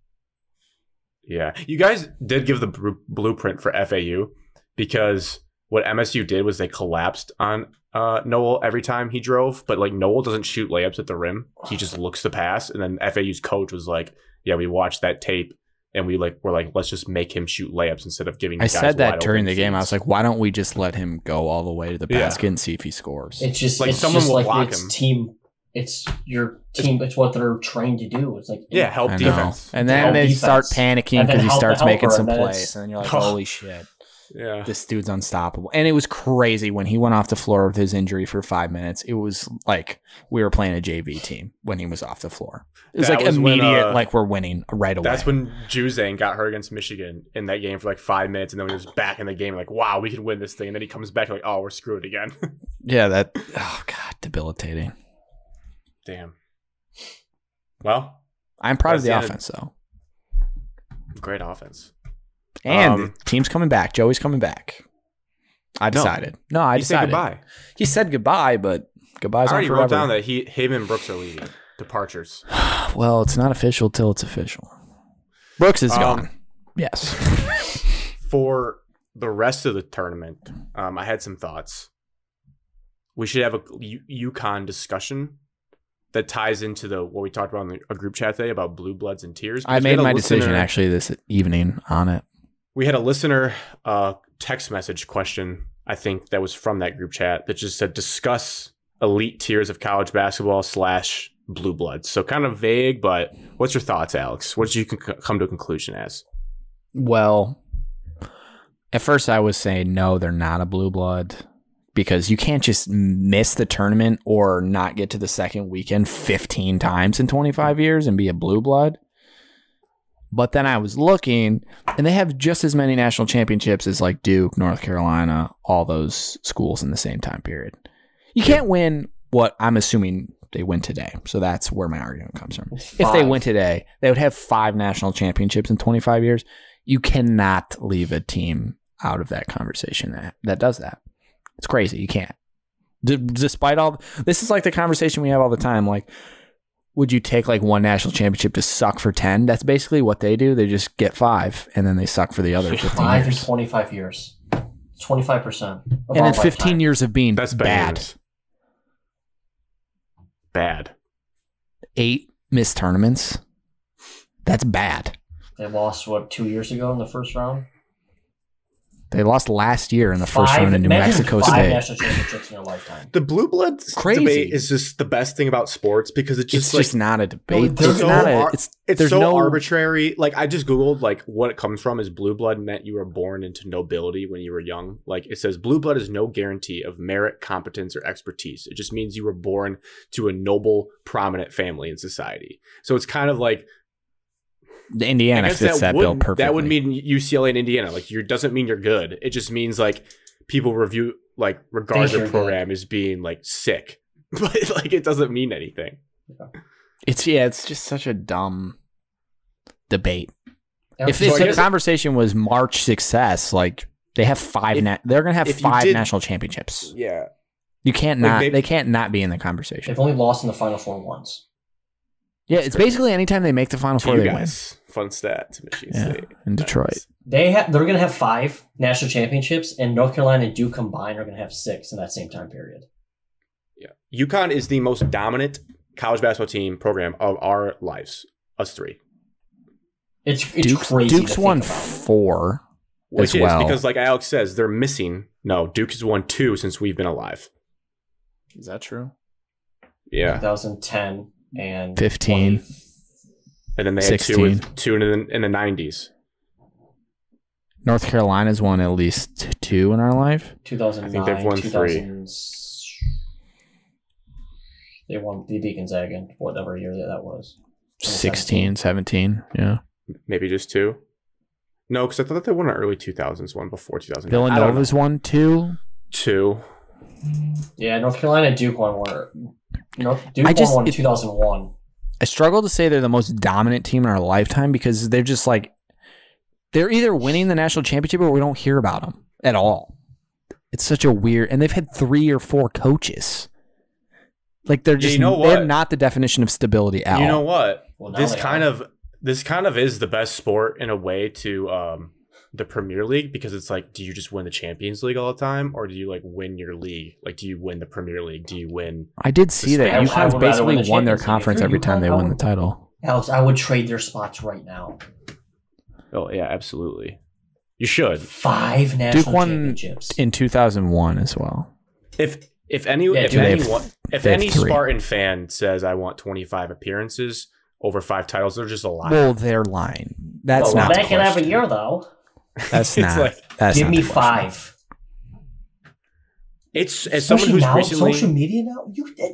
[SPEAKER 1] Yeah, you guys did give the br- blueprint for FAU because what MSU did was they collapsed on uh, Noel every time he drove, but like Noel doesn't shoot layups at the rim; he just looks to pass. And then FAU's coach was like, "Yeah, we watched that tape, and we like were like, let's just make him shoot layups instead of giving."
[SPEAKER 5] I
[SPEAKER 1] guys
[SPEAKER 5] said that
[SPEAKER 1] wide
[SPEAKER 5] during
[SPEAKER 1] open
[SPEAKER 5] the game. I was
[SPEAKER 1] feeds."
[SPEAKER 5] like, why don't we just let him go all the way to the
[SPEAKER 1] Yeah.
[SPEAKER 5] basket and see if he scores?
[SPEAKER 4] It's just
[SPEAKER 1] Like,
[SPEAKER 4] it's
[SPEAKER 1] someone
[SPEAKER 4] just
[SPEAKER 1] will
[SPEAKER 4] like
[SPEAKER 1] block
[SPEAKER 4] it's
[SPEAKER 1] him.
[SPEAKER 4] team. It's your team. It's, what they're trained to do. It's like
[SPEAKER 1] "Yeah, help
[SPEAKER 5] I know.
[SPEAKER 1] defense."
[SPEAKER 5] And then
[SPEAKER 4] Help
[SPEAKER 5] they start
[SPEAKER 4] defense.
[SPEAKER 5] panicking
[SPEAKER 4] And then
[SPEAKER 5] because he
[SPEAKER 4] help the
[SPEAKER 5] starts making
[SPEAKER 4] helper,
[SPEAKER 5] some
[SPEAKER 4] and then it's-
[SPEAKER 5] plays, and then you're like, holy shit,
[SPEAKER 1] Yeah,
[SPEAKER 5] this dude's unstoppable. And it was crazy when he went off the floor with his injury for five minutes. It was like we were playing a JV team when he was off the floor. It was
[SPEAKER 1] That
[SPEAKER 5] like
[SPEAKER 1] was when,
[SPEAKER 5] immediate,
[SPEAKER 1] uh,
[SPEAKER 5] like we're winning right away.
[SPEAKER 1] that's when Juzang got hurt against Michigan in that game for like five minutes, and then when he was back in the game, like, "Wow, we can win this thing." And then he comes back like, "Oh, we're screwed again."
[SPEAKER 5] Yeah, that oh god, debilitating.
[SPEAKER 1] Damn. Well,
[SPEAKER 5] I'm proud
[SPEAKER 1] That's
[SPEAKER 5] of the
[SPEAKER 1] the end.
[SPEAKER 5] offense though.
[SPEAKER 1] great offense.
[SPEAKER 5] And
[SPEAKER 1] Um,
[SPEAKER 5] the team's coming back. Joey's coming back. I
[SPEAKER 1] No.
[SPEAKER 5] decided. No, I
[SPEAKER 1] You say
[SPEAKER 5] decided.
[SPEAKER 1] goodbye.
[SPEAKER 5] He said goodbye, but
[SPEAKER 1] I
[SPEAKER 5] goodbye's not
[SPEAKER 1] already
[SPEAKER 5] forever.
[SPEAKER 1] wrote down that he, him, and Brooks are leaving. Departures.
[SPEAKER 5] Well, it's not official till it's official. Brooks is
[SPEAKER 1] Um,
[SPEAKER 5] gone. Yes.
[SPEAKER 1] For the rest of the tournament, um, I had some thoughts. We should have a U- UConn discussion that ties into the what we talked about in the, a group chat today about blue bloods and tears.
[SPEAKER 5] I
[SPEAKER 1] because we
[SPEAKER 5] made
[SPEAKER 1] had a
[SPEAKER 5] my decision
[SPEAKER 1] listener-
[SPEAKER 5] actually this evening on it.
[SPEAKER 1] we had a listener uh, text message question, I think, that was from that group chat that just said discuss elite tiers of college basketball slash blue bloods. So kind of vague, but what's your thoughts, Alex? What did you con- come to a conclusion as?
[SPEAKER 5] Well, at first I was saying no, they're not a blue blood because you can't just miss the tournament or not get to the second weekend 15 times in 25 years and be a blue blood. But then I was looking and they have just as many national championships as like Duke, North Carolina, all those schools in the same time period. You can't win what I'm assuming they win today. So that's where my argument comes from. If they
[SPEAKER 4] Five.
[SPEAKER 5] win today, they would have five national championships in 25 years. You cannot leave a team out of that conversation that, that does that. It's crazy. You can't. D- despite all this is like the conversation we have all the time like would you take like one national championship to suck for 10? That's basically what they do. They just get 5 and then they suck for the other 15
[SPEAKER 4] Five and
[SPEAKER 5] years.
[SPEAKER 4] twenty-five years. Twenty-five percent.
[SPEAKER 5] And then 15 years of being
[SPEAKER 1] That's bad.
[SPEAKER 5] bad.
[SPEAKER 1] news. Bad.
[SPEAKER 5] Eight missed tournaments. That's bad.
[SPEAKER 4] They lost what two years ago in the first round.
[SPEAKER 5] They lost last year in the first
[SPEAKER 4] Five-
[SPEAKER 5] round in New
[SPEAKER 4] imagine
[SPEAKER 5] Mexico
[SPEAKER 4] five
[SPEAKER 5] State.
[SPEAKER 4] national championships in your lifetime.
[SPEAKER 1] The blue bloods
[SPEAKER 5] Crazy.
[SPEAKER 1] debate is just the best thing about sports because it
[SPEAKER 5] it's
[SPEAKER 1] just like,
[SPEAKER 5] just not a debate.
[SPEAKER 1] there's
[SPEAKER 5] It's
[SPEAKER 1] no
[SPEAKER 5] not a.
[SPEAKER 1] ar-
[SPEAKER 5] It's
[SPEAKER 1] it's
[SPEAKER 5] there's
[SPEAKER 1] so
[SPEAKER 5] no
[SPEAKER 1] arbitrary. Like I just googled like what it comes from is blue blood meant you were born into nobility when you were young. Like it says blue blood is no guarantee of merit, competence, or expertise. It just means you were born to a noble, prominent family in society. So it's kind of like
[SPEAKER 5] the Indiana fits that, bill
[SPEAKER 1] would,
[SPEAKER 5] perfectly.
[SPEAKER 1] That would mean UCLA and Indiana. Like you doesn't mean you're good. It just means like people review like regard
[SPEAKER 4] Think
[SPEAKER 1] your
[SPEAKER 4] you're good.
[SPEAKER 1] program as being like sick. But like it doesn't mean anything.
[SPEAKER 5] it's yeah. It's just such a dumb debate.
[SPEAKER 4] Yeah.
[SPEAKER 5] If,
[SPEAKER 1] So
[SPEAKER 5] if
[SPEAKER 1] I
[SPEAKER 5] the
[SPEAKER 1] guess-
[SPEAKER 5] conversation was March success, like they have five,
[SPEAKER 1] If-
[SPEAKER 5] na- they're gonna have
[SPEAKER 1] if you
[SPEAKER 5] five
[SPEAKER 1] did-
[SPEAKER 5] national championships.
[SPEAKER 1] Yeah.
[SPEAKER 5] You can't
[SPEAKER 1] Like,
[SPEAKER 5] not.
[SPEAKER 1] they-
[SPEAKER 5] they, can't not be in the conversation.
[SPEAKER 4] They've only lost in the final four once.
[SPEAKER 5] yeah, it's basically anytime they make the final
[SPEAKER 1] To
[SPEAKER 5] four,
[SPEAKER 1] you
[SPEAKER 5] they
[SPEAKER 1] guys, fun stat to Michigan
[SPEAKER 5] Yeah,
[SPEAKER 1] State.
[SPEAKER 5] win in Detroit.
[SPEAKER 1] Nice.
[SPEAKER 4] They have. They're going to have five national championships, and North Carolina and Duke combined are going to have six in that same time period.
[SPEAKER 1] Yeah. UConn is the most dominant college basketball team program of our lives, us three.
[SPEAKER 4] It's it's
[SPEAKER 5] Duke's,
[SPEAKER 4] crazy.
[SPEAKER 5] Duke's
[SPEAKER 4] to think
[SPEAKER 5] won
[SPEAKER 4] about.
[SPEAKER 5] four.
[SPEAKER 1] Which
[SPEAKER 5] As well.
[SPEAKER 1] is because like Alex says, they're missing no, Duke has won two since we've been alive.
[SPEAKER 5] Is that true?
[SPEAKER 1] Yeah.
[SPEAKER 4] 2010 and
[SPEAKER 5] 15.
[SPEAKER 4] 20
[SPEAKER 1] And then they had two with two in the in the nineties.
[SPEAKER 5] North Carolina's won at least two in our life.
[SPEAKER 4] 2009.
[SPEAKER 1] I think they've won
[SPEAKER 4] 2000 They won the Deacons again, whatever year that that was.
[SPEAKER 5] 16, 17. Yeah.
[SPEAKER 1] Maybe just two. No, because I thought they won an early two thousands one before two thousand.
[SPEAKER 5] Villanova's won two.
[SPEAKER 1] two.
[SPEAKER 4] Yeah, North Carolina and Duke won one. North, Duke
[SPEAKER 5] I just-
[SPEAKER 4] won one in
[SPEAKER 5] it-
[SPEAKER 4] 2001.
[SPEAKER 5] I struggle to say they're the most dominant team in our lifetime because they're just like, they're either winning the national championship or we don't hear about them at all. It's such a weird, and they've had three or four coaches. Like they're
[SPEAKER 1] Yeah,
[SPEAKER 5] just,
[SPEAKER 1] you know
[SPEAKER 5] they're
[SPEAKER 1] what?
[SPEAKER 5] not the definition of stability at
[SPEAKER 1] You know
[SPEAKER 5] all.
[SPEAKER 1] what?
[SPEAKER 4] Well, now
[SPEAKER 1] this
[SPEAKER 4] they
[SPEAKER 1] kind
[SPEAKER 4] are.
[SPEAKER 1] of this kind of is the best sport in a way to um the Premier League because it's like, do you just win the Champions League all the time, or do you like win your league? Like, do you win the Premier League? Do you win?
[SPEAKER 5] I did see that
[SPEAKER 1] I would
[SPEAKER 5] UConn's
[SPEAKER 4] rather
[SPEAKER 5] basically
[SPEAKER 4] win the
[SPEAKER 5] won their
[SPEAKER 4] Champions League.
[SPEAKER 5] conference
[SPEAKER 4] If
[SPEAKER 5] every
[SPEAKER 4] you're
[SPEAKER 5] time they
[SPEAKER 4] UConn, I
[SPEAKER 5] won the
[SPEAKER 4] would-
[SPEAKER 5] title.
[SPEAKER 4] Alex, I would trade their spots right now.
[SPEAKER 1] Oh yeah, absolutely. You should.
[SPEAKER 4] Five national
[SPEAKER 5] Duke won
[SPEAKER 4] championships.
[SPEAKER 5] In 2001 as well.
[SPEAKER 1] If if any
[SPEAKER 4] Yeah,
[SPEAKER 1] if
[SPEAKER 4] do they
[SPEAKER 5] have-
[SPEAKER 1] anyone if
[SPEAKER 5] they have
[SPEAKER 1] any
[SPEAKER 5] three.
[SPEAKER 1] Spartan fan says I want twenty five appearances over five titles, they're just a liar.
[SPEAKER 5] Well, they're lying. That's
[SPEAKER 4] Oh, well,
[SPEAKER 5] not.
[SPEAKER 4] they
[SPEAKER 5] the
[SPEAKER 4] can have a
[SPEAKER 5] question.
[SPEAKER 4] year though.
[SPEAKER 5] That's
[SPEAKER 1] It's
[SPEAKER 5] not.
[SPEAKER 1] like,
[SPEAKER 5] that's
[SPEAKER 4] Give
[SPEAKER 5] not
[SPEAKER 4] me
[SPEAKER 5] the question.
[SPEAKER 4] five.
[SPEAKER 1] it's as someone
[SPEAKER 4] Especially
[SPEAKER 1] who's
[SPEAKER 4] now,
[SPEAKER 1] recently
[SPEAKER 4] social media now. You, that,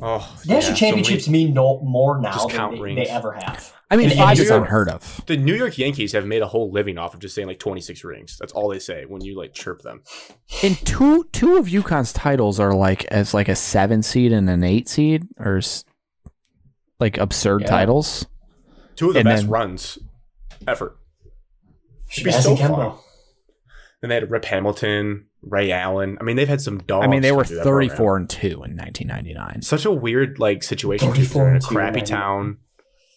[SPEAKER 1] oh yeah, so
[SPEAKER 4] national
[SPEAKER 1] many-
[SPEAKER 4] championships mean no more now
[SPEAKER 1] Just count
[SPEAKER 4] than they,
[SPEAKER 1] rings.
[SPEAKER 4] they ever have.
[SPEAKER 5] I mean,
[SPEAKER 4] in
[SPEAKER 5] five
[SPEAKER 4] any
[SPEAKER 5] is
[SPEAKER 1] year.
[SPEAKER 5] unheard of.
[SPEAKER 1] the New York Yankees have made a whole living off of just saying like twenty six rings. That's all they say when you like chirp them.
[SPEAKER 5] And two two of UConn's titles are like as like a seven seed and an eight seed, or s- like absurd
[SPEAKER 4] Yeah.
[SPEAKER 5] titles.
[SPEAKER 1] Two of the
[SPEAKER 5] And
[SPEAKER 1] best
[SPEAKER 5] then-
[SPEAKER 1] runs ever.
[SPEAKER 4] Should
[SPEAKER 1] be
[SPEAKER 4] be
[SPEAKER 1] so
[SPEAKER 4] Kemba.
[SPEAKER 1] fun. Then they had Rip Hamilton, Ray Allen. I mean, they've had some dogs.
[SPEAKER 5] I mean, they
[SPEAKER 1] come
[SPEAKER 5] were
[SPEAKER 1] through that
[SPEAKER 5] thirty
[SPEAKER 1] program.
[SPEAKER 5] four and two in nineteen ninety nine.
[SPEAKER 1] Such a weird like situation.
[SPEAKER 4] 34
[SPEAKER 1] They're in a
[SPEAKER 4] and two,
[SPEAKER 1] crappy
[SPEAKER 4] man.
[SPEAKER 1] town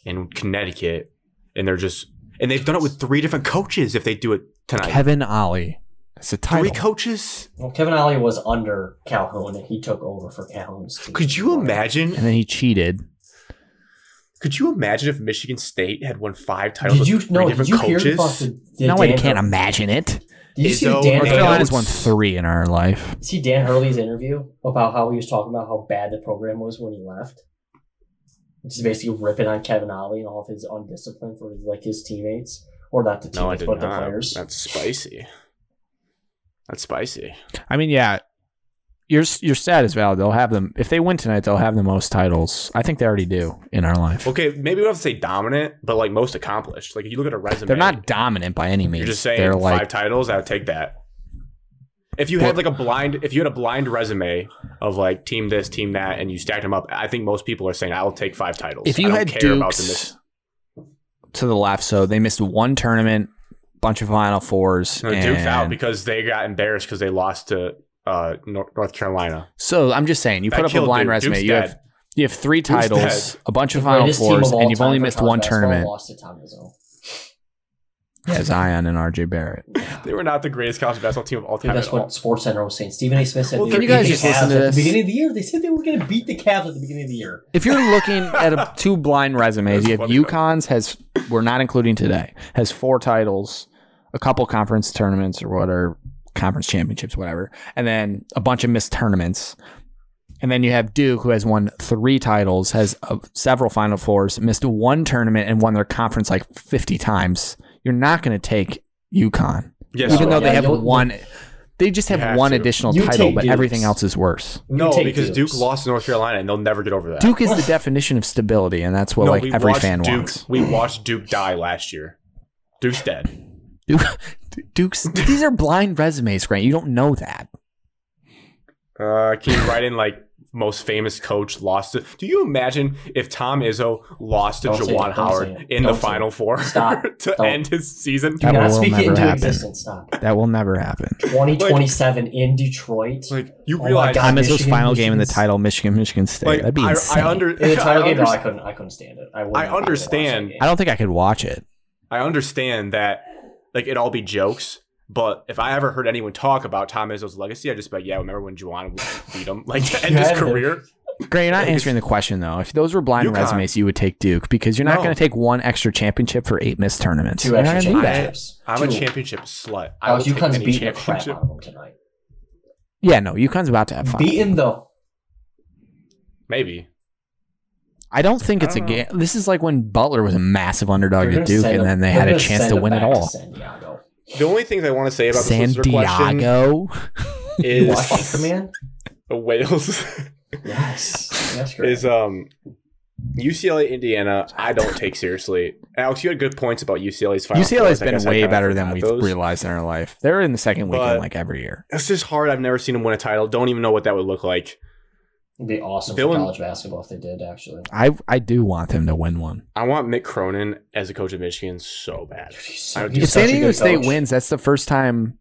[SPEAKER 1] in Connecticut, and they're just and they've done it with three different coaches. If they do it tonight,
[SPEAKER 5] Kevin Ollie. It's a
[SPEAKER 1] three
[SPEAKER 5] title.
[SPEAKER 1] coaches.
[SPEAKER 4] Well, Kevin Ollie was under Calhoun, and he took over for Calhoun's. team.
[SPEAKER 1] Could you imagine
[SPEAKER 5] and then he cheated.
[SPEAKER 1] Could you imagine if Michigan State had won five titles?
[SPEAKER 4] Did you
[SPEAKER 1] with three
[SPEAKER 4] know? Did
[SPEAKER 1] different
[SPEAKER 4] you
[SPEAKER 1] coaches?
[SPEAKER 4] hear about the, the
[SPEAKER 5] no,
[SPEAKER 4] Dan,
[SPEAKER 5] I can't imagine it.
[SPEAKER 4] Did you see
[SPEAKER 1] Izzo-
[SPEAKER 4] Dan,
[SPEAKER 5] North
[SPEAKER 1] Hey,
[SPEAKER 4] Hurley's,
[SPEAKER 5] Carolina's won three in our life.
[SPEAKER 4] see Dan Hurley's interview about how he was talking about how bad the program was when he left? Which is basically ripping on Kevin Ollie and all of his undiscipline for like his teammates. Or not the
[SPEAKER 1] No, I
[SPEAKER 4] teammates,
[SPEAKER 1] did
[SPEAKER 4] but the
[SPEAKER 1] not.
[SPEAKER 4] players.
[SPEAKER 1] That's spicy. That's spicy.
[SPEAKER 5] I mean, yeah, your your stat is valid. They'll have them if they win tonight. They'll have the most titles. I think they already do in our life.
[SPEAKER 1] Okay, maybe we don't have to say dominant, but like most accomplished. Like if you look at a resume,
[SPEAKER 5] They're not dominant by any means.
[SPEAKER 1] You're just saying
[SPEAKER 5] They're like
[SPEAKER 1] five titles. I would take that. If you had like a blind, if you had a blind resume of like team this, team that, and you stacked them up, I think most people are saying I'll take five titles.
[SPEAKER 5] if you
[SPEAKER 1] I don't
[SPEAKER 5] had
[SPEAKER 1] care about the miss-
[SPEAKER 5] Dukes to the left, so they missed one tournament, bunch of Final Fours.
[SPEAKER 1] no,
[SPEAKER 5] and
[SPEAKER 1] Duke's out because they got embarrassed because they lost to uh, Nor- North Carolina.
[SPEAKER 5] so I'm just saying, you
[SPEAKER 1] That
[SPEAKER 5] put up a
[SPEAKER 1] killed
[SPEAKER 5] blind
[SPEAKER 1] Duke.
[SPEAKER 5] resume.
[SPEAKER 1] Duke's
[SPEAKER 5] you have
[SPEAKER 1] dead.
[SPEAKER 5] you have three
[SPEAKER 1] Duke's
[SPEAKER 5] titles, a bunch
[SPEAKER 4] The
[SPEAKER 5] of Final
[SPEAKER 4] greatest team
[SPEAKER 5] Fours,
[SPEAKER 4] of all
[SPEAKER 5] and you've
[SPEAKER 4] time
[SPEAKER 5] only
[SPEAKER 4] for
[SPEAKER 5] missed
[SPEAKER 4] college
[SPEAKER 5] one
[SPEAKER 4] basketball
[SPEAKER 5] tournament.
[SPEAKER 4] Lost to Tom Izzo.
[SPEAKER 5] Yeah, Zion and RJ Barrett.
[SPEAKER 1] They were not the greatest college basketball team of all
[SPEAKER 4] Dude,
[SPEAKER 1] time.
[SPEAKER 4] that's
[SPEAKER 1] at all.
[SPEAKER 4] what Sports Center was saying. Stephen A. Smith said.
[SPEAKER 1] Well,
[SPEAKER 4] they
[SPEAKER 1] can
[SPEAKER 4] were
[SPEAKER 1] you guys
[SPEAKER 4] beating
[SPEAKER 5] just
[SPEAKER 4] the
[SPEAKER 5] listen
[SPEAKER 4] Cavs
[SPEAKER 5] to
[SPEAKER 4] at
[SPEAKER 5] this?
[SPEAKER 4] The beginning of the year, they said they were going to beat the Cavs at the beginning of the year.
[SPEAKER 5] If you're looking at a, two blind resumes, you have
[SPEAKER 1] That's funny, though.
[SPEAKER 5] UConn's has we're not including today has four titles, a couple conference tournaments or whatever, conference championships, whatever, and then a bunch of missed tournaments. And then you have Duke, who has won three titles, has uh, several Final Fours, missed one tournament, and won their conference like 50 times. You're not going to take UConn,
[SPEAKER 1] Yes,
[SPEAKER 5] even
[SPEAKER 1] you
[SPEAKER 5] though
[SPEAKER 1] are.
[SPEAKER 5] they
[SPEAKER 4] Yeah,
[SPEAKER 5] have
[SPEAKER 4] you'll-
[SPEAKER 5] one. They just have,
[SPEAKER 1] You have
[SPEAKER 5] one
[SPEAKER 1] to.
[SPEAKER 5] additional
[SPEAKER 4] You
[SPEAKER 5] title,
[SPEAKER 4] take
[SPEAKER 5] but
[SPEAKER 4] Dukes.
[SPEAKER 5] everything else is worse.
[SPEAKER 1] no,
[SPEAKER 4] take
[SPEAKER 1] because
[SPEAKER 4] Dukes.
[SPEAKER 1] Duke lost to North Carolina and they'll never get over that.
[SPEAKER 5] Duke is the definition of stability, and that's what
[SPEAKER 1] no,
[SPEAKER 5] like
[SPEAKER 1] we
[SPEAKER 5] every
[SPEAKER 1] watched
[SPEAKER 5] fan
[SPEAKER 1] Duke,
[SPEAKER 5] wants.
[SPEAKER 1] We watched Duke die last year. Duke's dead.
[SPEAKER 5] Duke, Duke's these are blind resumes, Grant. You don't know that.
[SPEAKER 1] Uh, can you write in like most famous coach lost to? Do you imagine if Tom Izzo lost to
[SPEAKER 4] Don't say it,
[SPEAKER 1] Jawan
[SPEAKER 4] don't say
[SPEAKER 1] Howard
[SPEAKER 4] it,
[SPEAKER 1] in the
[SPEAKER 4] don't say
[SPEAKER 1] Final
[SPEAKER 4] it.
[SPEAKER 1] Four
[SPEAKER 4] Stop.
[SPEAKER 1] to
[SPEAKER 4] Don't.
[SPEAKER 1] end his season?
[SPEAKER 4] Do
[SPEAKER 5] That
[SPEAKER 4] not
[SPEAKER 5] will
[SPEAKER 4] speak it
[SPEAKER 5] never
[SPEAKER 4] into
[SPEAKER 5] happen.
[SPEAKER 4] existence. Stop.
[SPEAKER 5] That will never happen.
[SPEAKER 4] 2027 in Detroit.
[SPEAKER 1] Like you
[SPEAKER 4] Oh my
[SPEAKER 1] realize,
[SPEAKER 4] God.
[SPEAKER 5] Tom Izzo's
[SPEAKER 4] Michigan,
[SPEAKER 5] final game in the
[SPEAKER 4] Michigan's-
[SPEAKER 5] title, Michigan, Michigan State.
[SPEAKER 1] like
[SPEAKER 5] That'd be
[SPEAKER 1] I,
[SPEAKER 5] insane.
[SPEAKER 1] I
[SPEAKER 5] I,
[SPEAKER 1] under,
[SPEAKER 4] in the title
[SPEAKER 1] I,
[SPEAKER 4] game, no, I
[SPEAKER 1] understand,
[SPEAKER 4] couldn't. I couldn't stand it. I, would
[SPEAKER 1] I
[SPEAKER 4] not watch
[SPEAKER 1] understand.
[SPEAKER 4] that game.
[SPEAKER 5] don't think I could watch it.
[SPEAKER 1] I understand that like it all be jokes. But if I ever heard anyone talk about Tom Izzo's legacy, I'd just be like, yeah, remember when Juwan beat him like to end his
[SPEAKER 4] Yeah.
[SPEAKER 1] career?
[SPEAKER 5] Grant, you're not
[SPEAKER 1] Like,
[SPEAKER 5] answering the question though. If those were blind
[SPEAKER 1] UConn.
[SPEAKER 5] resumes, you would take Duke because you're not
[SPEAKER 1] No.
[SPEAKER 5] going to take one extra championship for eight missed tournaments.
[SPEAKER 4] Two
[SPEAKER 5] You're not
[SPEAKER 4] extra
[SPEAKER 5] gonna do that.
[SPEAKER 4] championships.
[SPEAKER 1] I'm a
[SPEAKER 4] Two.
[SPEAKER 1] championship slut. I
[SPEAKER 4] Alex,
[SPEAKER 1] will take
[SPEAKER 4] UConn's
[SPEAKER 1] any
[SPEAKER 4] beating the crap
[SPEAKER 1] championship.
[SPEAKER 4] out of them tonight.
[SPEAKER 5] Yeah, no, UConn's about to have fun.
[SPEAKER 4] Beating the
[SPEAKER 1] Maybe.
[SPEAKER 5] I don't think it's
[SPEAKER 1] I don't
[SPEAKER 5] a game. This is like when Butler was a massive underdog to Duke, and then they had a chance to win it all.
[SPEAKER 1] The only things I want to say about this listener question
[SPEAKER 5] Santiago.
[SPEAKER 4] You
[SPEAKER 1] is
[SPEAKER 4] watch Anchorman?
[SPEAKER 1] the Wales
[SPEAKER 4] Yes. Yes, great.
[SPEAKER 1] is um UCLA Indiana. I don't take seriously. Alex, you had good points about UCLA's final.
[SPEAKER 5] UCLA's
[SPEAKER 1] Fours. I
[SPEAKER 5] been
[SPEAKER 1] guess I
[SPEAKER 5] way
[SPEAKER 1] kinda
[SPEAKER 5] better than
[SPEAKER 1] forgot
[SPEAKER 5] we've
[SPEAKER 1] those.
[SPEAKER 5] realized in our life. They're in the second weekend
[SPEAKER 1] But-
[SPEAKER 5] like every year.
[SPEAKER 1] It's just hard. I've never seen them win a title. Don't even know what that would look like.
[SPEAKER 4] It'd be awesome
[SPEAKER 1] Dylan-
[SPEAKER 4] for college basketball if they did, actually.
[SPEAKER 5] I I do want them to win one.
[SPEAKER 1] I want Mick Cronin as a coach of Michigan so bad.
[SPEAKER 4] Dude, he's so-
[SPEAKER 1] I would
[SPEAKER 4] he's
[SPEAKER 5] if
[SPEAKER 1] just-
[SPEAKER 4] such
[SPEAKER 5] San
[SPEAKER 4] a
[SPEAKER 5] Diego
[SPEAKER 4] good
[SPEAKER 5] State
[SPEAKER 4] coach.
[SPEAKER 5] wins, that's the first time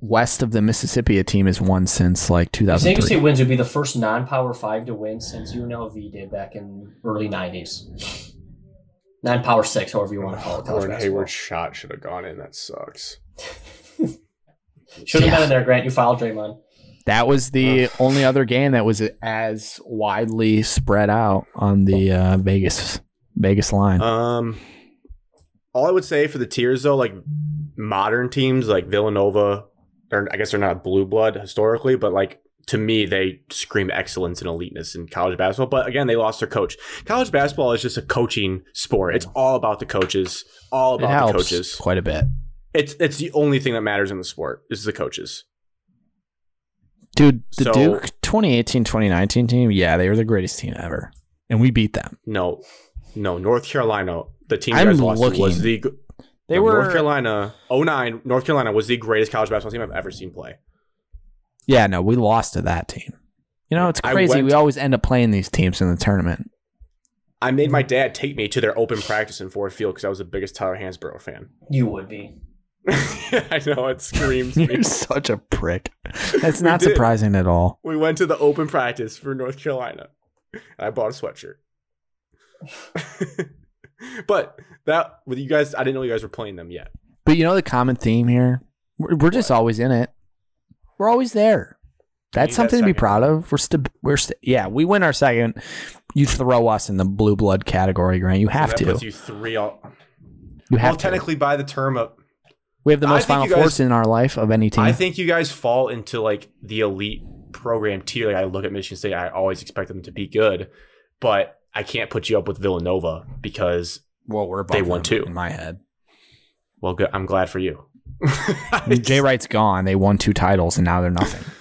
[SPEAKER 5] west of the Mississippi a team has won since like
[SPEAKER 4] If San Diego State
[SPEAKER 5] 2003.
[SPEAKER 4] wins, would be the first non-power five to win since UNLV did back in early '90s. Non-power six, however you want to call it. College
[SPEAKER 1] Gordon
[SPEAKER 4] Oh, basketball.
[SPEAKER 1] Hayward's shot should have gone in. That sucks.
[SPEAKER 4] Should have
[SPEAKER 5] Yeah.
[SPEAKER 4] been in there, Grant. You filed Draymond.
[SPEAKER 5] That was the only other game that was as widely spread out on the uh, Vegas Vegas line.
[SPEAKER 1] Um, all I would say for the tiers though, like modern teams like Villanova, they're, I guess they're not blue blood historically, but like to me, they scream excellence and eliteness in college basketball. But again, they lost their coach. College basketball is just a coaching sport. It's all about the coaches, all
[SPEAKER 5] it
[SPEAKER 1] about the
[SPEAKER 5] helps
[SPEAKER 1] coaches.
[SPEAKER 5] quite a bit.
[SPEAKER 1] It's it's the only thing that matters in the sport is the coaches.
[SPEAKER 5] Dude, the
[SPEAKER 1] So-
[SPEAKER 5] Duke 2018 2019 team, yeah, they were the greatest team ever. And we beat them.
[SPEAKER 1] No, no, North Carolina, the team you
[SPEAKER 5] I'm
[SPEAKER 1] guys lost to was
[SPEAKER 5] looking.
[SPEAKER 1] the
[SPEAKER 5] They
[SPEAKER 1] no,
[SPEAKER 5] were
[SPEAKER 1] North Carolina 09, North Carolina was the greatest college basketball team I've ever seen play.
[SPEAKER 5] Yeah, no, we lost to that team. You know, it's
[SPEAKER 1] I
[SPEAKER 5] crazy.
[SPEAKER 1] went-
[SPEAKER 5] we always end up playing these teams in the tournament.
[SPEAKER 1] I made
[SPEAKER 5] Mm-hmm.
[SPEAKER 1] my dad take me to their open practice in Ford Field because I was the biggest Tyler Hansborough fan.
[SPEAKER 4] You would be.
[SPEAKER 1] I know it screams me.
[SPEAKER 5] such a prick. That's
[SPEAKER 1] We
[SPEAKER 5] not
[SPEAKER 1] did.
[SPEAKER 5] surprising at all.
[SPEAKER 1] We went to the open practice for North Carolina. And I bought a sweatshirt. but that with you guys, I didn't know you guys were playing them yet.
[SPEAKER 5] But you know the common theme here? We're, we're just always in it. We're always there.
[SPEAKER 1] need
[SPEAKER 5] That's
[SPEAKER 1] that
[SPEAKER 5] something to be
[SPEAKER 1] second
[SPEAKER 5] proud of. We're st- we're st- yeah, we win our second. you throw us in the blue blood category, Grant. You have
[SPEAKER 1] that
[SPEAKER 5] to.
[SPEAKER 1] puts you three. All,
[SPEAKER 5] You have
[SPEAKER 1] well,
[SPEAKER 5] to.
[SPEAKER 1] technically, by the term of,
[SPEAKER 5] we have the
[SPEAKER 1] I
[SPEAKER 5] most
[SPEAKER 1] think
[SPEAKER 5] Final
[SPEAKER 1] you guys-
[SPEAKER 5] Fours in our life of any team.
[SPEAKER 1] I think you guys fall into like the elite program tier. Like I look at Michigan State, I always expect them to be good, but I can't put you up with Villanova because
[SPEAKER 5] well, we're
[SPEAKER 1] they above won them two. in
[SPEAKER 5] my head.
[SPEAKER 1] well, good, I'm glad for you.
[SPEAKER 5] Jay Wright's gone. They won two titles and now they're nothing.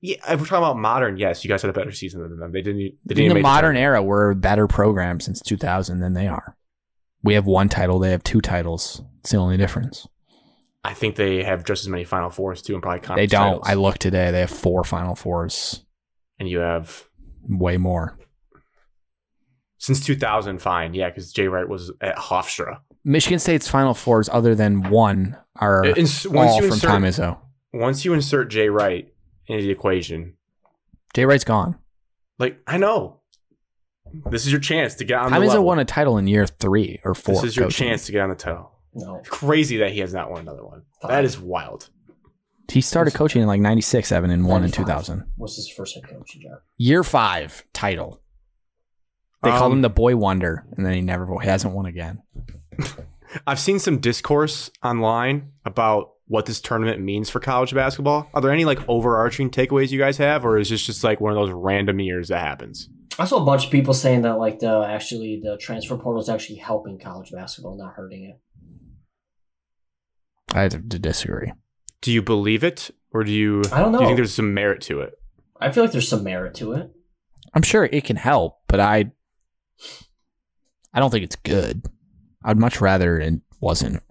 [SPEAKER 1] Yeah, if we're talking about modern, yes, you guys had a better season than them. They didn't. They didn't
[SPEAKER 5] in the
[SPEAKER 1] make
[SPEAKER 5] modern era, we're a better program since 2000 than they are. We have one title. They have two titles. It's the only difference.
[SPEAKER 1] I think they have just as many Final Fours too, and probably conference
[SPEAKER 5] they don't.
[SPEAKER 1] titles.
[SPEAKER 5] I looked today. They have four Final Fours.
[SPEAKER 1] and you have
[SPEAKER 5] Way more.
[SPEAKER 1] since 2000. Fine, yeah, because Jay Wright was at Hofstra.
[SPEAKER 5] Michigan State's Final Fours, other than one, are
[SPEAKER 1] And s- once
[SPEAKER 5] all
[SPEAKER 1] you
[SPEAKER 5] from Tom
[SPEAKER 1] insert
[SPEAKER 5] Izzo.
[SPEAKER 1] once you insert Jay Wright into the equation,
[SPEAKER 5] Jay Wright's gone.
[SPEAKER 1] like I know this is your chance to get on
[SPEAKER 5] Tom
[SPEAKER 1] the
[SPEAKER 5] Izzo
[SPEAKER 1] level.
[SPEAKER 5] won a title in year three or four.
[SPEAKER 1] this is your
[SPEAKER 5] coaching.
[SPEAKER 1] chance to get on the title.
[SPEAKER 4] No.
[SPEAKER 1] Crazy that he has not won another one. That is wild.
[SPEAKER 5] He started coaching in like 96, Evan, and one in
[SPEAKER 4] 95.
[SPEAKER 5] 2000.
[SPEAKER 4] Was his first head coaching job.
[SPEAKER 5] Year five title. They called
[SPEAKER 1] Um,
[SPEAKER 5] him the boy wonder, and then he never he hasn't won again.
[SPEAKER 1] I've seen some discourse online about what this tournament means for college basketball. Are there any like overarching takeaways you guys have, or is this just like one of those random years that happens?
[SPEAKER 4] I saw a bunch of people saying that like the actually the transfer portal is actually helping college basketball, not hurting it.
[SPEAKER 5] I have to disagree.
[SPEAKER 1] Do you believe it, or do you?
[SPEAKER 4] I don't
[SPEAKER 1] Do you think
[SPEAKER 4] know.
[SPEAKER 1] there's some merit to it?
[SPEAKER 4] I feel like there's some merit to it.
[SPEAKER 5] I'm sure it can help, but I I don't think it's good. I'd much rather it wasn't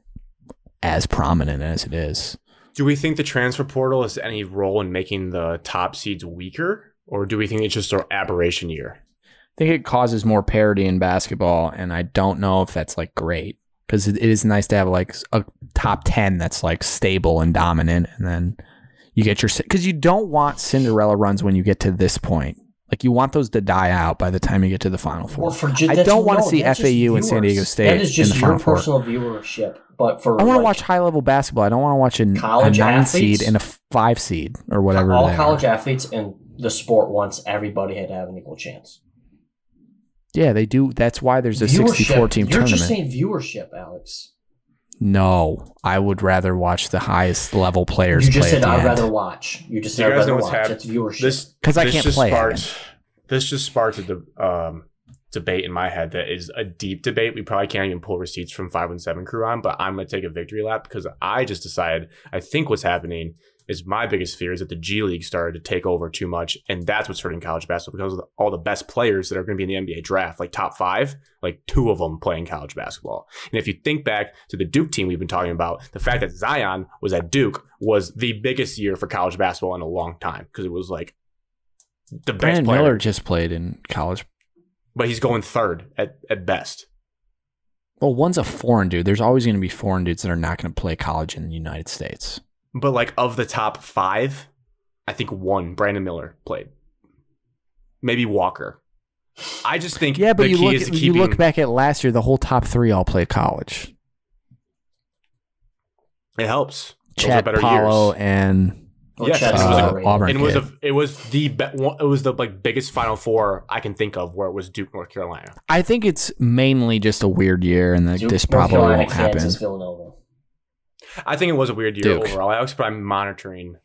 [SPEAKER 5] as prominent as it is.
[SPEAKER 1] Do we think the transfer portal has any role in making the top seeds weaker, or do we think it's just an aberration year?
[SPEAKER 5] I think it causes more parity in basketball, and I don't know if that's like great because it it is nice to have like a top 10 that's like stable and dominant, and then you get your because you don't want Cinderella runs when you get to this point. Like you want those to die out by the time you get to the final four.
[SPEAKER 4] Well, for ju-
[SPEAKER 5] I
[SPEAKER 4] that's-
[SPEAKER 5] don't want to
[SPEAKER 4] no,
[SPEAKER 5] see
[SPEAKER 4] that's just
[SPEAKER 5] FAU and San
[SPEAKER 4] viewers.
[SPEAKER 5] Diego State
[SPEAKER 4] That is just
[SPEAKER 5] in the
[SPEAKER 4] your
[SPEAKER 5] final four.
[SPEAKER 4] personal viewership, but for
[SPEAKER 5] I want to
[SPEAKER 4] like,
[SPEAKER 5] watch high level basketball. I don't want to watch an, a
[SPEAKER 4] College
[SPEAKER 5] nine
[SPEAKER 4] athletes?
[SPEAKER 5] seed and a five seed or whatever.
[SPEAKER 4] all
[SPEAKER 5] they
[SPEAKER 4] college
[SPEAKER 5] are.
[SPEAKER 4] athletes and the sport wants everybody had to have an equal chance.
[SPEAKER 5] Yeah, they do. That's why there's a
[SPEAKER 4] Viewership.
[SPEAKER 5] 64 team
[SPEAKER 4] You're
[SPEAKER 5] tournament.
[SPEAKER 4] just saying viewership, Alex.
[SPEAKER 5] no, I would rather watch the highest level players
[SPEAKER 4] you just
[SPEAKER 5] play
[SPEAKER 4] said I'd
[SPEAKER 5] at the
[SPEAKER 4] rather
[SPEAKER 5] end.
[SPEAKER 4] watch. You just
[SPEAKER 1] Do
[SPEAKER 4] said
[SPEAKER 1] you
[SPEAKER 4] I'd
[SPEAKER 1] guys know what's
[SPEAKER 4] rather watch.
[SPEAKER 1] happened?
[SPEAKER 4] That's viewership.
[SPEAKER 1] This
[SPEAKER 5] 'Cause I
[SPEAKER 1] this
[SPEAKER 5] can't
[SPEAKER 1] just
[SPEAKER 5] play it.
[SPEAKER 1] Sparked, this just sparked a de- um, debate in my head that is a deep debate. We probably can't even pull receipts from five and seven crew on, but I'm going to take a victory lap because I just decided. I think what's happening is my biggest fear is that the G League started to take over too much, and that's what's hurting college basketball because of the- all the best players that are going to be in the NBA draft, like top five, like two of them playing college basketball. And if you think back to the Duke team we've been talking about, the fact that Zion was at Duke was the biggest year for college basketball in a long time because it was like the best
[SPEAKER 5] Brandon
[SPEAKER 1] player,
[SPEAKER 5] Miller just played in college.
[SPEAKER 1] but he's going third at, at best.
[SPEAKER 5] Well, one's a foreign dude. There's always going to be foreign dudes that are not going to play college in the United States.
[SPEAKER 1] But like of the top five, I think one Brandon Miller played, maybe Walker. I just think
[SPEAKER 5] Yeah, but
[SPEAKER 1] the
[SPEAKER 5] you
[SPEAKER 1] key
[SPEAKER 5] look,
[SPEAKER 1] is to
[SPEAKER 5] you
[SPEAKER 1] keeping
[SPEAKER 5] look back at last year, the whole top three all played college.
[SPEAKER 1] it helps. Those are
[SPEAKER 5] Chad
[SPEAKER 1] better
[SPEAKER 5] Paulo
[SPEAKER 1] years.
[SPEAKER 5] and
[SPEAKER 4] Or
[SPEAKER 1] Yes,
[SPEAKER 4] Chad's
[SPEAKER 1] it was a-
[SPEAKER 4] overrated.
[SPEAKER 5] uh, Auburn.
[SPEAKER 1] And it was
[SPEAKER 5] kid.
[SPEAKER 1] a, it was the be, one- it was the like biggest Final Four I can think of where it was Duke North Carolina.
[SPEAKER 5] I think it's mainly just a weird year, and that
[SPEAKER 4] Duke,
[SPEAKER 5] this
[SPEAKER 4] North
[SPEAKER 5] probably
[SPEAKER 4] Carolina,
[SPEAKER 5] won't happen.
[SPEAKER 4] Kansas, Villanova.
[SPEAKER 1] I think it was a weird year
[SPEAKER 5] Duke.
[SPEAKER 1] overall. I was probably monitoring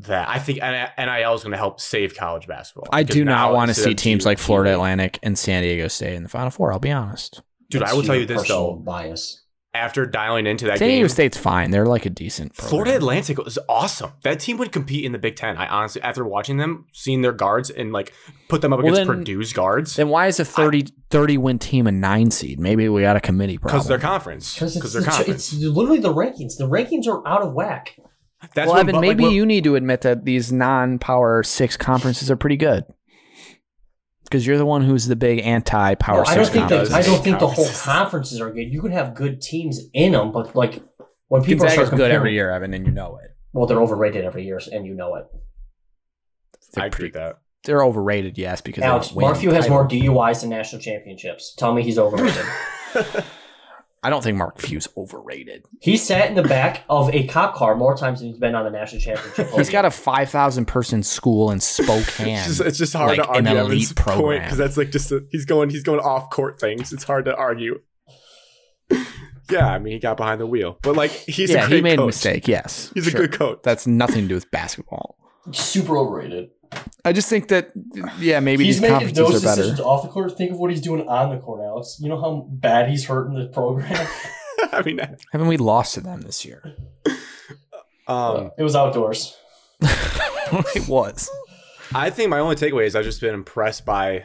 [SPEAKER 1] that. I think N- NIL is going to help save college basketball.
[SPEAKER 5] I
[SPEAKER 1] Because
[SPEAKER 5] do not
[SPEAKER 1] now
[SPEAKER 5] want to
[SPEAKER 1] instead
[SPEAKER 5] see
[SPEAKER 1] of
[SPEAKER 5] teams
[SPEAKER 1] two-
[SPEAKER 5] like Florida Atlantic and San Diego State in the Final Four. I'll be honest.
[SPEAKER 1] Dude, I
[SPEAKER 4] That's
[SPEAKER 1] will tell
[SPEAKER 4] your
[SPEAKER 1] you this
[SPEAKER 4] personal
[SPEAKER 1] though.
[SPEAKER 4] Bias.
[SPEAKER 1] After dialing into that
[SPEAKER 5] San
[SPEAKER 1] game,
[SPEAKER 5] Diego State's fine. They're like a decent. program.
[SPEAKER 1] Florida Atlantic was awesome. That team would compete in the Big Ten. I honestly, after watching them, seeing their guards and like put them up
[SPEAKER 5] Well,
[SPEAKER 1] against
[SPEAKER 5] then-
[SPEAKER 1] Purdue's guards
[SPEAKER 5] Then why is a 30, 30 win team a nine seed? Maybe we got a committee problem.
[SPEAKER 1] because their conference.
[SPEAKER 4] Because it's,
[SPEAKER 1] Because their
[SPEAKER 4] the- it's
[SPEAKER 1] conference.
[SPEAKER 4] literally the rankings. The rankings are out of whack.
[SPEAKER 1] That's
[SPEAKER 5] well,
[SPEAKER 1] what-
[SPEAKER 5] Evan,
[SPEAKER 1] but, like,
[SPEAKER 5] maybe
[SPEAKER 1] what-
[SPEAKER 5] you need to admit that these non-power six conferences are pretty good, because you're the one who's the big anti-power
[SPEAKER 4] Well, I don't
[SPEAKER 5] six
[SPEAKER 4] think
[SPEAKER 5] conference.
[SPEAKER 4] the, I don't think the whole
[SPEAKER 1] Conferences.
[SPEAKER 4] conferences are good. You could have good teams in them, but like when people
[SPEAKER 5] Gonzaga's
[SPEAKER 4] start
[SPEAKER 5] good
[SPEAKER 4] comparing-
[SPEAKER 5] every year, Evan, and you know it.
[SPEAKER 4] well, they're overrated every year, and you know it.
[SPEAKER 1] I
[SPEAKER 5] They're,
[SPEAKER 1] agree
[SPEAKER 5] pretty,
[SPEAKER 1] with that.
[SPEAKER 5] they're overrated, yes, because
[SPEAKER 4] Alex
[SPEAKER 5] they don't win
[SPEAKER 4] Marfew has
[SPEAKER 5] titles.
[SPEAKER 4] more DUIs than national championships. Tell me he's overrated.
[SPEAKER 5] I don't think Mark Few's overrated.
[SPEAKER 4] He sat in the back of a cop car more times than he's been on a national championship.
[SPEAKER 1] Oh,
[SPEAKER 5] He's got a five thousand person school in Spokane.
[SPEAKER 1] It's just, it's just hard
[SPEAKER 5] like
[SPEAKER 1] to argue
[SPEAKER 5] an
[SPEAKER 1] Evan's
[SPEAKER 5] elite
[SPEAKER 1] point
[SPEAKER 5] program.
[SPEAKER 1] because that's like just a, he's going he's going off court things. It's hard to argue. yeah, I mean he got behind the wheel, but like he's
[SPEAKER 5] yeah,
[SPEAKER 1] a great
[SPEAKER 5] he made
[SPEAKER 1] coach.
[SPEAKER 5] a mistake. Yes,
[SPEAKER 1] He's
[SPEAKER 5] sure.
[SPEAKER 1] a good coach.
[SPEAKER 5] That's nothing to do with basketball.
[SPEAKER 4] super overrated.
[SPEAKER 5] I just think that yeah, maybe
[SPEAKER 4] he's
[SPEAKER 5] these
[SPEAKER 4] making
[SPEAKER 5] conferences
[SPEAKER 4] those
[SPEAKER 5] are better.
[SPEAKER 4] decisions off the court. Think of what he's doing on the court, Alex. You know how bad he's hurting the program.
[SPEAKER 1] I mean, um,
[SPEAKER 5] Haven't we lost to them this year?
[SPEAKER 1] um,
[SPEAKER 4] it was outdoors.
[SPEAKER 5] it was.
[SPEAKER 1] I think my only takeaway is I've just been impressed by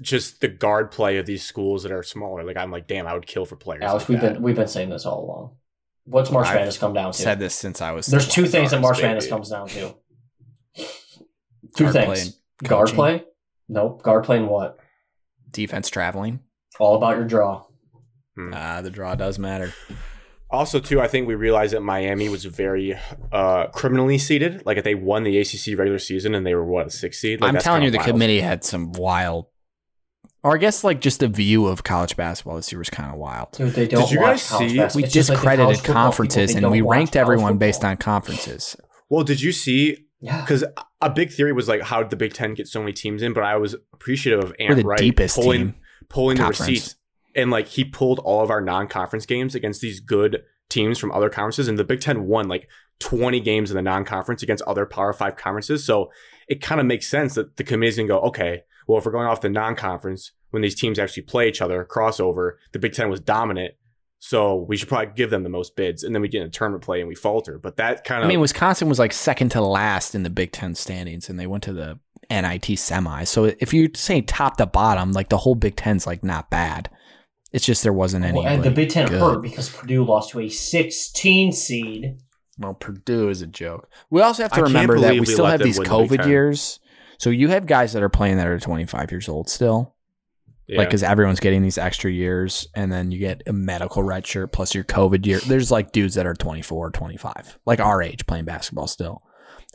[SPEAKER 1] just the guard play of these schools that are smaller. Like I'm like, damn, I would kill for players.
[SPEAKER 4] Alex,
[SPEAKER 1] like
[SPEAKER 4] we've
[SPEAKER 1] that.
[SPEAKER 4] been we've been saying this all along. What's March
[SPEAKER 5] I've
[SPEAKER 4] Madness come down to?
[SPEAKER 5] Said this since I was.
[SPEAKER 4] There's two things that March
[SPEAKER 1] Guards,
[SPEAKER 4] Madness
[SPEAKER 1] baby.
[SPEAKER 4] comes down to. Two
[SPEAKER 5] Guard play
[SPEAKER 4] things. Guard
[SPEAKER 5] coaching.
[SPEAKER 4] play? Nope. Guard play and what?
[SPEAKER 5] defense traveling.
[SPEAKER 4] All about your draw.
[SPEAKER 5] Uh, the draw does matter.
[SPEAKER 1] Also, too, I think we realized that Miami was very uh, criminally seeded. Like if they won the ACC regular season and they were what a six seed. Like,
[SPEAKER 5] I'm
[SPEAKER 1] that's
[SPEAKER 5] telling you,
[SPEAKER 1] kinda
[SPEAKER 5] the
[SPEAKER 1] wild.
[SPEAKER 5] committee had some wild, or I guess like just the view of college baskall this year was kind of wild.
[SPEAKER 4] Dude, they don't
[SPEAKER 1] you
[SPEAKER 4] watch
[SPEAKER 1] guys
[SPEAKER 4] college
[SPEAKER 1] see-
[SPEAKER 4] basketball.
[SPEAKER 5] We
[SPEAKER 4] It's just like the college
[SPEAKER 5] discredited
[SPEAKER 4] football people,
[SPEAKER 5] conferences
[SPEAKER 4] they
[SPEAKER 5] and
[SPEAKER 4] don't
[SPEAKER 5] we
[SPEAKER 4] watch
[SPEAKER 5] ranked
[SPEAKER 4] college
[SPEAKER 5] everyone based
[SPEAKER 4] football.
[SPEAKER 5] on conferences.
[SPEAKER 1] Well, did you see?
[SPEAKER 4] Yeah.
[SPEAKER 1] Because a big theory was like, how did the Big Ten get so many teams in? But I was appreciative of
[SPEAKER 5] We're
[SPEAKER 1] Ant
[SPEAKER 5] the
[SPEAKER 1] Wright
[SPEAKER 5] deepest
[SPEAKER 1] pulling
[SPEAKER 5] team.
[SPEAKER 1] pulling
[SPEAKER 5] conference.
[SPEAKER 1] the receipts, and like he pulled all of our non-conference games against these good teams from other conferences, and the Big Ten won like 20 games in the non-conference against other Power Five conferences. So it kind of makes sense that the committee's gonna go, okay, well, if we're going off the non-conference when these teams actually play each other, crossover, the Big Ten was dominant. So we should probably give them the most bids, and then we get in a tournament play and we falter. But that kind
[SPEAKER 5] I
[SPEAKER 1] of
[SPEAKER 5] mean, Wisconsin was like second to last in the Big Ten standings, and they went to the NIT semi. So if you say top to bottom, like the whole Big Ten's like not bad. It's just there wasn't any.
[SPEAKER 4] Well, and the
[SPEAKER 5] like,
[SPEAKER 4] Big Ten
[SPEAKER 5] good-
[SPEAKER 4] hurt because Purdue lost to a 16 seed.
[SPEAKER 5] Well, Purdue is a joke. We also have
[SPEAKER 1] I
[SPEAKER 5] to
[SPEAKER 1] can't
[SPEAKER 5] remember that
[SPEAKER 1] believe
[SPEAKER 5] we,
[SPEAKER 1] we
[SPEAKER 5] still
[SPEAKER 1] let
[SPEAKER 5] have
[SPEAKER 1] them
[SPEAKER 5] these
[SPEAKER 1] win the Big
[SPEAKER 5] COVID
[SPEAKER 1] Ten.
[SPEAKER 5] years. So you have guys that are playing that are 25 years old still, Like 'cause like because everyone's getting these extra years, and then you get a medical red shirt plus your COVID year. There's like dudes that are 24, 25, like our age playing basketball still.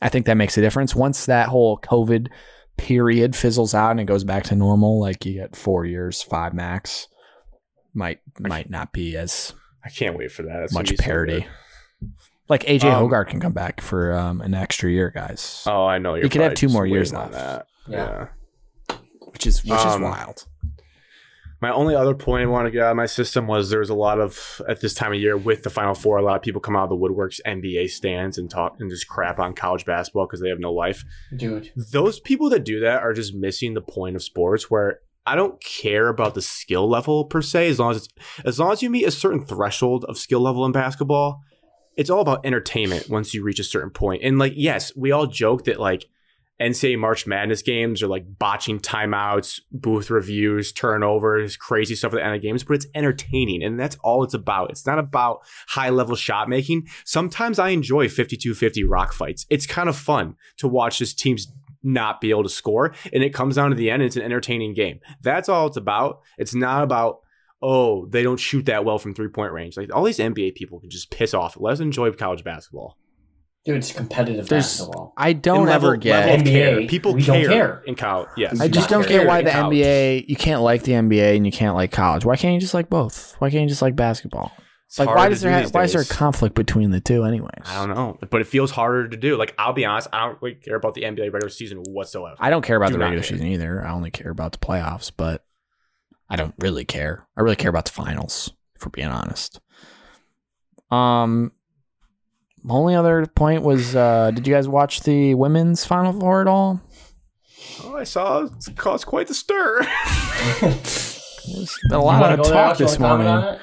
[SPEAKER 5] I think that makes a difference. Once that whole COVID period fizzles out and it goes back to normal, like you get four years, five max, might might not be as
[SPEAKER 1] I can't wait for that. It's gonna
[SPEAKER 5] much
[SPEAKER 1] be so
[SPEAKER 5] parity.
[SPEAKER 1] good.
[SPEAKER 5] like AJ
[SPEAKER 1] Um,
[SPEAKER 5] Hogarth can come back for um, an extra year, guys,
[SPEAKER 1] oh, I know. You're
[SPEAKER 5] could have
[SPEAKER 1] probably
[SPEAKER 5] two
[SPEAKER 1] just
[SPEAKER 5] more years
[SPEAKER 1] waiting on
[SPEAKER 5] left.
[SPEAKER 1] that. yeah.
[SPEAKER 5] which is which
[SPEAKER 1] um,
[SPEAKER 5] is wild.
[SPEAKER 1] My only other point I want to get out of my system was there's a lot of at this time of year with the Final Four, a lot of people come out of the woodworks NBA stands and talk and just crap on college basketball because they have no life.
[SPEAKER 4] Dude.
[SPEAKER 1] Those people that do that are just missing the point of sports where I don't care about the skill level per se, as long as it's as long as you meet a certain threshold of skill level in basketball, it's all about entertainment once you reach a certain point. And like, yes, we all joke that like NCAA March Madness games are like botching timeouts, booth reviews, turnovers, crazy stuff at the end of games, but it's entertaining and that's all it's about. It's not about high level shot making. Sometimes I enjoy 52 50 rock fights. It's kind of fun to watch this team's not be able to score and it comes down to the end and it's an entertaining game. That's all it's about. It's not about oh, they don't shoot that well from three point range. Like all these NBA people can just piss off. Let us enjoy college basketball.
[SPEAKER 4] Dude, it's competitive
[SPEAKER 5] There's-
[SPEAKER 4] basketball.
[SPEAKER 5] I don't
[SPEAKER 1] And
[SPEAKER 5] ever
[SPEAKER 1] level-
[SPEAKER 5] get.
[SPEAKER 1] level of
[SPEAKER 4] NBA,
[SPEAKER 1] care. People
[SPEAKER 4] we don't
[SPEAKER 1] care,
[SPEAKER 4] care.
[SPEAKER 1] in college. Yes,
[SPEAKER 5] I just
[SPEAKER 4] not
[SPEAKER 5] don't get why
[SPEAKER 1] in
[SPEAKER 5] the
[SPEAKER 1] college.
[SPEAKER 5] NBA. You can't like the NBA and you can't like college. Why can't you just like both? Why can't you just like basketball?
[SPEAKER 1] It's
[SPEAKER 5] like
[SPEAKER 1] hard
[SPEAKER 5] why
[SPEAKER 1] to
[SPEAKER 5] does
[SPEAKER 1] do
[SPEAKER 5] there ha-
[SPEAKER 1] these
[SPEAKER 5] why is there a
[SPEAKER 1] days.
[SPEAKER 5] conflict between the two anyways?
[SPEAKER 1] I don't know, but it feels harder to do. Like I'll be honest, I don't really care about the NBA regular season whatsoever.
[SPEAKER 5] I don't care about
[SPEAKER 1] Do
[SPEAKER 5] the
[SPEAKER 1] not
[SPEAKER 5] regular
[SPEAKER 1] care.
[SPEAKER 5] season either. I only care about the playoffs, but I don't really care. I really care about the finals, if we're being honest. Um my only other point was uh did you guys watch the women's final four at all?
[SPEAKER 1] oh, I saw it caused quite the stir.
[SPEAKER 5] There's been a
[SPEAKER 4] You
[SPEAKER 5] lot
[SPEAKER 4] wanna
[SPEAKER 5] of
[SPEAKER 4] go there,
[SPEAKER 5] talk
[SPEAKER 4] Alex? You
[SPEAKER 5] this
[SPEAKER 4] wanna comment
[SPEAKER 5] morning.
[SPEAKER 4] on it?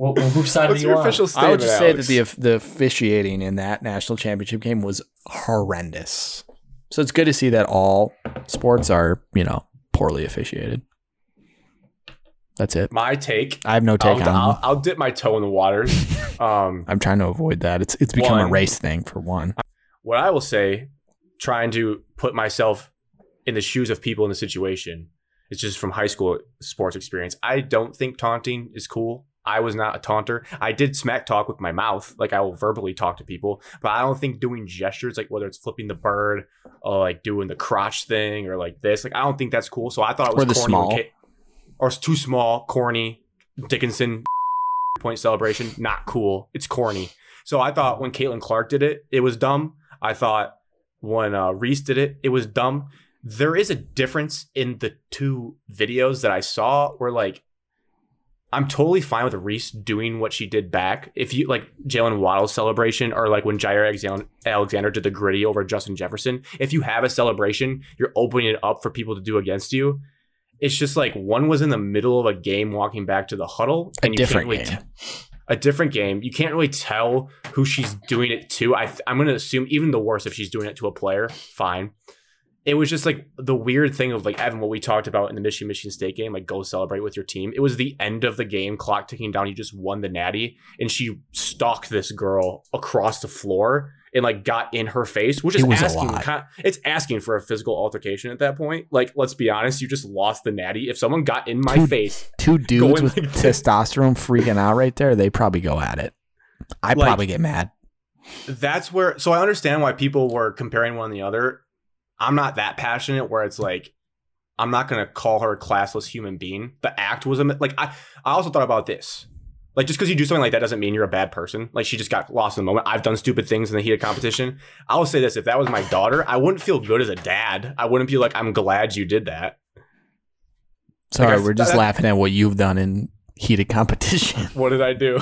[SPEAKER 4] Well, well, whose side
[SPEAKER 1] What's
[SPEAKER 4] do you
[SPEAKER 1] your
[SPEAKER 4] want?
[SPEAKER 1] official statement?
[SPEAKER 5] I would just say
[SPEAKER 1] Alex?
[SPEAKER 5] that the the officiating in that national championship game was horrendous. So it's good to see that all sports are, you know, poorly officiated. That's it.
[SPEAKER 1] my take.
[SPEAKER 5] I have no take on
[SPEAKER 1] I'll,
[SPEAKER 5] them.
[SPEAKER 1] I'll, I'll dip my toe in the waters. Um,
[SPEAKER 5] I'm trying to avoid that. It's it's become
[SPEAKER 1] One.
[SPEAKER 5] a race thing for one.
[SPEAKER 1] what I will say, trying to put myself in the shoes of people in the situation, is just from high school sports experience. I don't think taunting is cool. I was not a taunter. I did smack talk with my mouth, like I will verbally talk to people, but I don't think doing gestures, like whether it's flipping the bird or like doing the crotch thing or like this, like I don't think that's cool. So I thought it was
[SPEAKER 5] Or the
[SPEAKER 1] corny when
[SPEAKER 5] small.
[SPEAKER 1] ki- or it's too small, corny, Dickinson point celebration, not cool. It's corny. So I thought when Caitlin Clark did it, it was dumb. I thought when uh, Reese did it, it was dumb. There is a difference in the two videos that I saw where like I'm totally fine with Reese doing what she did back. If you like Jalen Waddle's celebration or like when Jair Alex- Alexander did the gritty over Justin Jefferson, if you have a celebration, you're opening it up for people to do against you. It's just like one was in the middle of a game walking back to the huddle.
[SPEAKER 5] A
[SPEAKER 1] you can't
[SPEAKER 5] different
[SPEAKER 1] really
[SPEAKER 5] game.
[SPEAKER 1] a different game. You can't really tell who she's doing it to. I th- I'm going to assume even the worst if she's doing it to a player, fine. It was just like the weird thing of like Evan, what we talked about in the Michigan Michigan State game, like go celebrate with your team. It was the end of the game, clock ticking down. You just won the natty, and she stalked this girl across the floor and like got in her face, which is
[SPEAKER 5] It was a
[SPEAKER 1] asking.
[SPEAKER 5] lot.
[SPEAKER 1] ki- It's asking for a physical altercation at that point. Like, let's be honest, you just lost the natty. If someone got in my
[SPEAKER 5] Dude,
[SPEAKER 1] face,
[SPEAKER 5] Two dudes
[SPEAKER 1] Going
[SPEAKER 5] with
[SPEAKER 1] like this.
[SPEAKER 5] testosterone freaking out right there. They probably go at it. I
[SPEAKER 1] Like-
[SPEAKER 5] probably get mad.
[SPEAKER 1] that's where so I understand why people were comparing one to the other. I'm not that passionate where it's like I'm not gonna call her a classless human being. The act was a like I I also thought about this. Like just because you do something like that doesn't mean you're a bad person. Like she just got lost in the moment. I've done stupid things in the heat of competition. I'll say this: if that was my daughter, I wouldn't feel good as a dad. I wouldn't be like, I'm glad you did that.
[SPEAKER 5] Sorry,
[SPEAKER 1] Like I-
[SPEAKER 5] we're just
[SPEAKER 1] that-
[SPEAKER 5] laughing at what you've done in heated competition.
[SPEAKER 1] What did I do?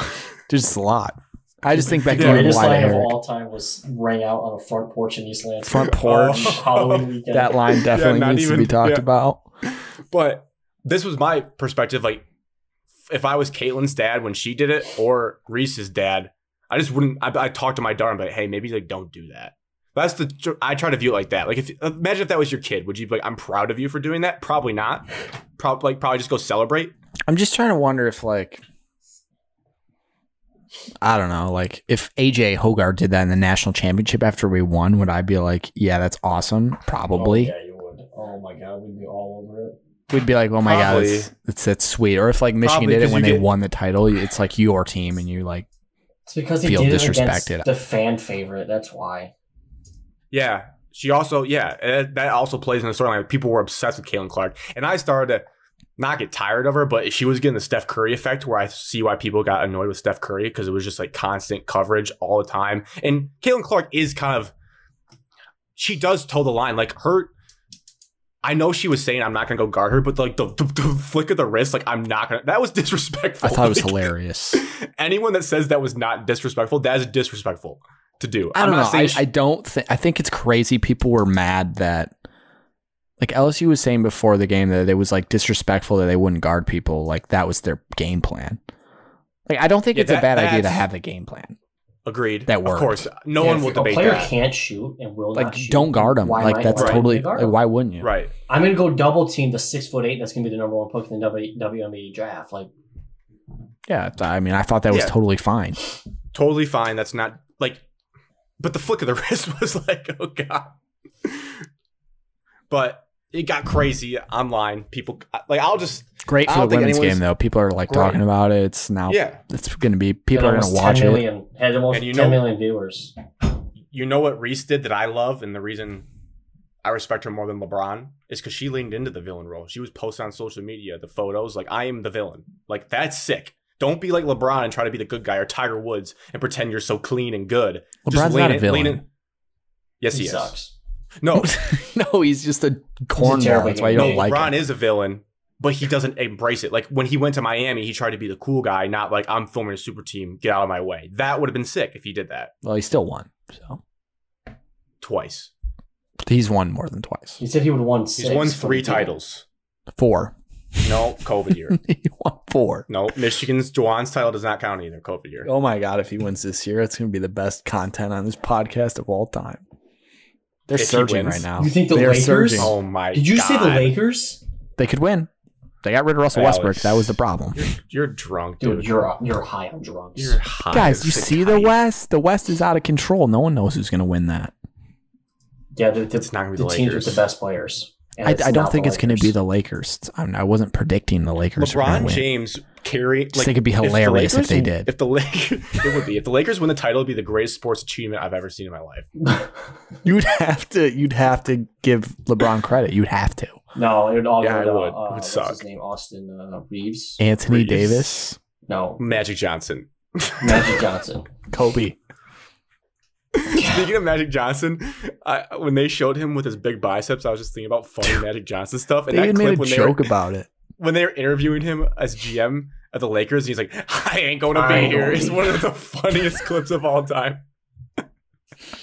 [SPEAKER 5] There's a lot. I just think back
[SPEAKER 4] The
[SPEAKER 5] to
[SPEAKER 4] greatest
[SPEAKER 5] wide
[SPEAKER 4] line of
[SPEAKER 5] Eric.
[SPEAKER 4] all time was rang out on a front porch in East Lansing.
[SPEAKER 5] Front porch.
[SPEAKER 4] on Halloween weekend.
[SPEAKER 5] That line definitely
[SPEAKER 1] not
[SPEAKER 5] needs to
[SPEAKER 1] even-
[SPEAKER 5] be talked
[SPEAKER 1] yeah.
[SPEAKER 5] about.
[SPEAKER 1] But this was my perspective. Like, if I was Caitlin's dad when she did it, or Reese's dad, I just wouldn't. I, I talk to my daughter, but hey, maybe like don't do that. That's the. I try to view it like that. Like, if imagine if that was your kid, would you be like, I'm proud of you for doing that? Probably not. Probably like probably just go celebrate.
[SPEAKER 5] I'm just trying to wonder if like I don't know, like if AJ Hogarth did that in the national championship after we won, would I be like, yeah, that's awesome? Probably.
[SPEAKER 4] Oh, yeah, you would. Oh my god, we'd be all over it.
[SPEAKER 5] We'd be like, oh my god,
[SPEAKER 1] Probably.
[SPEAKER 5] it's, it's it's sweet. Or if like Michigan
[SPEAKER 1] Probably,
[SPEAKER 5] did it
[SPEAKER 1] 'cause
[SPEAKER 5] when
[SPEAKER 1] you
[SPEAKER 5] they
[SPEAKER 1] get-
[SPEAKER 5] won the title, it's like your team and you like
[SPEAKER 4] It's because he
[SPEAKER 5] Feel
[SPEAKER 4] did it
[SPEAKER 5] disrespected.
[SPEAKER 4] against the fan favorite. That's why.
[SPEAKER 1] Yeah. She also, yeah, that, that also plays in the storyline. Like, People were obsessed with Caitlin Clark. And I started to not get tired of her, but she was getting the Steph Curry effect where I see why people got annoyed with Steph Curry because it was just like constant coverage all the time. And Caitlin Clark is kind of, she does toe the line. Like her, I know she was saying, I'm not going to go guard her, but like the, the, the flick of the wrist, like I'm not going to, that was disrespectful.
[SPEAKER 5] I thought it was
[SPEAKER 1] Like,
[SPEAKER 5] hilarious.
[SPEAKER 1] Anyone that says that was not disrespectful, that is disrespectful to do.
[SPEAKER 5] I don't
[SPEAKER 1] I'm
[SPEAKER 5] know.
[SPEAKER 1] not saying
[SPEAKER 5] I,
[SPEAKER 1] she-
[SPEAKER 5] I don't think I think it's crazy. People were mad that like LSU was saying before the game that it was like disrespectful that they wouldn't guard people. Like that was their game plan. Like I don't think
[SPEAKER 1] Yeah,
[SPEAKER 5] it's a
[SPEAKER 1] that-
[SPEAKER 5] bad idea to
[SPEAKER 1] that's-
[SPEAKER 5] have a game plan.
[SPEAKER 1] Agreed.
[SPEAKER 5] That
[SPEAKER 1] Of
[SPEAKER 5] worked.
[SPEAKER 1] course, no
[SPEAKER 5] Yeah,
[SPEAKER 1] one
[SPEAKER 5] if
[SPEAKER 1] will
[SPEAKER 4] If a
[SPEAKER 1] debate
[SPEAKER 4] player
[SPEAKER 1] that.
[SPEAKER 4] can't shoot and will
[SPEAKER 5] Like
[SPEAKER 4] not shoot,
[SPEAKER 5] don't guard them.
[SPEAKER 4] why
[SPEAKER 5] Like
[SPEAKER 4] not
[SPEAKER 5] that's
[SPEAKER 4] guard 'em?
[SPEAKER 5] totally
[SPEAKER 4] They guard
[SPEAKER 5] like
[SPEAKER 4] 'em.
[SPEAKER 5] why wouldn't you?
[SPEAKER 1] Right.
[SPEAKER 4] I'm gonna go double team the six foot eight. That's gonna be the number one pick in the W- WNBA draft. Like
[SPEAKER 5] Yeah. th- I mean, I thought that was
[SPEAKER 1] Yeah.
[SPEAKER 5] totally fine.
[SPEAKER 1] Totally fine. That's not like, but the flick of the wrist was like, oh god. But it got crazy online. People like, I'll just
[SPEAKER 5] Great
[SPEAKER 1] I
[SPEAKER 5] for the
[SPEAKER 1] don't think
[SPEAKER 5] women's game
[SPEAKER 1] anyone's-
[SPEAKER 5] though. People are like
[SPEAKER 1] Great.
[SPEAKER 5] talking about it. It's now
[SPEAKER 1] yeah.
[SPEAKER 5] it's going to be people
[SPEAKER 4] had
[SPEAKER 5] are going to
[SPEAKER 4] almost
[SPEAKER 5] watch
[SPEAKER 4] 10
[SPEAKER 5] it.
[SPEAKER 4] million, Had almost
[SPEAKER 1] And you
[SPEAKER 4] 10
[SPEAKER 1] know-
[SPEAKER 4] million viewers.
[SPEAKER 1] You know what Reese did that I love, and the reason I respect her more than LeBron is because she leaned into the villain role. She was posting on social media the photos like, I am the villain. Like that's sick. Don't be like LeBron and try to be the good guy or Tiger Woods and pretend you're so clean and good.
[SPEAKER 5] LeBron's
[SPEAKER 1] lean
[SPEAKER 5] not a
[SPEAKER 1] in- lean
[SPEAKER 5] villain.
[SPEAKER 1] in- Yes, he,
[SPEAKER 4] he
[SPEAKER 1] is.
[SPEAKER 4] sucks.
[SPEAKER 1] No,
[SPEAKER 5] no, he's just a cornball.
[SPEAKER 4] terrible
[SPEAKER 5] That's why you
[SPEAKER 4] game.
[SPEAKER 5] don't
[SPEAKER 1] no,
[SPEAKER 5] like
[SPEAKER 1] Ron
[SPEAKER 5] him.
[SPEAKER 1] is a villain, but he doesn't embrace it. Like when he went to Miami, he tried to be the cool guy, not like I'm filming a super team, get out of my way. That would have been sick if he did that
[SPEAKER 5] Well, he still won. So
[SPEAKER 1] twice.
[SPEAKER 5] he's won more than twice.
[SPEAKER 4] He said he would have won six.
[SPEAKER 1] He's won
[SPEAKER 4] but he
[SPEAKER 1] three
[SPEAKER 4] didn't.
[SPEAKER 1] titles.
[SPEAKER 5] Four.
[SPEAKER 1] No, COVID year.
[SPEAKER 5] he won four.
[SPEAKER 1] No, Michigan's Juwan's title does not count either. COVID year.
[SPEAKER 5] Oh my god! If he wins this year, it's going to be the best content on this podcast of all time. They're
[SPEAKER 1] If he
[SPEAKER 5] surging
[SPEAKER 1] wins.
[SPEAKER 5] right now.
[SPEAKER 4] You think the
[SPEAKER 5] they are
[SPEAKER 4] Lakers-
[SPEAKER 5] surging.
[SPEAKER 1] Oh my!
[SPEAKER 4] Did you say the
[SPEAKER 1] God.
[SPEAKER 4] Lakers?
[SPEAKER 5] They could win. They got rid of Russell
[SPEAKER 1] Alex.
[SPEAKER 5] Westbrook. That was the problem,
[SPEAKER 1] You're drunk,
[SPEAKER 4] Dude,
[SPEAKER 1] dude.
[SPEAKER 4] you're you're high on drugs.
[SPEAKER 1] You're high as
[SPEAKER 5] guys. You
[SPEAKER 1] a
[SPEAKER 5] see the
[SPEAKER 1] kite.
[SPEAKER 5] West. The West is out of control. No one knows who's going to win that.
[SPEAKER 4] yeah, the, the,
[SPEAKER 1] It's not gonna be
[SPEAKER 4] the
[SPEAKER 1] the
[SPEAKER 4] teams with
[SPEAKER 1] Lakers.
[SPEAKER 4] the best players. And
[SPEAKER 5] I,
[SPEAKER 4] it's
[SPEAKER 5] I
[SPEAKER 4] not
[SPEAKER 5] don't think it's going to be
[SPEAKER 4] Lakers.
[SPEAKER 5] the Lakers. It's- I'm, I wasn't predicting the Lakers. were gonna
[SPEAKER 1] LeBron
[SPEAKER 5] win.
[SPEAKER 1] James carry
[SPEAKER 5] Just think it'd be hilarious if
[SPEAKER 1] Lakers-
[SPEAKER 5] they did.
[SPEAKER 1] If the Lakers, it would be. If the Lakers win the title, it'd be the greatest sports achievement I've ever seen in my life.
[SPEAKER 5] You'd have to. You'd have to give LeBron credit. You'd have to.
[SPEAKER 4] No, it would all
[SPEAKER 1] Yeah,
[SPEAKER 4] go
[SPEAKER 1] it
[SPEAKER 4] to,
[SPEAKER 1] would. It
[SPEAKER 4] uh,
[SPEAKER 1] would
[SPEAKER 4] what's
[SPEAKER 1] suck.
[SPEAKER 4] His name Austin uh, Reeves.
[SPEAKER 5] Anthony
[SPEAKER 1] Reeves.
[SPEAKER 5] Davis,
[SPEAKER 4] No,
[SPEAKER 1] Magic Johnson.
[SPEAKER 4] Magic Johnson.
[SPEAKER 5] Kobe.
[SPEAKER 1] Speaking of Magic Johnson, I, when they showed him with his big biceps, I was just thinking about funny Magic Johnson stuff. And
[SPEAKER 5] They
[SPEAKER 1] that
[SPEAKER 5] even
[SPEAKER 1] clip
[SPEAKER 5] made a
[SPEAKER 1] when they were
[SPEAKER 5] joke about it.
[SPEAKER 1] when they were interviewing him as GM at the Lakers, and he's like, "I ain't going to
[SPEAKER 4] I
[SPEAKER 1] be
[SPEAKER 4] ain't
[SPEAKER 1] here."
[SPEAKER 4] gonna
[SPEAKER 1] It's
[SPEAKER 4] be
[SPEAKER 1] one of the funniest clips of all time.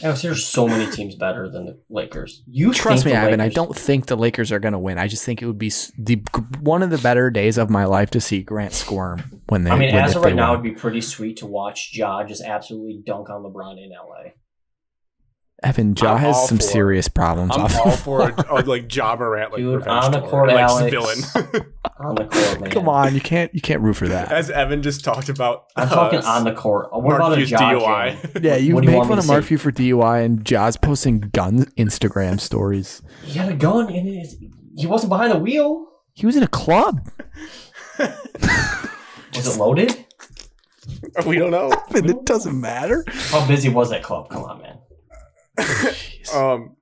[SPEAKER 4] I was hearing so many teams better than the Lakers. You
[SPEAKER 5] Trust me,
[SPEAKER 4] think the
[SPEAKER 5] Ivan. I
[SPEAKER 4] Lakers-
[SPEAKER 5] don't think the Lakers are going to win. I just think it would be s- the one of the better days of my life to see Grant squirm when they.
[SPEAKER 4] I mean,
[SPEAKER 5] when-
[SPEAKER 4] as
[SPEAKER 5] if
[SPEAKER 4] of
[SPEAKER 5] they
[SPEAKER 4] right now,
[SPEAKER 5] win.
[SPEAKER 4] it'd be pretty sweet to watch Ja just absolutely dunk on LeBron in LA.
[SPEAKER 5] Evan
[SPEAKER 1] I'm
[SPEAKER 5] Ja
[SPEAKER 1] all
[SPEAKER 5] has some
[SPEAKER 1] for it.
[SPEAKER 5] serious problems.
[SPEAKER 1] I'm
[SPEAKER 5] off the
[SPEAKER 1] all for
[SPEAKER 5] floor.
[SPEAKER 1] a, a, like John Morant, like
[SPEAKER 4] Dude,
[SPEAKER 1] revenge
[SPEAKER 4] on the
[SPEAKER 1] tour,
[SPEAKER 4] court,
[SPEAKER 1] like
[SPEAKER 4] Alex.
[SPEAKER 1] villain.
[SPEAKER 4] On the court, man.
[SPEAKER 5] Come on, you can't you can't root for that.
[SPEAKER 1] as Evan just talked about. uh,
[SPEAKER 4] I'm talking on the court. Uh, What
[SPEAKER 1] Mark
[SPEAKER 4] about a
[SPEAKER 1] Few's
[SPEAKER 4] Ja
[SPEAKER 1] DUI.
[SPEAKER 4] jam?
[SPEAKER 5] Yeah, you
[SPEAKER 4] What do you
[SPEAKER 5] make
[SPEAKER 4] want me
[SPEAKER 5] fun of
[SPEAKER 4] to say?
[SPEAKER 5] Murphy for DUI and Jaws posting gun Instagram stories.
[SPEAKER 4] He had a gun in his. He wasn't behind the wheel.
[SPEAKER 5] He was in a club.
[SPEAKER 4] Was it loaded?
[SPEAKER 1] we don't know.
[SPEAKER 5] And it doesn't matter.
[SPEAKER 4] How busy was that club? Come on, man.
[SPEAKER 5] Uh,
[SPEAKER 1] Um,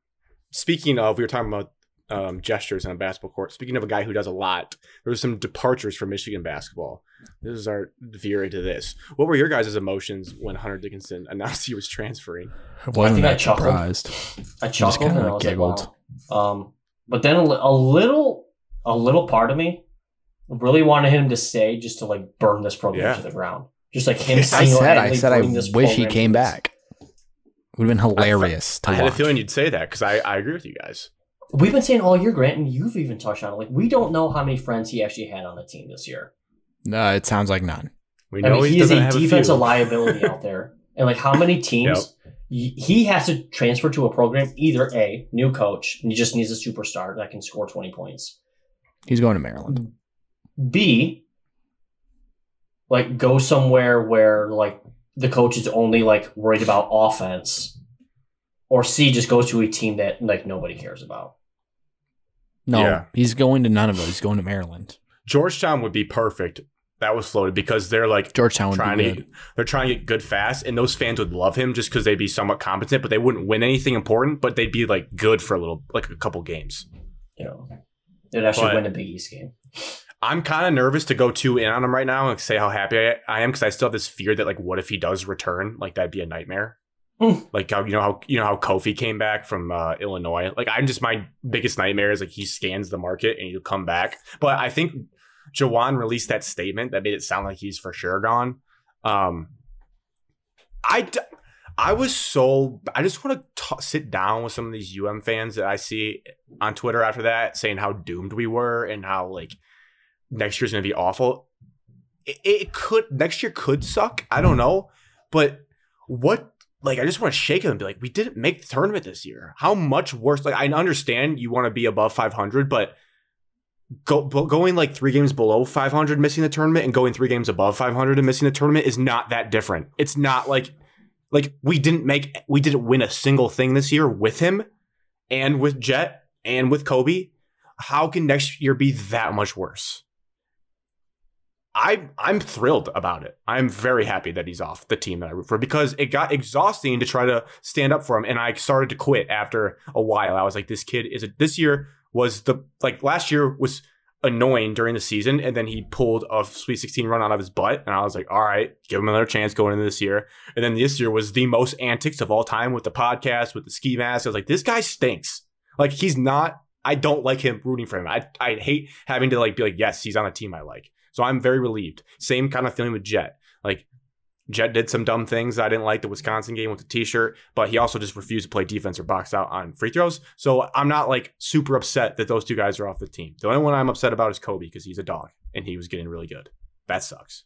[SPEAKER 1] speaking of, we were talking about um, gestures on a basketball court. Speaking of a guy who does a lot, there was some departures for Michigan basketball. This is our veer into this. What were your guys' emotions when Hunter Dickinson announced he was transferring?
[SPEAKER 5] wasn't
[SPEAKER 4] think I
[SPEAKER 5] that
[SPEAKER 4] chuckled.
[SPEAKER 5] surprised.
[SPEAKER 4] I chuckled
[SPEAKER 5] kinda
[SPEAKER 4] and I was
[SPEAKER 5] giggled.
[SPEAKER 4] like, wow. Um, but then a, li- a little, a little part of me really wanted him to stay just to like burn this program
[SPEAKER 1] Yeah.
[SPEAKER 4] to the ground. Just like him.
[SPEAKER 5] I said I
[SPEAKER 4] single-handedly
[SPEAKER 5] said I
[SPEAKER 4] putting this
[SPEAKER 5] wish he
[SPEAKER 4] program
[SPEAKER 5] came
[SPEAKER 4] to this-
[SPEAKER 5] back. Would have been hilarious to
[SPEAKER 1] I had a
[SPEAKER 5] watch.
[SPEAKER 1] feeling you'd say that because I, I agree with you guys.
[SPEAKER 4] We've been saying all year, Grant, and you've even touched on it. Like we don't know how many friends he actually had on the team this year.
[SPEAKER 5] no, it sounds like none.
[SPEAKER 1] We
[SPEAKER 4] I
[SPEAKER 1] know
[SPEAKER 4] mean,
[SPEAKER 1] he,
[SPEAKER 4] he is
[SPEAKER 1] doesn't
[SPEAKER 4] a
[SPEAKER 1] have
[SPEAKER 4] defensive
[SPEAKER 1] a few.
[SPEAKER 4] liability out there, and like how many teams y- he has to transfer to a program either a new coach, and he just needs a superstar that can score twenty points.
[SPEAKER 5] He's going to Maryland.
[SPEAKER 4] B, like go somewhere where like the coach is only like worried about offense, or C just goes to a team that like nobody cares about.
[SPEAKER 5] No,
[SPEAKER 1] Yeah.
[SPEAKER 5] he's going to none of those. He's going to Maryland.
[SPEAKER 1] Georgetown would be perfect. That was floated because they're like
[SPEAKER 5] Georgetown would
[SPEAKER 1] trying
[SPEAKER 5] be
[SPEAKER 1] to
[SPEAKER 5] good.
[SPEAKER 1] they're trying to get good fast, and those fans would love him just because they'd be somewhat competent, but they wouldn't win anything important. But they'd be like good for a little, like a couple games.
[SPEAKER 4] You know, they'd actually
[SPEAKER 1] But-
[SPEAKER 4] win a Big East game.
[SPEAKER 1] I'm kind of nervous to go too in on him right now and like, say how happy I, I am because I still have this fear that like, what if he does return? Like that'd be a nightmare.
[SPEAKER 4] Hmm.
[SPEAKER 1] like how you know how you know how Kofi came back from uh, Illinois. Like I'm just my biggest nightmare is like he scans the market and he'll come back. But I think Jawan released that statement that made it sound like he's for sure gone. Um, I d- I was so I just want to sit down with some of these UM fans that I see on Twitter after that saying how doomed we were and how like next year's going to be awful. It, it could next year could suck. I don't know, but what like I just want to shake him and be like, we didn't make the tournament this year. How much worse? Like I understand you want to be above 500, but go, bo- going like three games below 500, missing the tournament, and going three games above 500 and missing the tournament is not that different. It's not like like we didn't make we didn't win a single thing this year with him and with Jet and with Kobe. How can next year be that much worse? I I'm thrilled about it. I'm very happy that he's off the team that I root for because it got exhausting to try to stand up for him, and I started to quit after a while. I was like, this kid is a, this year was the like last year was annoying during the season, and then he pulled a Sweet 16 run out of his butt, and I was like, all right, give him another chance going into this year. And then this year was the most antics of all time with the podcast, with the ski mask. I was like, this guy stinks. Like he's not. I don't like him rooting for him. I I hate having to like be like, yes, he's on a team I like. So I'm very relieved. Same kind of feeling with Jet. Like Jet did some dumb things that I didn't like the Wisconsin game with the T-shirt, but he also just refused to play defense or box out on free throws. So I'm not like super upset that those two guys are off the team. The only one I'm upset about is Kobe because he's a dog and he was getting really good. That sucks.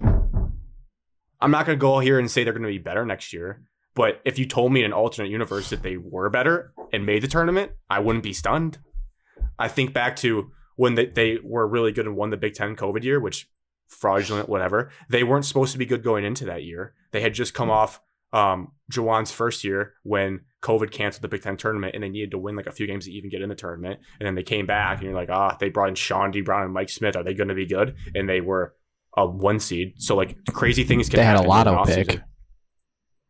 [SPEAKER 1] I'm not going to go here and say they're going to be better next year, but if you told me in an alternate universe that they were better and made the tournament, I wouldn't be stunned. I think back to when they, they were really good and won the Big Ten COVID year, which fraudulent, whatever. They weren't supposed to be good going into that year. They had just come off um, Jawan's first year when COVID canceled the Big Ten tournament and they needed to win like a few games to even get in the tournament. And then they came back and you're like, ah, they brought in Sean D. Brown and Mike Smith. Are they going to be good? And they were a one seed. So like crazy things can
[SPEAKER 5] They had a
[SPEAKER 1] happen. during the
[SPEAKER 5] lotto
[SPEAKER 1] offseason.
[SPEAKER 5] pick.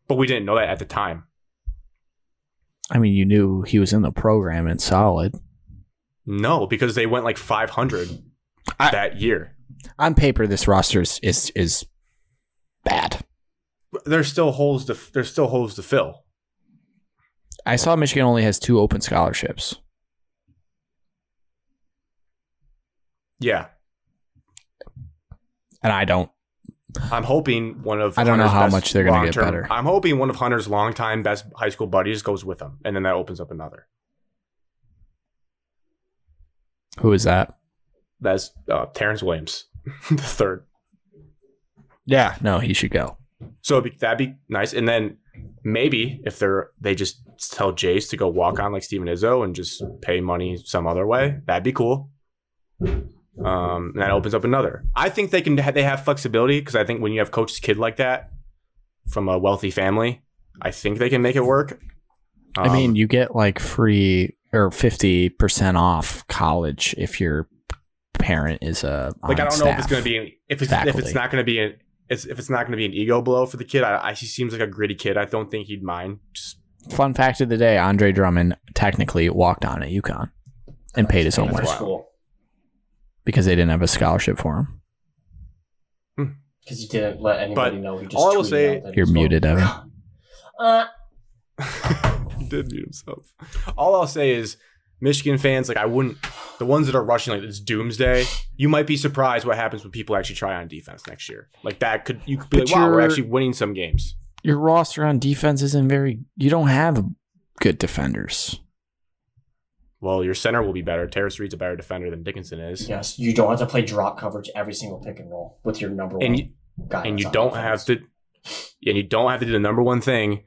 [SPEAKER 1] But we didn't know that at the time.
[SPEAKER 5] I mean, you knew he was in the program and solid.
[SPEAKER 1] No, because they went like 500
[SPEAKER 5] I-
[SPEAKER 1] that year.
[SPEAKER 5] On paper, this roster is is, is bad.
[SPEAKER 1] There's still holes to there's still holes to fill.
[SPEAKER 5] I saw Michigan only has two open scholarships.
[SPEAKER 1] Yeah,
[SPEAKER 5] And I don't.
[SPEAKER 1] I'm hoping one of
[SPEAKER 5] I don't know how
[SPEAKER 1] best
[SPEAKER 5] much they're gonna get
[SPEAKER 1] long-term-
[SPEAKER 5] better.
[SPEAKER 1] I'm hoping one of Hunter's longtime best high school buddies goes with him, and then that opens up another.
[SPEAKER 5] Who is that?
[SPEAKER 1] That's uh, Terrence Williams, the third.
[SPEAKER 5] Yeah. No, he should go.
[SPEAKER 1] So it'd be, that'd be nice. And then maybe if they're they just tell Jace to go walk on like Steven Izzo and just pay money some other way, that'd be cool. Um, and that opens up another. I think they can they have flexibility because I think when you have coach's kid like that from a wealthy family, I think they can make it work.
[SPEAKER 5] I
[SPEAKER 1] Um,
[SPEAKER 5] mean, you get like free or 50% off college if your parent is a.
[SPEAKER 1] Um, like I
[SPEAKER 5] on
[SPEAKER 1] don't know if it's
[SPEAKER 5] staff.
[SPEAKER 1] going to be if it's if
[SPEAKER 5] faculty.
[SPEAKER 1] it's not going to be an it's, if it's not going to be an ego blow for the kid. I, I he seems like a gritty kid. I don't think he'd mind. Just
[SPEAKER 5] Fun fact of the day Andre Drummond technically walked on at UConn and paid his own
[SPEAKER 4] That's
[SPEAKER 5] way
[SPEAKER 1] wild.
[SPEAKER 4] cool.
[SPEAKER 5] because they didn't have a scholarship for him.
[SPEAKER 4] Because he didn't let anybody
[SPEAKER 1] But
[SPEAKER 4] know. He just
[SPEAKER 1] all I will
[SPEAKER 4] tweeted
[SPEAKER 1] say-
[SPEAKER 4] out that
[SPEAKER 5] You're
[SPEAKER 4] he's going-
[SPEAKER 5] muted, Evan.
[SPEAKER 4] Uh,
[SPEAKER 1] He did mute himself. All I'll say is, Michigan fans, like I wouldn't, the ones that are rushing like it's doomsday. You might be surprised what happens when people actually try on defense next year. Like that could you could be
[SPEAKER 5] But
[SPEAKER 1] like, wow, we're
[SPEAKER 5] you're-
[SPEAKER 1] actually winning some games.
[SPEAKER 5] Your roster on defense isn't very. You don't have good defenders.
[SPEAKER 1] Well, your center will be better. Terrace Reed's a better defender than Dickinson is,
[SPEAKER 4] yes, you don't have to play drop coverage every single pick and roll with your number one
[SPEAKER 1] and you,
[SPEAKER 4] guy.
[SPEAKER 1] and
[SPEAKER 4] that's
[SPEAKER 1] you
[SPEAKER 4] on
[SPEAKER 1] don't
[SPEAKER 4] offense.
[SPEAKER 1] have to, and you don't have to do the number one thing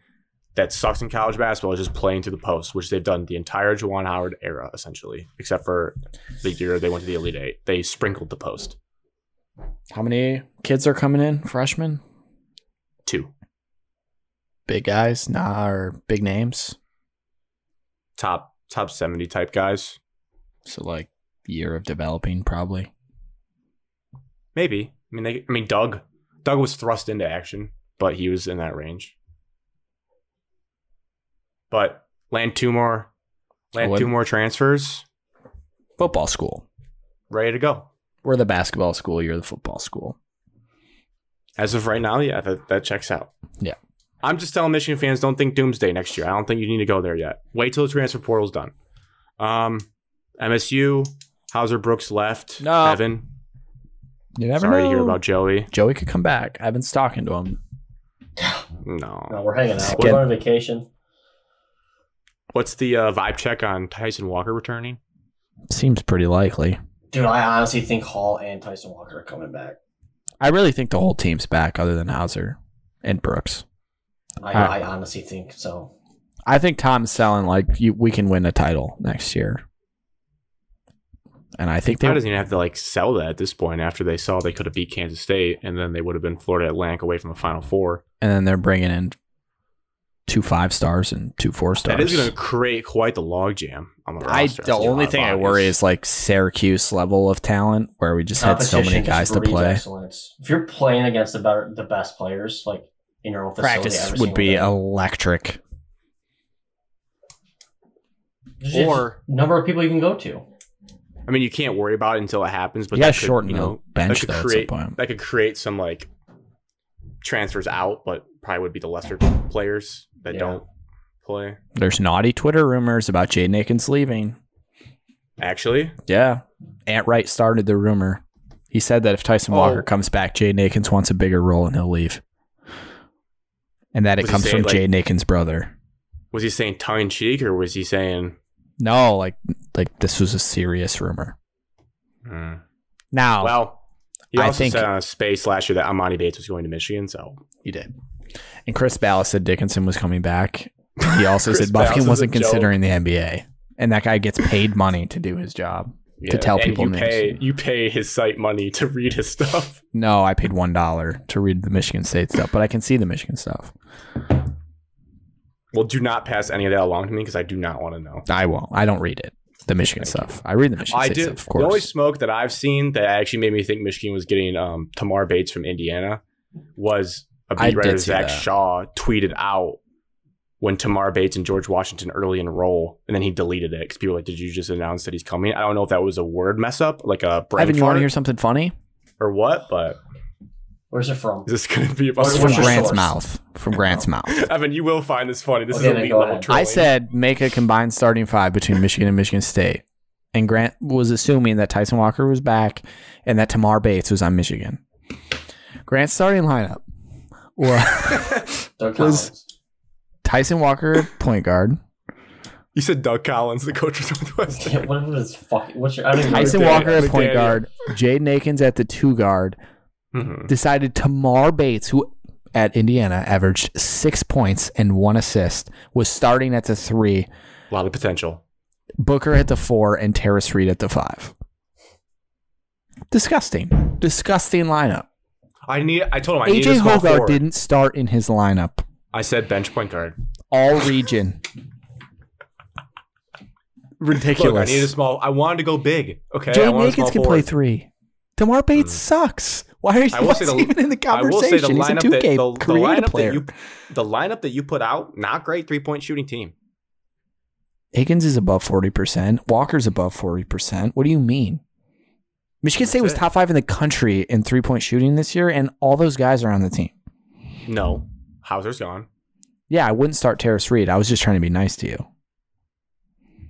[SPEAKER 1] that sucks in college basketball is just playing to the post, which they've done the entire Jawan Howard era essentially, except for the year they went to the Elite Eight. They sprinkled the post
[SPEAKER 5] How many kids are coming in? Freshmen?
[SPEAKER 1] two
[SPEAKER 5] Big guys? Nah, or big names?
[SPEAKER 1] top top seventy type guys.
[SPEAKER 5] So, like, year of developing, probably.
[SPEAKER 1] Maybe. I mean, they, I mean, Doug. Doug was thrust into action, but he was in that range. But Land Tumor, Land
[SPEAKER 5] What?
[SPEAKER 1] Tumor transfers
[SPEAKER 5] Football school.
[SPEAKER 1] ready to go.
[SPEAKER 5] We're the basketball school. You're the football school.
[SPEAKER 1] As of right now, yeah, that, that checks out.
[SPEAKER 5] Yeah.
[SPEAKER 1] I'm just telling Michigan fans, don't think doomsday next year. I don't think you need to go there yet. Wait till the transfer portal's done. Um, MSU, Hauser Brooks left.
[SPEAKER 5] No.
[SPEAKER 1] Evan,
[SPEAKER 5] You
[SPEAKER 1] sorry to hear about Joey.
[SPEAKER 5] Joey could come back. I've been stalking to him.
[SPEAKER 4] No,
[SPEAKER 1] No.
[SPEAKER 4] we're hanging
[SPEAKER 5] Let's
[SPEAKER 4] out. We're
[SPEAKER 5] get-
[SPEAKER 4] on vacation.
[SPEAKER 1] What's the uh, vibe check on Tyson Walker returning?
[SPEAKER 5] Seems pretty likely.
[SPEAKER 4] Dude, I honestly think Hall and Tyson Walker are coming back.
[SPEAKER 5] I really think the whole team's back, other than Hauser and Brooks.
[SPEAKER 4] I,
[SPEAKER 5] All
[SPEAKER 4] I
[SPEAKER 5] right.
[SPEAKER 4] honestly think so.
[SPEAKER 5] I think Tom's selling like you, we can win a title next year, and I think
[SPEAKER 1] They
[SPEAKER 5] they.
[SPEAKER 1] doesn't even have to like sell that at this point. After they saw they could have beat Kansas State, and then they would have been Florida Atlantic away from the Final Four.
[SPEAKER 5] And then they're bringing in two five stars and two four stars.
[SPEAKER 1] That is going to create quite the logjam on the roster.
[SPEAKER 5] I
[SPEAKER 1] That's
[SPEAKER 5] the
[SPEAKER 1] a lot
[SPEAKER 5] only
[SPEAKER 1] of
[SPEAKER 5] thing I
[SPEAKER 1] bodies.
[SPEAKER 5] worry is like Syracuse level of talent, where we just had so many
[SPEAKER 4] Competition
[SPEAKER 5] guys
[SPEAKER 4] just
[SPEAKER 5] to
[SPEAKER 4] breeds
[SPEAKER 5] play.
[SPEAKER 4] Excellence. If you're playing against the better, the best players, like in your own facility,
[SPEAKER 5] Practice
[SPEAKER 4] every
[SPEAKER 5] would
[SPEAKER 4] single
[SPEAKER 5] be
[SPEAKER 4] day.
[SPEAKER 5] electric.
[SPEAKER 4] There's just
[SPEAKER 1] or-
[SPEAKER 4] number of people you can go to.
[SPEAKER 1] I mean, you can't worry about it until it happens, but
[SPEAKER 5] you
[SPEAKER 1] that
[SPEAKER 5] gotta
[SPEAKER 1] could,
[SPEAKER 5] shorten
[SPEAKER 1] you know,
[SPEAKER 5] the bench
[SPEAKER 1] that
[SPEAKER 5] though
[SPEAKER 1] could
[SPEAKER 5] at
[SPEAKER 1] create
[SPEAKER 5] some point.
[SPEAKER 1] that could create some like transfers out, but probably would be the lesser players that
[SPEAKER 4] Yeah.
[SPEAKER 1] don't play.
[SPEAKER 5] There's naughty Twitter rumors about Jaden Akins leaving.
[SPEAKER 1] Actually,
[SPEAKER 5] Yeah. Ant Wright started the rumor. He said that if Tyson Walker
[SPEAKER 1] Oh.
[SPEAKER 5] comes back, Jaden Akins wants a bigger role and he'll leave. And that it
[SPEAKER 1] Was he
[SPEAKER 5] comes
[SPEAKER 1] saying,
[SPEAKER 5] from
[SPEAKER 1] like-
[SPEAKER 5] Jaden Akins' brother.
[SPEAKER 1] was he saying tongue in cheek, or was he saying?
[SPEAKER 5] No, like like this was a serious rumor.
[SPEAKER 1] Hmm.
[SPEAKER 5] Now
[SPEAKER 1] Well, he
[SPEAKER 5] Oh. I
[SPEAKER 1] also
[SPEAKER 5] think-
[SPEAKER 1] said on a space last year that Amani Bates was going to Michigan, so
[SPEAKER 5] he did. And Chris Ballas said Dickinson was coming back. He also
[SPEAKER 1] Chris Ballas
[SPEAKER 5] said
[SPEAKER 1] is
[SPEAKER 5] Buffkin
[SPEAKER 1] a
[SPEAKER 5] wasn't
[SPEAKER 1] joke.
[SPEAKER 5] considering the NBA. And that guy gets paid money to do his job.
[SPEAKER 1] Yeah,
[SPEAKER 5] tell
[SPEAKER 1] and
[SPEAKER 5] people
[SPEAKER 1] you
[SPEAKER 5] names.
[SPEAKER 1] pay you pay his site money to read his stuff.
[SPEAKER 5] No, I paid one dollar to read the Michigan State stuff, but I can see the Michigan stuff.
[SPEAKER 1] Well, do not pass any of that along to me because I do not want to know.
[SPEAKER 5] I won't. I don't read it. The Michigan stuff. I read the Michigan
[SPEAKER 1] I
[SPEAKER 5] State
[SPEAKER 1] did.
[SPEAKER 5] stuff, of course.
[SPEAKER 1] The only smoke that I've seen that actually made me think Michigan was getting um, Tamar Bates from Indiana was a beat
[SPEAKER 5] I did
[SPEAKER 1] writer
[SPEAKER 5] see
[SPEAKER 1] Zach
[SPEAKER 5] that.
[SPEAKER 1] Shaw tweeted out when Tamar Bates and George Washington early enroll, and then he deleted it because people were like, "Did you just announce that he's coming?" I don't know if that was a word mess up, like a brain
[SPEAKER 5] Evan, you want
[SPEAKER 1] fart
[SPEAKER 5] to hear something funny?
[SPEAKER 1] or what, but
[SPEAKER 4] Where's it from?
[SPEAKER 1] is this going to be about?
[SPEAKER 4] What's
[SPEAKER 5] From
[SPEAKER 4] your
[SPEAKER 5] Grant's
[SPEAKER 4] source?
[SPEAKER 5] mouth. From Grant's mouth.
[SPEAKER 1] Evan, you will find this funny. This
[SPEAKER 4] Okay,
[SPEAKER 1] is
[SPEAKER 4] then
[SPEAKER 1] elite
[SPEAKER 4] go
[SPEAKER 1] level
[SPEAKER 4] ahead.
[SPEAKER 1] trolling.
[SPEAKER 5] I said make a combined starting five between Michigan and Michigan State. And Grant was assuming that Tyson Walker was back and that Tamar Bates was on Michigan. Grant's starting lineup was
[SPEAKER 4] Doug
[SPEAKER 5] Was-
[SPEAKER 4] Collins.
[SPEAKER 5] Tyson Walker, point guard.
[SPEAKER 1] you said Doug Collins, the coach of Northwestern.
[SPEAKER 4] Yeah, what is fucking? What's your? I don't even know.
[SPEAKER 5] Tyson
[SPEAKER 1] McDaniel-
[SPEAKER 5] Walker at
[SPEAKER 1] McDaniel.
[SPEAKER 5] point guard. Jade Nakins at the two guard.
[SPEAKER 1] Mhm.
[SPEAKER 5] Decided Tamar Bates, who at Indiana averaged six points and one assist, was starting at the three.
[SPEAKER 1] A lot of potential.
[SPEAKER 5] Booker at the four and Terrace Reed at the five. Disgusting. Disgusting lineup.
[SPEAKER 1] I need. I told him I need
[SPEAKER 5] AJ
[SPEAKER 1] a small
[SPEAKER 5] Hogarth
[SPEAKER 1] forward.
[SPEAKER 5] didn't start in his lineup.
[SPEAKER 1] I said bench point guard.
[SPEAKER 5] All region.
[SPEAKER 1] Look, I
[SPEAKER 5] Ridiculous.
[SPEAKER 1] need a small. I wanted to go big. Okay, I
[SPEAKER 5] Jay
[SPEAKER 1] wanted a small
[SPEAKER 5] Nakins can play
[SPEAKER 1] forward.
[SPEAKER 5] three. Tamar Bates sucks. Why are you
[SPEAKER 1] Hmm. I will say the-
[SPEAKER 5] even in the
[SPEAKER 1] I will
[SPEAKER 5] conversation?
[SPEAKER 1] say the
[SPEAKER 5] He's a
[SPEAKER 1] lineup
[SPEAKER 5] 2K
[SPEAKER 1] that the, the
[SPEAKER 5] creative
[SPEAKER 1] lineup
[SPEAKER 5] player.
[SPEAKER 1] that you the lineup that you put out, not great three point shooting team.
[SPEAKER 5] Akins is above 40%. Walker's above 40%. What do you mean? Michigan State was
[SPEAKER 1] it.
[SPEAKER 5] top five in the country in three point shooting this year, and all those guys are on the team.
[SPEAKER 1] No, Hauser's gone.
[SPEAKER 5] Yeah, I wouldn't start Terrace Reed. I was just trying to be nice to you.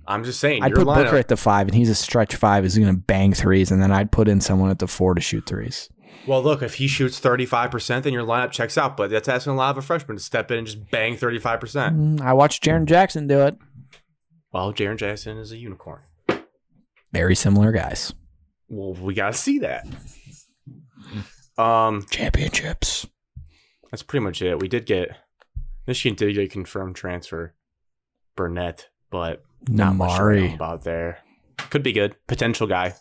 [SPEAKER 1] I'm just saying.
[SPEAKER 5] I'd
[SPEAKER 1] your
[SPEAKER 5] put
[SPEAKER 1] lineup,
[SPEAKER 5] Booker at the five, and he's a stretch five. He's going to bang threes, and then I'd put in someone at the four to shoot threes.
[SPEAKER 1] Well, look, if he shoots 35 percent, then your lineup checks out. But that's asking a lot of a freshman to step in and just bang 35 percent.
[SPEAKER 5] Mm, I watched Jaron Jackson do it.
[SPEAKER 1] Well, Jaron Jackson is a unicorn.
[SPEAKER 5] Very similar guys.
[SPEAKER 1] Well, we gotta see that. Um,
[SPEAKER 5] Championships.
[SPEAKER 1] that's pretty much it. We did get Michigan did get a confirmed transfer, Burnett, but not much to know
[SPEAKER 5] Namari.
[SPEAKER 1] about there. Could be good potential guy.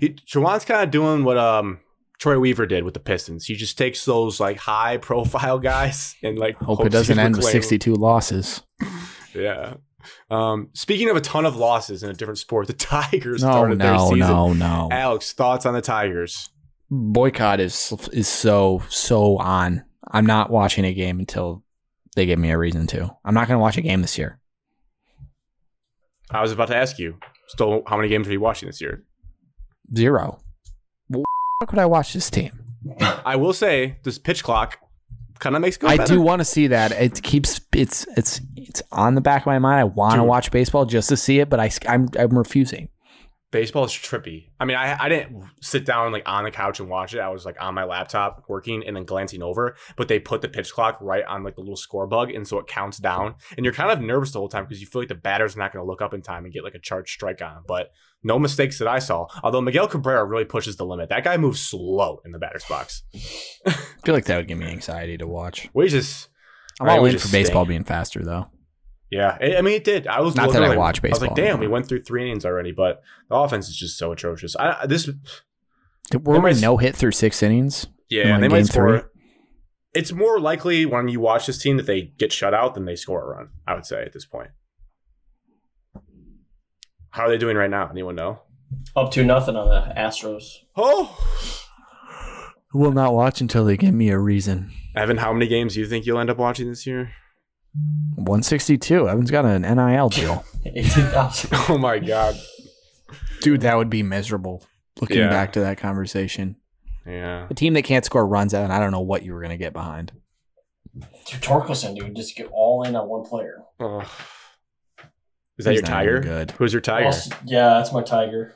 [SPEAKER 1] He, Jawan's kind of doing what um Troy Weaver did with the Pistons. He just takes those like high profile guys and like
[SPEAKER 5] Hope
[SPEAKER 1] hopes
[SPEAKER 5] it doesn't
[SPEAKER 1] he
[SPEAKER 5] end with
[SPEAKER 1] reclaims-
[SPEAKER 5] 62 losses.
[SPEAKER 1] Yeah. Um, speaking of a ton of losses in a different sport, the Tigers
[SPEAKER 5] No,
[SPEAKER 1] started their
[SPEAKER 5] no,
[SPEAKER 1] season.
[SPEAKER 5] no, no.
[SPEAKER 1] Alex, thoughts on the Tigers?
[SPEAKER 5] boycott is is so so on. I'm not watching a game until they give me a reason to. I'm not going to watch a game this year.
[SPEAKER 1] I was about to ask you. Still, how many games are you watching this year?
[SPEAKER 5] Zero. Why could I watch this team?
[SPEAKER 1] I will say this pitch clock kind of makes good.
[SPEAKER 5] I do want to see that. It keeps it's it's it's on the back of my mind. I want to
[SPEAKER 1] Dude.
[SPEAKER 5] watch baseball just to see it, but I am I'm refusing.
[SPEAKER 1] baseball is trippy. I mean, I I didn't sit down like on the couch and watch it. I was like on my laptop working and then glancing over. But they put the pitch clock right on like the little score bug, and so it counts down. And you're kind of nervous the whole time because you feel like the batter's not going to look up in time and get like a charged strike on. him. But no mistakes that I saw. Although Miguel Cabrera really pushes the limit. That guy moves slow in the batter's box.
[SPEAKER 5] I feel like that would give me anxiety to watch.
[SPEAKER 1] We just
[SPEAKER 5] I'm
[SPEAKER 1] Right,
[SPEAKER 5] all
[SPEAKER 1] we
[SPEAKER 5] in
[SPEAKER 1] just
[SPEAKER 5] for baseball
[SPEAKER 1] stink.
[SPEAKER 5] being faster though.
[SPEAKER 1] Yeah, I I mean it did. I was
[SPEAKER 5] Not that I
[SPEAKER 1] literally-
[SPEAKER 5] watch
[SPEAKER 1] I was
[SPEAKER 5] baseball.
[SPEAKER 1] like, damn, we went through three innings already, but the offense is just so atrocious. I, this,
[SPEAKER 5] Were
[SPEAKER 1] They
[SPEAKER 5] we
[SPEAKER 1] might-
[SPEAKER 5] no hit through six innings?
[SPEAKER 1] yeah,
[SPEAKER 5] Like
[SPEAKER 1] they might
[SPEAKER 5] game
[SPEAKER 1] score.
[SPEAKER 5] three?
[SPEAKER 1] It's more likely when you watch this team that they get shut out than they score a run. I would say at this point. How are they doing right now? Anyone know?
[SPEAKER 4] Up to nothing on the Astros.
[SPEAKER 1] Oh,
[SPEAKER 5] Will not watch until they give me a reason.
[SPEAKER 1] Evan, how many games do you think you'll end up watching this year?
[SPEAKER 5] 162. Evan's got an NIL deal.
[SPEAKER 4] Eighteen thousand.
[SPEAKER 1] Oh my god.
[SPEAKER 5] Dude, that would be miserable. Looking
[SPEAKER 1] Yeah.
[SPEAKER 5] back to that conversation,
[SPEAKER 1] Yeah.
[SPEAKER 5] a team that can't score runs out, and I don't know what you were going to get behind.
[SPEAKER 4] Dude, Torkelson, dude, just get all in on one player.
[SPEAKER 1] Ugh. Is that
[SPEAKER 5] He's
[SPEAKER 1] your
[SPEAKER 5] not even
[SPEAKER 1] tiger?
[SPEAKER 5] Good.
[SPEAKER 1] Who's your tiger?
[SPEAKER 4] Also- yeah, that's my tiger.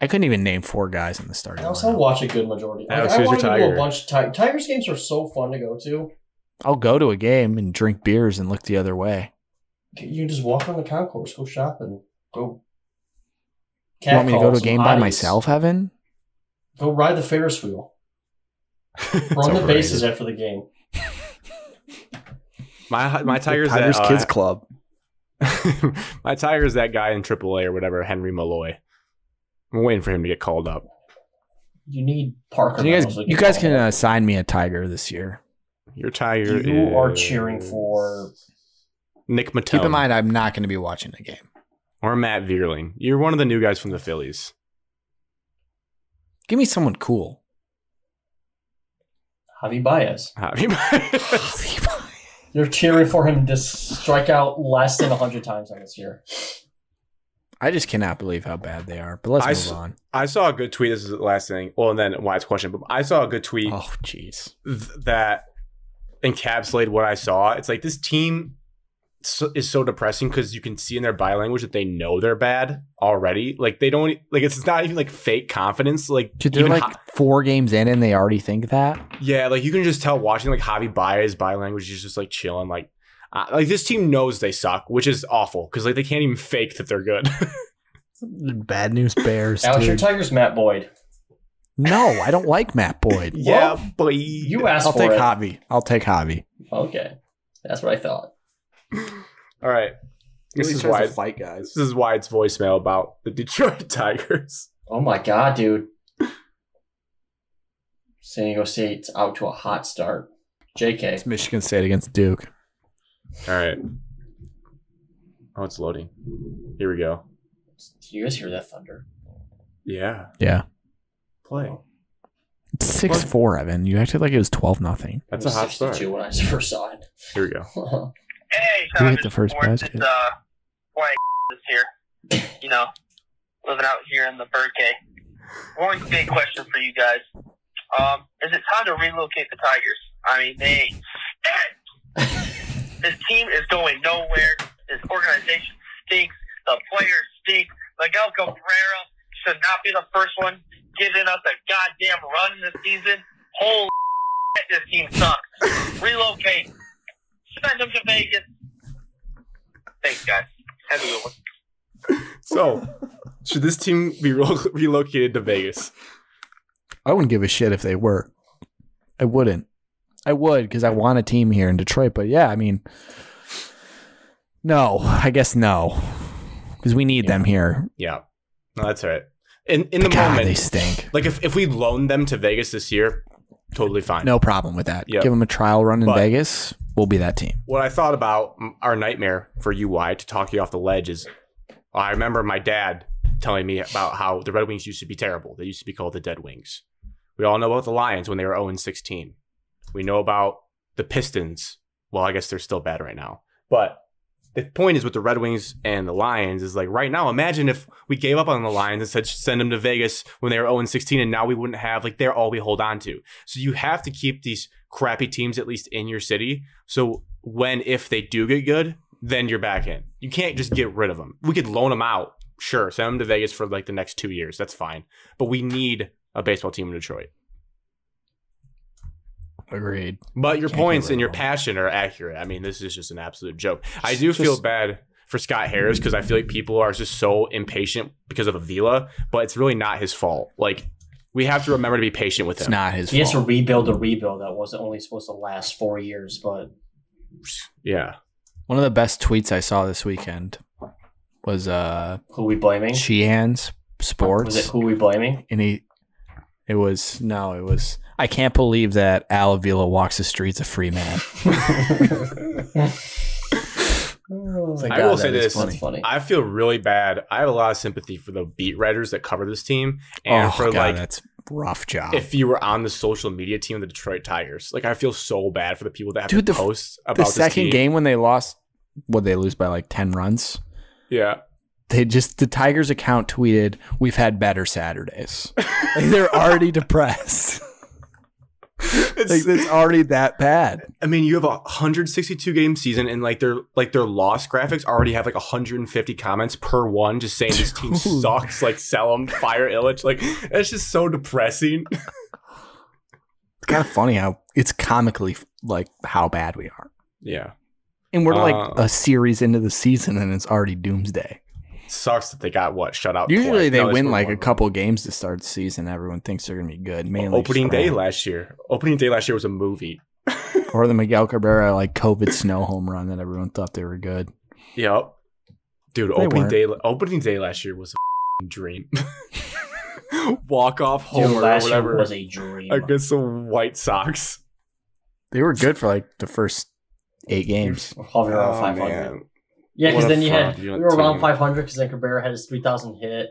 [SPEAKER 5] I couldn't even name four guys in the starting.
[SPEAKER 4] I also
[SPEAKER 5] lineup.
[SPEAKER 4] watch a good majority. Like,
[SPEAKER 1] Alex,
[SPEAKER 4] I
[SPEAKER 1] who's your
[SPEAKER 4] want to do
[SPEAKER 1] Tiger?
[SPEAKER 4] a bunch. Of ti- Tigers games are so fun to go to.
[SPEAKER 5] I'll go to a game and drink beers and look the other way.
[SPEAKER 4] You can just walk on the concourse, go shopping, go.
[SPEAKER 5] you want me to go
[SPEAKER 4] catcall
[SPEAKER 5] to a
[SPEAKER 4] some
[SPEAKER 5] game by
[SPEAKER 4] hotties.
[SPEAKER 5] myself, Evan?
[SPEAKER 4] Go ride the Ferris wheel. Run the
[SPEAKER 1] overrated.
[SPEAKER 4] bases after the game.
[SPEAKER 1] my my tiger's
[SPEAKER 5] The Tigers
[SPEAKER 1] at, uh,
[SPEAKER 5] Kids Club.
[SPEAKER 1] my tiger's that guy in AAA or whatever, Henry Malloy. I'm waiting for him to get called up.
[SPEAKER 4] You need Parker.
[SPEAKER 5] So you guys,
[SPEAKER 4] Meadows, like
[SPEAKER 5] you
[SPEAKER 4] a
[SPEAKER 5] guys
[SPEAKER 4] ball.
[SPEAKER 5] can assign me a Tiger this year.
[SPEAKER 1] Your tiger.
[SPEAKER 4] You are
[SPEAKER 1] is
[SPEAKER 4] cheering for-
[SPEAKER 1] Nick Mattel.
[SPEAKER 5] Keep in mind, I'm not going to be watching the game.
[SPEAKER 1] or Matt Vierling. You're one of the new guys from the Phillies.
[SPEAKER 5] Give me someone cool.
[SPEAKER 4] Javi Baez.
[SPEAKER 1] Javi Baez.
[SPEAKER 4] You're cheering for him to strike out less than 100 times on this year.
[SPEAKER 5] I just cannot believe how bad they are. But let's
[SPEAKER 1] I
[SPEAKER 5] move
[SPEAKER 1] s-
[SPEAKER 5] on.
[SPEAKER 1] I saw a good tweet. This is the last thing. Well, and then Wyatt's question, but I saw a good tweet
[SPEAKER 5] Oh, jeez.
[SPEAKER 1] th- that encapsulated what I saw. It's like this team so, is so depressing because you can see in their body language that they know they're bad already. Like they don't e-, like it's not even like fake confidence. Like
[SPEAKER 5] Dude, they're
[SPEAKER 1] even
[SPEAKER 5] like
[SPEAKER 1] Ho-
[SPEAKER 5] four games in and they already think that.
[SPEAKER 1] yeah, like you can just tell watching like Javi Baez body language. He's just like chilling. Like uh, like this team knows they suck, which is awful because like they can't even fake that they're good.
[SPEAKER 5] Bad news bears.
[SPEAKER 4] Alex, your
[SPEAKER 5] dude.
[SPEAKER 4] Tigers, Matt Boyd.
[SPEAKER 5] no, I don't like Matt Boyd.
[SPEAKER 1] yeah, boy.
[SPEAKER 4] You asked
[SPEAKER 5] I'll
[SPEAKER 4] for
[SPEAKER 5] take
[SPEAKER 4] it.
[SPEAKER 5] Hobby. I'll take Hobby.
[SPEAKER 4] Okay. That's what I thought.
[SPEAKER 1] All right. This
[SPEAKER 2] Really
[SPEAKER 1] is
[SPEAKER 2] tries
[SPEAKER 1] why.
[SPEAKER 2] to fight guys.
[SPEAKER 1] This is why it's voicemail about the Detroit Tigers.
[SPEAKER 4] Oh my God, dude. San Diego State's out to a hot start. JK.
[SPEAKER 5] It's Michigan State against Duke.
[SPEAKER 1] All right. Oh, it's loading. Here we go.
[SPEAKER 4] Do you guys hear that thunder?
[SPEAKER 1] Yeah.
[SPEAKER 5] Yeah.
[SPEAKER 1] Play.
[SPEAKER 5] It's 6 4, Evan. You acted like it was 12 nothing.
[SPEAKER 1] That's
[SPEAKER 4] It
[SPEAKER 1] a
[SPEAKER 4] was
[SPEAKER 1] hot
[SPEAKER 4] 62
[SPEAKER 1] start.
[SPEAKER 4] when I first saw it.
[SPEAKER 1] Here we go.
[SPEAKER 6] Hey,
[SPEAKER 5] Who
[SPEAKER 6] so I'm
[SPEAKER 5] hit the
[SPEAKER 6] just
[SPEAKER 5] first
[SPEAKER 6] bored.
[SPEAKER 5] basket?
[SPEAKER 6] It's, uh, boring this year. You know, living out here in the bird cage. One big question for you guys: um, Is it time to relocate the Tigers? I mean, they this team is going nowhere. This organization stinks. The players stink. Miguel Cabrera should not be the first one giving us a goddamn run this season. Holy shit, this team sucks. Relocate. Send them to Vegas. Thanks, guys. Have a good one.
[SPEAKER 1] So, should this team be relo- relocated to Vegas?
[SPEAKER 5] I wouldn't give a shit if they were. I wouldn't. I would because I want a team here in Detroit. But yeah, I mean, no, I guess no, because we need them here.
[SPEAKER 1] Yeah. No, that's all right. In in the
[SPEAKER 5] God,
[SPEAKER 1] moment,
[SPEAKER 5] they stink.
[SPEAKER 1] like if if we loaned them to Vegas this year, totally fine.
[SPEAKER 5] No problem with that.
[SPEAKER 1] Yep.
[SPEAKER 5] Give them a trial run in
[SPEAKER 1] But-
[SPEAKER 5] Vegas. We'll be that team.
[SPEAKER 1] what I thought about m- our nightmare for UY to talk you off the ledge is I remember my dad telling me about how the Red Wings used to be terrible. They used to be called the Dead Wings. We all know about the Lions when they were 0 16. We know about the Pistons. Well, I guess they're still bad right now. But the point is with the Red Wings and the Lions is like right now, imagine if we gave up on the Lions and said send them to Vegas when they were 0 16 and now we wouldn't have like they're all we hold on to. So you have to keep these crappy teams at least in your city. So when if they do get good, then you're back in. You can't just get rid of them. We could loan them out, sure, send them to Vegas for like the next two years. That's fine. But we need a baseball team in Detroit.
[SPEAKER 5] Agreed.
[SPEAKER 1] But your
[SPEAKER 5] Can't get
[SPEAKER 1] points
[SPEAKER 5] rid
[SPEAKER 1] and
[SPEAKER 5] of
[SPEAKER 1] your
[SPEAKER 5] them.
[SPEAKER 1] passion are accurate. I mean, this is just an absolute joke. I do feel
[SPEAKER 5] Just-
[SPEAKER 1] bad for Scott Harris because I feel like people are just so impatient because of Avila, but it's really not his fault. Like we have to remember to be patient with
[SPEAKER 5] It's
[SPEAKER 1] him.
[SPEAKER 5] not his
[SPEAKER 4] He has to
[SPEAKER 5] fault.
[SPEAKER 4] rebuild a rebuild that was only supposed to last four years, but
[SPEAKER 1] Yeah.
[SPEAKER 5] One of the best tweets I saw this weekend was uh
[SPEAKER 4] who we blaming?
[SPEAKER 5] Sheehan's Sports.
[SPEAKER 4] Was it who we blaming?
[SPEAKER 5] and he it was no it was i can't believe that al avila walks the streets a free man
[SPEAKER 1] I will say this.
[SPEAKER 4] That's funny.
[SPEAKER 1] I feel really bad. I have a lot of sympathy for the beat writers that cover this team and
[SPEAKER 5] oh
[SPEAKER 1] for
[SPEAKER 5] god
[SPEAKER 1] like
[SPEAKER 5] that's rough job
[SPEAKER 1] if you were on the social media team of the Detroit Tigers. Like I feel so bad for the people that have
[SPEAKER 5] Dude,
[SPEAKER 1] to
[SPEAKER 5] the-
[SPEAKER 1] post
[SPEAKER 5] the
[SPEAKER 1] about this
[SPEAKER 5] second
[SPEAKER 1] team.
[SPEAKER 5] game when they lost what they lose by like 10 runs
[SPEAKER 1] Yeah.
[SPEAKER 5] they just the tigers account tweeted we've had better saturdays like they're already depressed like
[SPEAKER 1] It's-
[SPEAKER 5] it's already that bad
[SPEAKER 1] I mean, you have a 162 game season, and like their like their loss graphics already have like 150 comments per one, just saying this team
[SPEAKER 5] Dude.
[SPEAKER 1] sucks. Like sell them, fire Illich. Like it's just so depressing.
[SPEAKER 5] it's kind of funny how it's comically like how bad we are
[SPEAKER 1] Yeah,
[SPEAKER 5] and we're like
[SPEAKER 1] Uh,
[SPEAKER 5] a series into the season and it's already doomsday
[SPEAKER 1] sucks that they got what shut out.
[SPEAKER 5] Usually
[SPEAKER 1] twice.
[SPEAKER 5] they
[SPEAKER 1] Uh, No, this
[SPEAKER 5] win
[SPEAKER 1] was
[SPEAKER 5] like
[SPEAKER 1] one
[SPEAKER 5] a
[SPEAKER 1] of them.
[SPEAKER 5] couple games to start the season. Everyone thinks they're going to be good. Mainly
[SPEAKER 1] Opening
[SPEAKER 5] just
[SPEAKER 1] day
[SPEAKER 5] Ryan.
[SPEAKER 1] last year. Opening day last year was a movie.
[SPEAKER 5] or the Miguel Cabrera like COVID snow home run that everyone thought they were good.
[SPEAKER 1] Yep. Dude,
[SPEAKER 5] They
[SPEAKER 1] opening
[SPEAKER 5] weren't.
[SPEAKER 1] day opening day last year was a f***ing dream. Walk off
[SPEAKER 4] Dude,
[SPEAKER 1] home or
[SPEAKER 4] last year
[SPEAKER 1] whatever
[SPEAKER 4] was a dream.
[SPEAKER 1] against the White Sox.
[SPEAKER 5] They were good for like the first eight games.
[SPEAKER 4] Hover
[SPEAKER 5] Oh,
[SPEAKER 4] around 500. Yeah,
[SPEAKER 1] What
[SPEAKER 4] because
[SPEAKER 1] a
[SPEAKER 4] then you had we
[SPEAKER 1] fraudulent
[SPEAKER 4] were around
[SPEAKER 1] team.
[SPEAKER 4] 500 because then Cabrera had his 3,000 hit.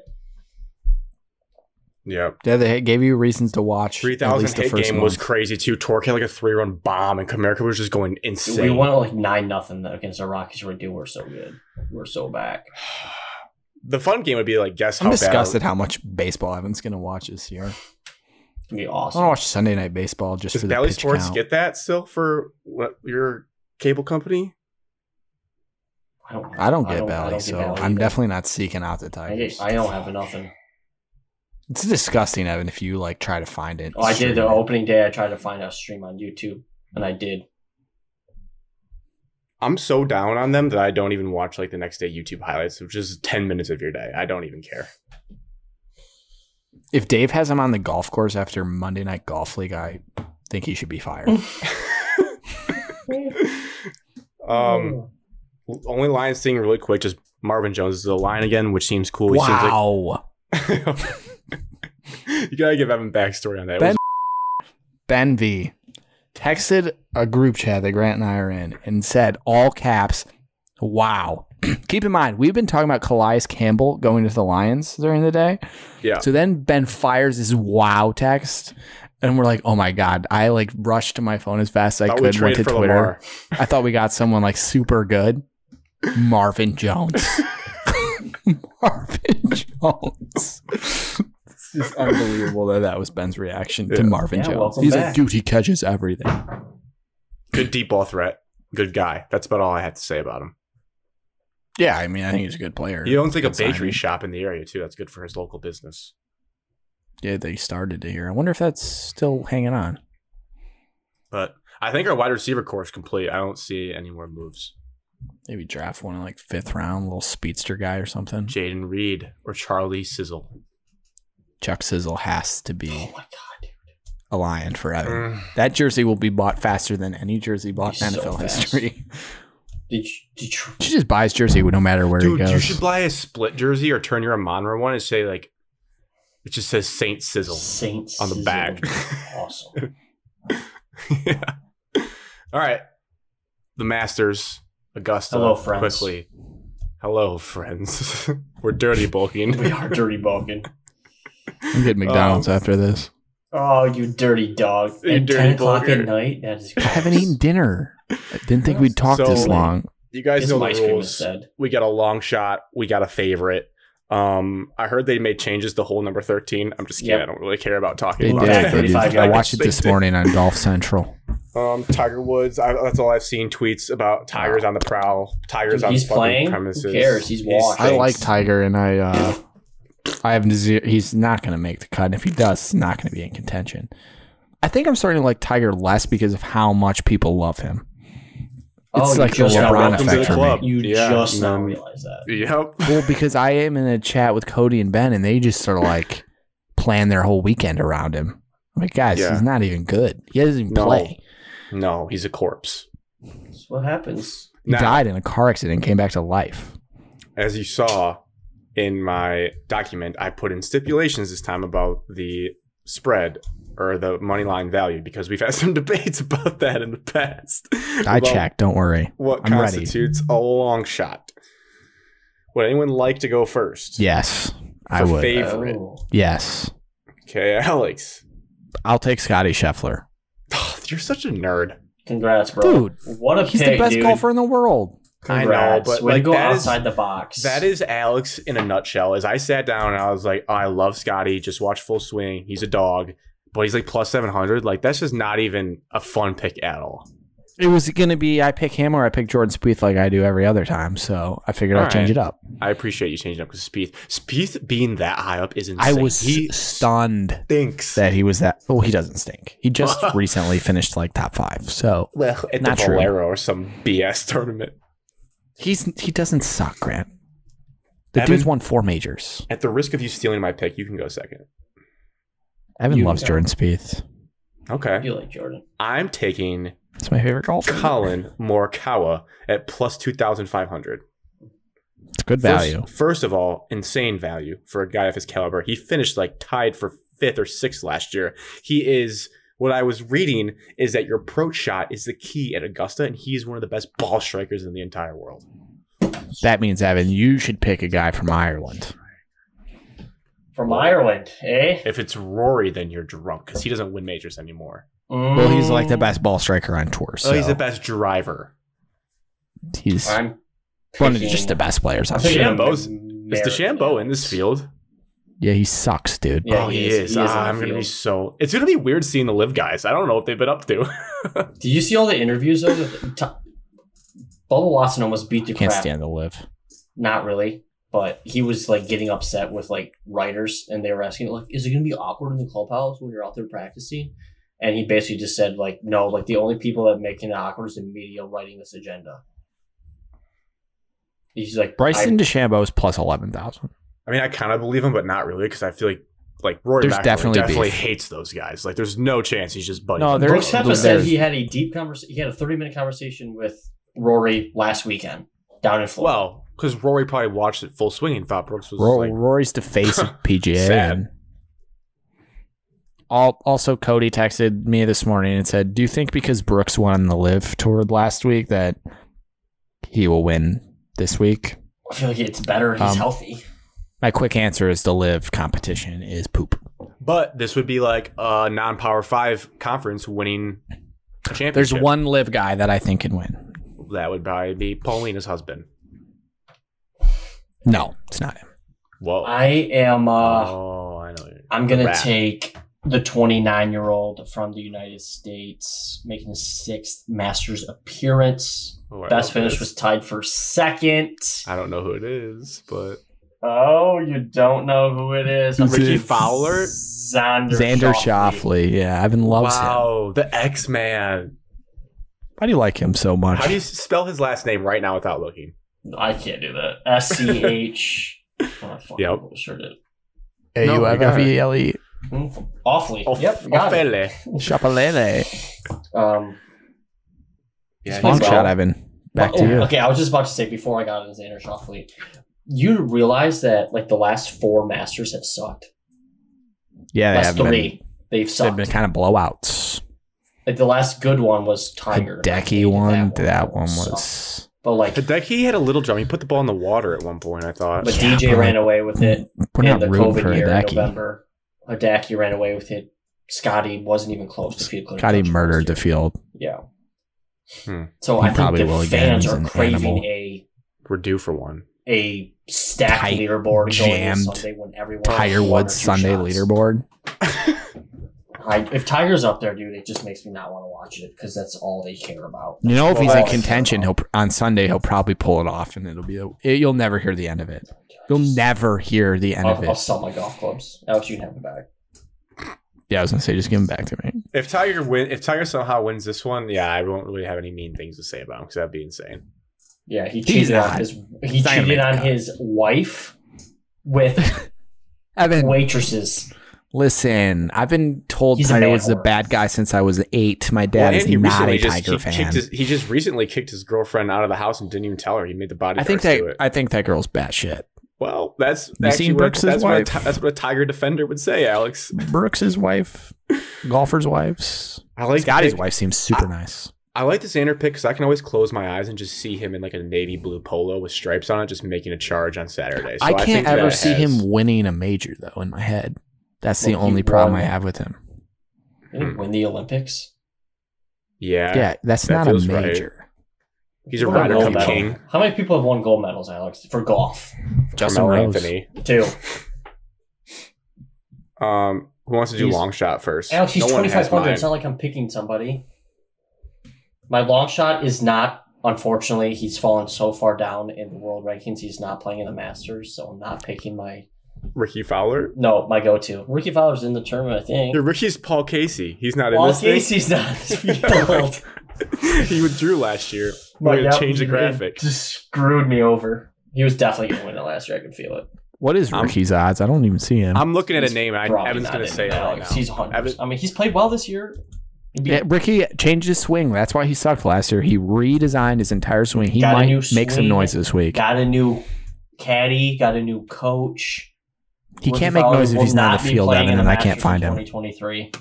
[SPEAKER 1] Yep.
[SPEAKER 5] Yeah, they gave you reasons to watch. at
[SPEAKER 1] Three thousand
[SPEAKER 5] least the
[SPEAKER 1] hit
[SPEAKER 5] first
[SPEAKER 1] game
[SPEAKER 5] one.
[SPEAKER 1] was crazy too. Torque had like a three run bomb, and Comerica was just going
[SPEAKER 4] Dude,
[SPEAKER 1] insane.
[SPEAKER 4] we went like nine nothing against the Rockies. We're dude, we're so good. We're so back.
[SPEAKER 1] the fun game would be like guess
[SPEAKER 5] I'm
[SPEAKER 1] how
[SPEAKER 5] disgusted
[SPEAKER 1] bad.
[SPEAKER 5] how much baseball Evan's gonna watch this year.
[SPEAKER 4] It's gonna be
[SPEAKER 5] I want to
[SPEAKER 4] awesome.
[SPEAKER 5] watch Sunday night baseball just
[SPEAKER 1] Does
[SPEAKER 5] for the
[SPEAKER 1] Valley
[SPEAKER 5] pitch
[SPEAKER 1] Sports
[SPEAKER 5] count.
[SPEAKER 1] get that still for what, your cable company?
[SPEAKER 4] I don't.
[SPEAKER 5] I don't
[SPEAKER 4] I don't-
[SPEAKER 5] get
[SPEAKER 4] I don't
[SPEAKER 5] Valley,
[SPEAKER 4] get
[SPEAKER 5] so
[SPEAKER 4] Valley
[SPEAKER 5] I'm
[SPEAKER 4] either.
[SPEAKER 5] definitely not seeking out the
[SPEAKER 4] I,
[SPEAKER 5] Tigers.
[SPEAKER 4] get- I don't have nothing.
[SPEAKER 5] it's disgusting, Evan. If you like try to find it,
[SPEAKER 4] Oh, I
[SPEAKER 5] stream
[SPEAKER 4] did the
[SPEAKER 5] it.
[SPEAKER 4] opening day. I tried to find a stream on YouTube, and I did.
[SPEAKER 1] I'm so down on them that I don't even watch like the next day YouTube highlights, which is ten minutes of your day. I don't even care.
[SPEAKER 5] If Dave has him on the golf course after Monday Night Golf League, I think he should be fired.
[SPEAKER 1] Um,
[SPEAKER 5] Oh,
[SPEAKER 1] only Lions thing really quick. Just Marvin Jones is the line again, which seems cool. He seems like-
[SPEAKER 5] wow.
[SPEAKER 1] you gotta give Evan backstory on that. It
[SPEAKER 5] Ben-
[SPEAKER 1] was-
[SPEAKER 5] Ben V texted a group chat that Grant and I are in and said, all caps, wow. Keep in mind, we've been talking about Calais Campbell going to the Lions during the day.
[SPEAKER 1] yeah,
[SPEAKER 5] So then Ben fires this wow text. And we're like, oh my God. I like rushed to my phone as fast as I
[SPEAKER 1] Thought we
[SPEAKER 5] could, went to
[SPEAKER 1] traded for
[SPEAKER 5] Twitter.
[SPEAKER 1] Lamar.
[SPEAKER 5] I thought we got someone like super good. Marvin Jones. Marvin Jones. It's just unbelievable that that was Ben's reaction to
[SPEAKER 1] Yeah.
[SPEAKER 5] Marvin
[SPEAKER 4] Yeah,
[SPEAKER 5] Jones.
[SPEAKER 4] welcome
[SPEAKER 5] He's
[SPEAKER 4] back.
[SPEAKER 5] like, dude, he catches everything.
[SPEAKER 1] Good deep ball threat. Good guy. That's about all I have to say about him.
[SPEAKER 5] Yeah, I mean, I think he's a good player.
[SPEAKER 1] He owns like a
[SPEAKER 5] Good signing.
[SPEAKER 1] bakery shop in the area too. That's good for his local business.
[SPEAKER 5] Yeah, they started to hear. I wonder if that's still hanging on.
[SPEAKER 1] But I think our wide receiver core is complete. I don't see any more moves.
[SPEAKER 5] Maybe draft one in like fifth round, little speedster guy or something.
[SPEAKER 1] Jaden Reed or Charlie Sizzle.
[SPEAKER 5] Chuck Sizzle has to
[SPEAKER 4] Oh
[SPEAKER 5] be
[SPEAKER 4] my god, dude.
[SPEAKER 5] a lion forever.
[SPEAKER 1] Mm.
[SPEAKER 5] That jersey will be bought faster than any jersey bought in
[SPEAKER 4] He's so
[SPEAKER 5] NFL
[SPEAKER 4] fast.
[SPEAKER 5] history.
[SPEAKER 4] Did you, did you,
[SPEAKER 5] She just buys jersey no matter where
[SPEAKER 1] Dude,
[SPEAKER 5] he goes.
[SPEAKER 1] you should buy a split jersey or turn your Amonra one and say like, it just says Saint Sizzle.
[SPEAKER 4] Saints
[SPEAKER 1] on the
[SPEAKER 4] is
[SPEAKER 1] back.
[SPEAKER 4] awesome.
[SPEAKER 1] yeah. All right. The Masters, Augusta.
[SPEAKER 4] Hello, friends.
[SPEAKER 1] Quickly. Hello, friends. We're dirty bulking.
[SPEAKER 4] we are dirty bulking.
[SPEAKER 5] I'm getting McDonald's
[SPEAKER 1] Um,
[SPEAKER 5] after this.
[SPEAKER 4] Oh, you dirty dog!
[SPEAKER 1] You
[SPEAKER 4] at
[SPEAKER 1] dirty
[SPEAKER 4] ten o'clock
[SPEAKER 1] bulger.
[SPEAKER 4] at night. That is.
[SPEAKER 5] I haven't eaten dinner. I didn't think we'd talk
[SPEAKER 1] So-
[SPEAKER 5] this long.
[SPEAKER 1] You guys
[SPEAKER 4] Get
[SPEAKER 1] know
[SPEAKER 4] some
[SPEAKER 1] the
[SPEAKER 4] ice cream
[SPEAKER 1] rules.
[SPEAKER 4] instead.
[SPEAKER 1] We got a long shot. We got a favorite. Um, I heard they made changes to hole number thirteen. I'm just kidding.
[SPEAKER 4] Yep.
[SPEAKER 1] I don't really care about talking
[SPEAKER 5] They
[SPEAKER 1] about
[SPEAKER 5] did.
[SPEAKER 1] that.
[SPEAKER 5] They did.
[SPEAKER 4] 35
[SPEAKER 5] I
[SPEAKER 4] yards.
[SPEAKER 5] watched it this morning on Golf Central.
[SPEAKER 1] Um, Tiger Woods. I, that's all I've seen. Tweets about Tiger's on the prowl. Tiger's
[SPEAKER 4] Dude,
[SPEAKER 1] on
[SPEAKER 4] he's
[SPEAKER 1] fucking
[SPEAKER 4] playing. Who
[SPEAKER 1] premises.
[SPEAKER 4] cares? He's
[SPEAKER 1] He
[SPEAKER 4] washed.
[SPEAKER 5] I
[SPEAKER 1] stinks.
[SPEAKER 5] like Tiger, and I uh, I have zero, he's not going to make the cut. And if he does, it's not going to be in contention. I think I'm starting to like Tiger less because of how much people love him. It's
[SPEAKER 4] Oh, you
[SPEAKER 5] like the
[SPEAKER 4] just now
[SPEAKER 5] LeBron
[SPEAKER 4] realized
[SPEAKER 1] welcome to
[SPEAKER 5] effect
[SPEAKER 1] the
[SPEAKER 5] for me. Mm-hmm.
[SPEAKER 1] club.
[SPEAKER 4] You
[SPEAKER 1] Yeah,
[SPEAKER 4] just now
[SPEAKER 1] man.
[SPEAKER 4] realize that.
[SPEAKER 1] Yep.
[SPEAKER 5] Well, because I am in a chat with Cody and Ben, and they just sort of like plan their whole weekend around him. I'm like, guys,
[SPEAKER 1] Yeah.
[SPEAKER 5] he's not even good. He doesn't even
[SPEAKER 1] No.
[SPEAKER 5] play.
[SPEAKER 1] No, he's a corpse.
[SPEAKER 4] That's what happens.
[SPEAKER 5] He
[SPEAKER 1] Now-
[SPEAKER 5] died in a car accident and came back to life.
[SPEAKER 1] as you saw in my document, I put in stipulations this time about the spread or the money line value because we've had some debates about that in the past.
[SPEAKER 5] I
[SPEAKER 1] About
[SPEAKER 5] checked. Don't worry.
[SPEAKER 1] What
[SPEAKER 5] I'm ready.
[SPEAKER 1] constitutes a long shot? Would anyone like to go first?
[SPEAKER 5] Yes, I
[SPEAKER 1] For
[SPEAKER 5] would.
[SPEAKER 1] Favorite.
[SPEAKER 4] Oh.
[SPEAKER 5] Yes,
[SPEAKER 1] Okay, Alex.
[SPEAKER 5] I'll take Scotty Scheffler.
[SPEAKER 1] You're such a nerd.
[SPEAKER 4] Congrats, bro.
[SPEAKER 5] Dude,
[SPEAKER 4] what a
[SPEAKER 5] He's
[SPEAKER 4] pick,
[SPEAKER 5] the best
[SPEAKER 4] dude.
[SPEAKER 5] golfer in the world.
[SPEAKER 1] I know,
[SPEAKER 4] Congrats.
[SPEAKER 1] but,
[SPEAKER 4] Way to
[SPEAKER 1] like,
[SPEAKER 4] go
[SPEAKER 1] that is-
[SPEAKER 4] outside the box.
[SPEAKER 1] That is Alex in a nutshell. As I sat down and I was like, oh, I love Scotty. Just watch Full Swing. He's a dog, but he's like plus 700. Like, that's just not even a fun pick at all.
[SPEAKER 5] It was going to be I pick him or I pick Jordan Spieth like I do every other time. So I figured
[SPEAKER 1] All
[SPEAKER 5] I'll change
[SPEAKER 1] right.
[SPEAKER 5] it up.
[SPEAKER 1] I appreciate you changing up because Spieth, Spieth being that high up is
[SPEAKER 5] I
[SPEAKER 1] insane.
[SPEAKER 5] was
[SPEAKER 1] he
[SPEAKER 5] stunned
[SPEAKER 1] stinks.
[SPEAKER 5] that he was that. Well, he doesn't stink. He just recently finished like top five. So
[SPEAKER 1] well, at
[SPEAKER 5] Not
[SPEAKER 1] the
[SPEAKER 5] true.
[SPEAKER 1] Valero or some BS tournament
[SPEAKER 5] he's he doesn't suck, Grant. The
[SPEAKER 1] Evan-
[SPEAKER 5] dude's won four majors.
[SPEAKER 1] at the risk of you stealing my pick, you can go second.
[SPEAKER 5] Evan
[SPEAKER 4] You-
[SPEAKER 5] loves Jordan Spieth.
[SPEAKER 1] Okay,
[SPEAKER 4] You like Jordan?
[SPEAKER 1] I'm taking
[SPEAKER 5] It's my favorite golfer.
[SPEAKER 1] Colin Morikawa at plus two thousand five hundred.
[SPEAKER 5] It's good value.
[SPEAKER 1] First, first of all, insane value for a guy of his caliber. He finished like tied for fifth or sixth last year. He is what I was reading is that your approach shot is the key at Augusta, and he is one of the best ball strikers in the entire world.
[SPEAKER 5] That means Evan, you should pick a guy from Ireland.
[SPEAKER 4] From Ireland, eh?
[SPEAKER 1] If it's Rory, then you're drunk because he doesn't win majors anymore.
[SPEAKER 5] Well, he's like the best ball striker on tour. So
[SPEAKER 1] Oh, he's the best driver.
[SPEAKER 5] he's
[SPEAKER 4] I'm
[SPEAKER 5] one of
[SPEAKER 4] picking-
[SPEAKER 5] just the best players.
[SPEAKER 4] I'm
[SPEAKER 5] On
[SPEAKER 1] thinking-
[SPEAKER 5] tour.
[SPEAKER 1] Shambo's-
[SPEAKER 4] American.
[SPEAKER 1] Is DeChambeau in this field?
[SPEAKER 5] Yeah, he sucks, dude.
[SPEAKER 4] Yeah,
[SPEAKER 1] oh,
[SPEAKER 4] he
[SPEAKER 1] he
[SPEAKER 4] is.
[SPEAKER 1] is.
[SPEAKER 4] He is in
[SPEAKER 1] Ah,
[SPEAKER 4] the
[SPEAKER 1] I'm gonna be
[SPEAKER 4] field.
[SPEAKER 1] so. It's gonna be weird seeing the live guys. I don't know what they've been up to.
[SPEAKER 4] Did you see all the interviews though? with T- Bubba Watson almost beat the
[SPEAKER 5] Can't
[SPEAKER 4] crap.
[SPEAKER 5] stand the live.
[SPEAKER 4] Not really, but he was like getting upset with like writers, and they were asking like, "Is it going to be awkward in the clubhouse when you're out there practicing?" And he basically just said like, "No, like the only people that make it awkward is the media writing this agenda." He's like
[SPEAKER 5] Bryson DeChambeau is plus eleven thousand.
[SPEAKER 1] I mean, I kind of believe him, but not really because I feel like like Rory
[SPEAKER 5] There's
[SPEAKER 1] McIlroy
[SPEAKER 5] definitely
[SPEAKER 1] definitely,
[SPEAKER 5] beef.
[SPEAKER 1] hates those guys. Like, there's no chance he's just buddies.
[SPEAKER 5] No,
[SPEAKER 1] with
[SPEAKER 5] there-
[SPEAKER 1] them.
[SPEAKER 4] Brooks
[SPEAKER 5] there's-
[SPEAKER 4] Hepa said
[SPEAKER 5] there's-
[SPEAKER 4] he had a deep conversation. He had a thirty-minute conversation with Rory last weekend down in Florida.
[SPEAKER 1] well, because Rory probably watched it full swing and thought Brooks was
[SPEAKER 5] Ro-
[SPEAKER 1] like,
[SPEAKER 5] Rory's the face of PGA.
[SPEAKER 1] Sad.
[SPEAKER 5] and- Al- also, Cody texted me this morning and said, "Do you think because Brooks won the Live Tour last week that he will win this week?"
[SPEAKER 4] I feel like it's better. He's
[SPEAKER 5] Um,
[SPEAKER 4] healthy.
[SPEAKER 5] My quick answer is the Live competition is poop.
[SPEAKER 1] But this would be like a non-power five conference winning a championship.
[SPEAKER 5] There's one Live guy that I think can win.
[SPEAKER 1] that would probably be Paulina's husband.
[SPEAKER 5] No, it's not him.
[SPEAKER 1] Whoa.
[SPEAKER 4] I am. uh
[SPEAKER 1] oh, I know.
[SPEAKER 4] I'm gonna
[SPEAKER 1] Rat.
[SPEAKER 4] take the 29 year old from the United States, making his sixth Masters appearance.
[SPEAKER 1] Oh, I
[SPEAKER 4] Best
[SPEAKER 1] know
[SPEAKER 4] finish
[SPEAKER 1] this.
[SPEAKER 4] was tied for second.
[SPEAKER 1] I don't know who it is, but
[SPEAKER 4] Oh, you don't know who it is?
[SPEAKER 5] Who's
[SPEAKER 1] Ricky
[SPEAKER 5] it?
[SPEAKER 1] Fowler?
[SPEAKER 4] Xander,
[SPEAKER 5] Xander
[SPEAKER 4] Schauffele.
[SPEAKER 5] Shoffley. Yeah, Evan loves him.
[SPEAKER 1] wow, the X Man.
[SPEAKER 5] Why do you like him so much?
[SPEAKER 1] How do you spell his last name right now without looking?
[SPEAKER 4] I can't do that. S C H. Oh, fuck,
[SPEAKER 1] Yep.
[SPEAKER 4] I Sure did.
[SPEAKER 5] A U F F E L E.
[SPEAKER 4] Mm, Awfully.
[SPEAKER 1] Of-
[SPEAKER 4] yep. Got it.
[SPEAKER 1] Ofele.
[SPEAKER 5] Shoffley.
[SPEAKER 4] Um,
[SPEAKER 1] Yeah,
[SPEAKER 5] Long
[SPEAKER 1] he's-
[SPEAKER 4] Well-
[SPEAKER 5] shot, Evan. Back
[SPEAKER 4] Oh,
[SPEAKER 5] to you.
[SPEAKER 4] Okay, I was just about to say before I got into Xander Shoffley, you realize that like the last four Masters have sucked.
[SPEAKER 5] Yeah, they
[SPEAKER 4] last
[SPEAKER 5] have been-
[SPEAKER 4] three, they've
[SPEAKER 5] They've
[SPEAKER 4] sucked.
[SPEAKER 5] been kind of blowouts.
[SPEAKER 4] like the last good one was Tiger. I
[SPEAKER 5] Hideki
[SPEAKER 4] hated
[SPEAKER 5] one, that one
[SPEAKER 4] Sucked.
[SPEAKER 5] was.
[SPEAKER 4] But like,
[SPEAKER 1] Hideki had a little jump. He put the ball in the water at one point. I thought.
[SPEAKER 4] but
[SPEAKER 5] Yeah,
[SPEAKER 4] DJ
[SPEAKER 5] but,
[SPEAKER 4] ran away with it
[SPEAKER 5] We're
[SPEAKER 4] in
[SPEAKER 5] not
[SPEAKER 4] the
[SPEAKER 5] rooting
[SPEAKER 4] COVID
[SPEAKER 5] for
[SPEAKER 4] year in
[SPEAKER 5] Hideki.
[SPEAKER 4] November. Hideki ran away with it. Scotty wasn't even close. to field goal
[SPEAKER 5] God, he
[SPEAKER 4] touch
[SPEAKER 5] murdered the
[SPEAKER 4] last
[SPEAKER 5] field.
[SPEAKER 4] year. Yeah.
[SPEAKER 1] Hmm.
[SPEAKER 4] So
[SPEAKER 5] He
[SPEAKER 4] I think
[SPEAKER 5] probably
[SPEAKER 4] the
[SPEAKER 5] will again.
[SPEAKER 4] fans
[SPEAKER 5] He's
[SPEAKER 4] are
[SPEAKER 5] an
[SPEAKER 4] craving
[SPEAKER 5] animal.
[SPEAKER 4] a
[SPEAKER 1] We're due for one.
[SPEAKER 4] a stacked
[SPEAKER 5] Tight,
[SPEAKER 4] leaderboard going into
[SPEAKER 5] jammed
[SPEAKER 4] Sunday when everyone has
[SPEAKER 5] Tiger
[SPEAKER 4] one or
[SPEAKER 5] Woods
[SPEAKER 4] two
[SPEAKER 5] Sunday
[SPEAKER 4] shots.
[SPEAKER 5] leaderboard.
[SPEAKER 4] I, if Tiger's up there, dude, it just makes me not want to watch it because that's all they care about.
[SPEAKER 5] You know, if
[SPEAKER 4] Well,
[SPEAKER 5] he's in
[SPEAKER 4] that's-
[SPEAKER 5] contention, he'll pr- on Sunday he'll probably pull it off, and it'll be a, it, you'll never hear the end of it. You'll never hear the end of
[SPEAKER 4] I'll, I'll
[SPEAKER 5] it.
[SPEAKER 4] sell my golf clubs. Alex, you can have them back.
[SPEAKER 5] Yeah, I was gonna say, just give him back to me.
[SPEAKER 1] If Tiger win, if Tiger somehow wins this one, yeah, I won't really have any mean things to say about him because that'd be insane.
[SPEAKER 4] Yeah, he cheated on
[SPEAKER 5] not.
[SPEAKER 4] his he
[SPEAKER 5] He's not gonna
[SPEAKER 4] cheated
[SPEAKER 5] make
[SPEAKER 4] on
[SPEAKER 5] the cut.
[SPEAKER 4] his wife with
[SPEAKER 5] Evan,
[SPEAKER 4] waitresses.
[SPEAKER 5] listen, I've been told
[SPEAKER 4] He's a
[SPEAKER 5] Tiger
[SPEAKER 4] man
[SPEAKER 5] Woods is a
[SPEAKER 4] whore.
[SPEAKER 5] bad guy since I was eight. My dad
[SPEAKER 1] Well,
[SPEAKER 5] is
[SPEAKER 1] and he
[SPEAKER 5] not
[SPEAKER 1] recently
[SPEAKER 5] a
[SPEAKER 1] just
[SPEAKER 5] Tiger
[SPEAKER 1] he
[SPEAKER 5] fan.
[SPEAKER 1] kicked his, he just recently kicked his girlfriend out of the house and didn't even tell her. He made the body.
[SPEAKER 5] I think
[SPEAKER 1] that.
[SPEAKER 5] that I think that girl's batshit.
[SPEAKER 1] Well, that's
[SPEAKER 5] You
[SPEAKER 1] actually
[SPEAKER 5] seen
[SPEAKER 1] what,
[SPEAKER 5] Brooks'
[SPEAKER 1] that's, what a,
[SPEAKER 5] wife?
[SPEAKER 1] ti- that's what a Tiger defender would say, Alex.
[SPEAKER 5] Brooks's wife, golfers' wives.
[SPEAKER 1] I like
[SPEAKER 5] Scotty's
[SPEAKER 1] the-
[SPEAKER 5] wife seems super nice.
[SPEAKER 1] I like this Xander pick because I can always close my eyes and just see him in like a navy blue polo with stripes on it, just making a charge on Saturday. So
[SPEAKER 5] I can't
[SPEAKER 1] think
[SPEAKER 5] ever
[SPEAKER 1] that
[SPEAKER 5] see
[SPEAKER 1] has-
[SPEAKER 5] him winning a major though in my head. That's the
[SPEAKER 4] Well, he
[SPEAKER 5] only problem
[SPEAKER 4] won.
[SPEAKER 5] I have with him.
[SPEAKER 4] Didn't he win the Olympics.
[SPEAKER 1] Yeah,
[SPEAKER 5] yeah, that's
[SPEAKER 1] that
[SPEAKER 5] not a
[SPEAKER 1] feels right.
[SPEAKER 5] major.
[SPEAKER 1] he's a
[SPEAKER 4] What about
[SPEAKER 1] Ryder
[SPEAKER 4] gold
[SPEAKER 1] Cup
[SPEAKER 4] medal?
[SPEAKER 1] king.
[SPEAKER 4] How many people have won gold medals, Alex, for golf?
[SPEAKER 5] Justin
[SPEAKER 1] Carmelo
[SPEAKER 5] Rose.
[SPEAKER 1] Anthony.
[SPEAKER 4] Two.
[SPEAKER 1] Um, who wants to do
[SPEAKER 4] He's-
[SPEAKER 1] long shot first?
[SPEAKER 4] Alex, he's
[SPEAKER 1] No one
[SPEAKER 4] twenty
[SPEAKER 1] has
[SPEAKER 4] five hundred. It's
[SPEAKER 1] mine.
[SPEAKER 4] not like I'm picking somebody. My long shot is not. Unfortunately, he's fallen so far down in the world rankings. He's not playing in the Masters, so I'm not picking my
[SPEAKER 1] Ricky Fowler.
[SPEAKER 4] no my go to. Ricky Fowler's in the tournament, I think.
[SPEAKER 1] Yeah, Ricky's Paul Casey. He's not
[SPEAKER 4] Well,
[SPEAKER 1] in this
[SPEAKER 4] Casey's not in the field.
[SPEAKER 1] thing. he withdrew last year. We're gonna
[SPEAKER 4] But
[SPEAKER 1] change the
[SPEAKER 4] it
[SPEAKER 1] graphic.
[SPEAKER 4] Just screwed me over. He was definitely gonna win it last year. I could feel it.
[SPEAKER 5] What is
[SPEAKER 1] I'm-
[SPEAKER 5] Ricky's odds? I don't even see him.
[SPEAKER 1] I'm looking at a
[SPEAKER 4] He's
[SPEAKER 1] name. And I,
[SPEAKER 4] Probably
[SPEAKER 1] Evan's
[SPEAKER 4] not
[SPEAKER 1] gonna
[SPEAKER 4] in
[SPEAKER 1] say
[SPEAKER 4] it,
[SPEAKER 1] it right now.
[SPEAKER 4] Alex. He's hundred.
[SPEAKER 1] Evan-
[SPEAKER 4] I mean, he's played well this year. He'd be-
[SPEAKER 5] Yeah, Ricky changed his swing. That's why he sucked last year. He redesigned his entire swing. He
[SPEAKER 4] Got a
[SPEAKER 5] might
[SPEAKER 4] new
[SPEAKER 5] make some
[SPEAKER 4] swing.
[SPEAKER 5] noise this week.
[SPEAKER 4] Got a new caddy. Got a new coach.
[SPEAKER 5] he
[SPEAKER 4] Ricky
[SPEAKER 5] can't make
[SPEAKER 4] Fowler
[SPEAKER 5] noise if
[SPEAKER 4] will
[SPEAKER 5] he's not in the
[SPEAKER 4] be
[SPEAKER 5] field,
[SPEAKER 4] playing
[SPEAKER 5] Evan,
[SPEAKER 4] in the
[SPEAKER 5] and I
[SPEAKER 4] Masters
[SPEAKER 5] can't
[SPEAKER 4] in
[SPEAKER 5] find him.
[SPEAKER 4] 2023.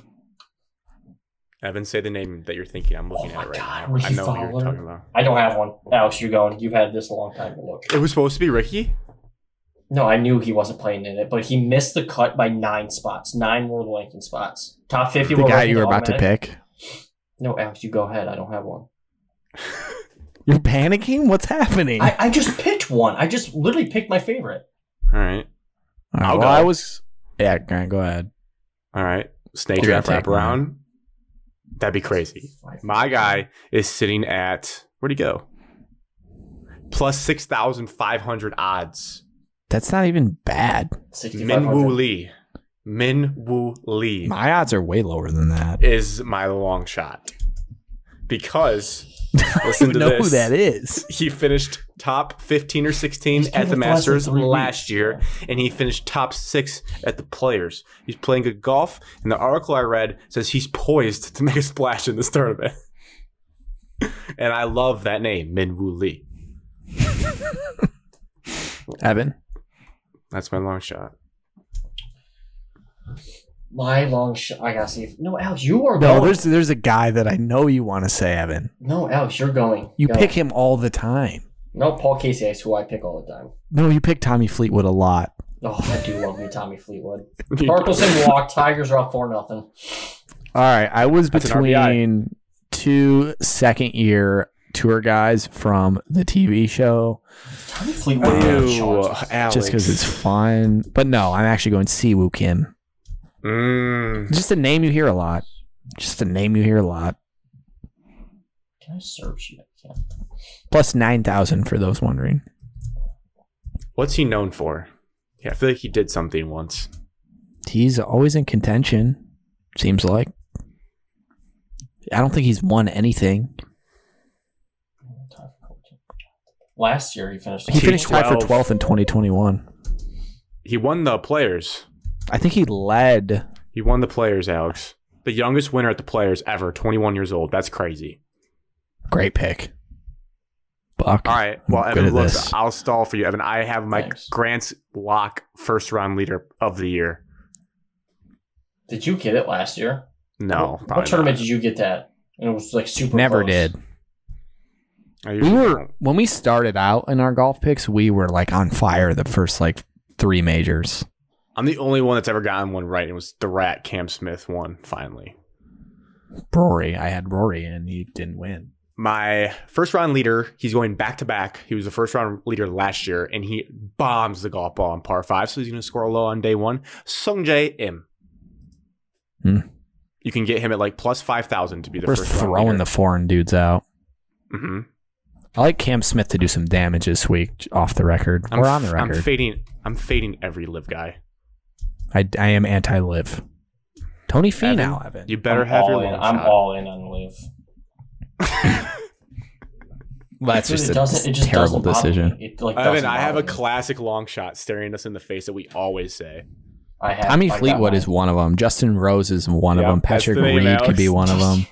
[SPEAKER 1] Evan, say the name that you're thinking. I'm looking
[SPEAKER 4] Oh
[SPEAKER 1] at
[SPEAKER 4] my
[SPEAKER 1] right
[SPEAKER 4] God,
[SPEAKER 1] now. I
[SPEAKER 4] Ricky
[SPEAKER 1] know what you're
[SPEAKER 4] Fowler.
[SPEAKER 1] talking about.
[SPEAKER 4] I don't have one. Alex, you're going. You've had this a long time to look.
[SPEAKER 1] It was supposed to be Ricky.
[SPEAKER 4] No, I knew he wasn't playing in it, but he missed the cut by nine spots, nine world ranking spots. Top 50
[SPEAKER 5] The
[SPEAKER 4] world
[SPEAKER 5] guy
[SPEAKER 4] rankings
[SPEAKER 5] you were about to
[SPEAKER 4] automatic.
[SPEAKER 5] pick.
[SPEAKER 4] No, Alex, you go ahead. I don't have one.
[SPEAKER 5] You're panicking? What's happening?
[SPEAKER 4] I, I just picked one. I just literally picked my favorite.
[SPEAKER 1] All right.
[SPEAKER 5] All right,
[SPEAKER 1] I'll
[SPEAKER 5] well,
[SPEAKER 1] go.
[SPEAKER 5] I was. Yeah, Grant, go ahead.
[SPEAKER 1] All right. Snake
[SPEAKER 5] You're
[SPEAKER 1] draft
[SPEAKER 5] gonna take
[SPEAKER 1] wraparound. That'd be crazy. My guy is sitting at where'd he go? Plus six thousand five hundred odds.
[SPEAKER 5] That's not even bad.
[SPEAKER 4] 6500.
[SPEAKER 1] Min Woo Lee. Min Woo Lee
[SPEAKER 5] My odds are way lower than that.
[SPEAKER 1] is my long shot because listen
[SPEAKER 5] you
[SPEAKER 1] to
[SPEAKER 5] know
[SPEAKER 1] this.
[SPEAKER 5] who that is.
[SPEAKER 1] He finished top 15 or 16
[SPEAKER 4] He's been
[SPEAKER 1] at the
[SPEAKER 4] with us in
[SPEAKER 1] Masters
[SPEAKER 4] three
[SPEAKER 1] last
[SPEAKER 4] weeks.
[SPEAKER 1] year, and he finished top six at the Players. He's playing good golf, and the article I read says he's poised to make a splash in this tournament. and I love that name, Min Woo Lee.
[SPEAKER 5] Evan.
[SPEAKER 1] That's my long shot.
[SPEAKER 4] My long shot. I gotta see. If- no, Alex, you are
[SPEAKER 5] No,
[SPEAKER 4] going.
[SPEAKER 5] there's there's a guy that I know you want to say, Evan.
[SPEAKER 4] No, Alex, you're going.
[SPEAKER 5] You
[SPEAKER 4] Go.
[SPEAKER 5] pick him all the time.
[SPEAKER 4] No, Paul Casey is who I pick all the time.
[SPEAKER 5] No, you pick Tommy Fleetwood a lot.
[SPEAKER 4] Oh, I do love me Tommy Fleetwood. Torkelson walked. Tigers are up four nothing.
[SPEAKER 5] All right, I was
[SPEAKER 1] That's an
[SPEAKER 5] between two second year tour guys from the TV show
[SPEAKER 4] Tommy Fleetwood. had a
[SPEAKER 1] Ew,
[SPEAKER 4] shot.
[SPEAKER 1] Alex.
[SPEAKER 5] just because it's fun. But no, I'm actually going Siwoo Kim.
[SPEAKER 1] Mm,
[SPEAKER 5] It's Just a name you hear a lot. Just a name you hear a lot.
[SPEAKER 4] Can I search you? I can't.
[SPEAKER 5] Plus nine thousand for those wondering.
[SPEAKER 1] what's he known for? Yeah, I feel like he did something once.
[SPEAKER 5] He's always in contention. Seems like. I don't think he's won anything.
[SPEAKER 4] Last year he finished.
[SPEAKER 5] He
[SPEAKER 1] T12.
[SPEAKER 5] finished tied for twelfth in 2021.
[SPEAKER 1] He won the Players.
[SPEAKER 5] I think he led.
[SPEAKER 1] He won the Players, Alex. The youngest winner at the Players ever, 21 years old. That's crazy.
[SPEAKER 5] Great pick. Buck.
[SPEAKER 1] All right. Well,
[SPEAKER 5] I'm
[SPEAKER 1] Evan,
[SPEAKER 5] good at
[SPEAKER 1] look,
[SPEAKER 5] this.
[SPEAKER 1] I'll stall for you, Evan. I have my
[SPEAKER 4] Thanks.
[SPEAKER 1] Grant's lock first round leader of the year.
[SPEAKER 4] Did you get it last year?
[SPEAKER 1] No,
[SPEAKER 4] What,
[SPEAKER 1] probably
[SPEAKER 4] what tournament
[SPEAKER 1] not.
[SPEAKER 4] did you get that? And it was like super.
[SPEAKER 5] Never
[SPEAKER 4] close.
[SPEAKER 5] did.
[SPEAKER 1] I
[SPEAKER 5] We
[SPEAKER 1] usually
[SPEAKER 5] were
[SPEAKER 1] don't.
[SPEAKER 5] when we started out in our golf picks, we were like on fire the first like three majors.
[SPEAKER 1] I'm the only one that's ever gotten one right. It was the Rat Cam Smith one. Finally,
[SPEAKER 5] Rory, I had Rory and he didn't win.
[SPEAKER 1] my first round leader. He's going back to back. He was the first round leader last year, and he bombs the golf ball on par five, so he's going to score low on day one. Sung Jae Im.
[SPEAKER 5] Hmm.
[SPEAKER 1] You can get him at like plus five thousand to be the
[SPEAKER 5] we're
[SPEAKER 1] first
[SPEAKER 5] throwing the foreign dudes out.
[SPEAKER 1] hmm
[SPEAKER 5] I like Cam Smith to do some damage this week off the record. we're on the
[SPEAKER 1] I'm
[SPEAKER 5] record.
[SPEAKER 1] fading. I'm fading every live guy.
[SPEAKER 5] I, I am anti live. Tony Finau, Evan.
[SPEAKER 1] You better
[SPEAKER 4] I'm
[SPEAKER 1] have your
[SPEAKER 4] all in.
[SPEAKER 1] long
[SPEAKER 4] I'm
[SPEAKER 1] shot.
[SPEAKER 4] all in on live.
[SPEAKER 5] Well, that's
[SPEAKER 4] Dude,
[SPEAKER 5] just
[SPEAKER 4] it
[SPEAKER 5] a
[SPEAKER 4] doesn't- it just
[SPEAKER 5] terrible
[SPEAKER 4] doesn't bother
[SPEAKER 5] decision.
[SPEAKER 4] me. It, like,
[SPEAKER 1] Evan,
[SPEAKER 4] doesn't
[SPEAKER 1] I have
[SPEAKER 4] bother
[SPEAKER 1] a
[SPEAKER 4] me.
[SPEAKER 1] classic long shot staring us in the face that we always say.
[SPEAKER 4] I have.
[SPEAKER 5] Tommy
[SPEAKER 4] I got
[SPEAKER 5] Fleetwood
[SPEAKER 4] mine.
[SPEAKER 5] is one of them. Justin Rose is one
[SPEAKER 1] Yeah,
[SPEAKER 5] of them.
[SPEAKER 1] that's the
[SPEAKER 5] Patrick
[SPEAKER 1] name,
[SPEAKER 5] Reed
[SPEAKER 1] Alex.
[SPEAKER 5] could be one of them.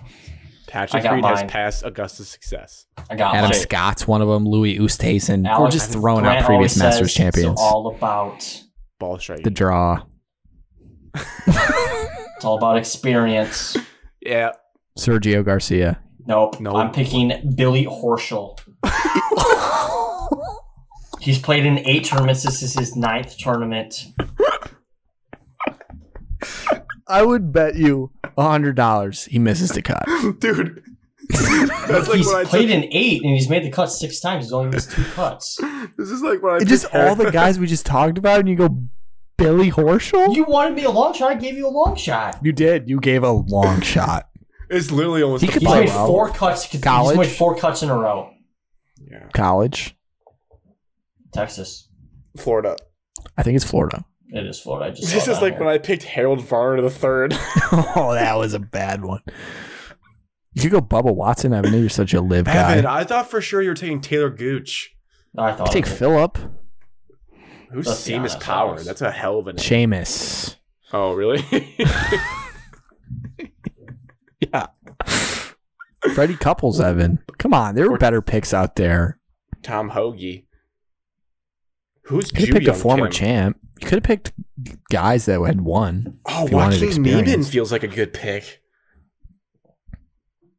[SPEAKER 1] Patrick
[SPEAKER 4] I got
[SPEAKER 1] Reed
[SPEAKER 4] mine.
[SPEAKER 1] has passed Augusta's success.
[SPEAKER 4] I got
[SPEAKER 5] Adam
[SPEAKER 4] mine.
[SPEAKER 5] Scott's one of them. Louis Oosthuizen. We're
[SPEAKER 4] Alex,
[SPEAKER 5] just throwing
[SPEAKER 4] Grant
[SPEAKER 5] out
[SPEAKER 4] always
[SPEAKER 5] previous Masters
[SPEAKER 4] says
[SPEAKER 5] champions.
[SPEAKER 4] It's all about.
[SPEAKER 1] Ball strike.
[SPEAKER 5] the draw.
[SPEAKER 4] It's all about experience.
[SPEAKER 1] yeah.
[SPEAKER 5] Sergio Garcia.
[SPEAKER 4] Nope.
[SPEAKER 1] No.
[SPEAKER 4] I'm picking Billy Horschel. He's played in eight tournaments. This is his ninth tournament.
[SPEAKER 5] I would bet you hundred dollars he misses the cut.
[SPEAKER 1] Dude. That's like
[SPEAKER 4] he's
[SPEAKER 1] what I
[SPEAKER 4] played
[SPEAKER 1] took.
[SPEAKER 4] in eight and he's made the cut six times. He's only missed two cuts.
[SPEAKER 1] This is like what I
[SPEAKER 5] It's just
[SPEAKER 1] took
[SPEAKER 5] all the
[SPEAKER 1] Eric-
[SPEAKER 5] guys we just talked about, and you go Billy Horschel.
[SPEAKER 4] You wanted me a long shot. I gave you a long shot.
[SPEAKER 5] You did. You gave a long shot.
[SPEAKER 1] It's literally almost
[SPEAKER 5] He
[SPEAKER 1] the
[SPEAKER 5] could
[SPEAKER 4] He's
[SPEAKER 5] play
[SPEAKER 1] play.
[SPEAKER 4] made
[SPEAKER 5] well.
[SPEAKER 4] four cuts.
[SPEAKER 5] College?
[SPEAKER 4] He's made four cuts in a row.
[SPEAKER 1] Yeah.
[SPEAKER 5] College.
[SPEAKER 4] Texas.
[SPEAKER 1] Florida.
[SPEAKER 5] I think it's Florida.
[SPEAKER 4] It is Florida. I just
[SPEAKER 1] This is like when I picked Harold Varner the third.
[SPEAKER 5] oh, that was a bad one. You could go Bubba Watson. I mean, you're such a live
[SPEAKER 1] Evan,
[SPEAKER 5] guy.
[SPEAKER 1] I thought for sure you were taking Taylor Gooch.
[SPEAKER 4] I thought.
[SPEAKER 5] Take
[SPEAKER 4] of it.
[SPEAKER 5] Philip.
[SPEAKER 1] Who's
[SPEAKER 4] Let's be
[SPEAKER 1] Seamus
[SPEAKER 4] honest,
[SPEAKER 1] Power?
[SPEAKER 4] Alex.
[SPEAKER 1] That's a hell of a name.
[SPEAKER 5] Seamus.
[SPEAKER 1] oh, really?
[SPEAKER 5] Yeah. Freddie Couples, Evan. Come on, there were better picks out there.
[SPEAKER 1] Tom Hoagie. Who's
[SPEAKER 5] You could have picked a
[SPEAKER 1] Juyong
[SPEAKER 5] former
[SPEAKER 1] Kim?
[SPEAKER 5] champ. You could have picked guys that had won.
[SPEAKER 1] Oh,
[SPEAKER 5] if you wanted
[SPEAKER 1] Joaquin Neiman
[SPEAKER 5] experience.
[SPEAKER 1] feels like a good pick.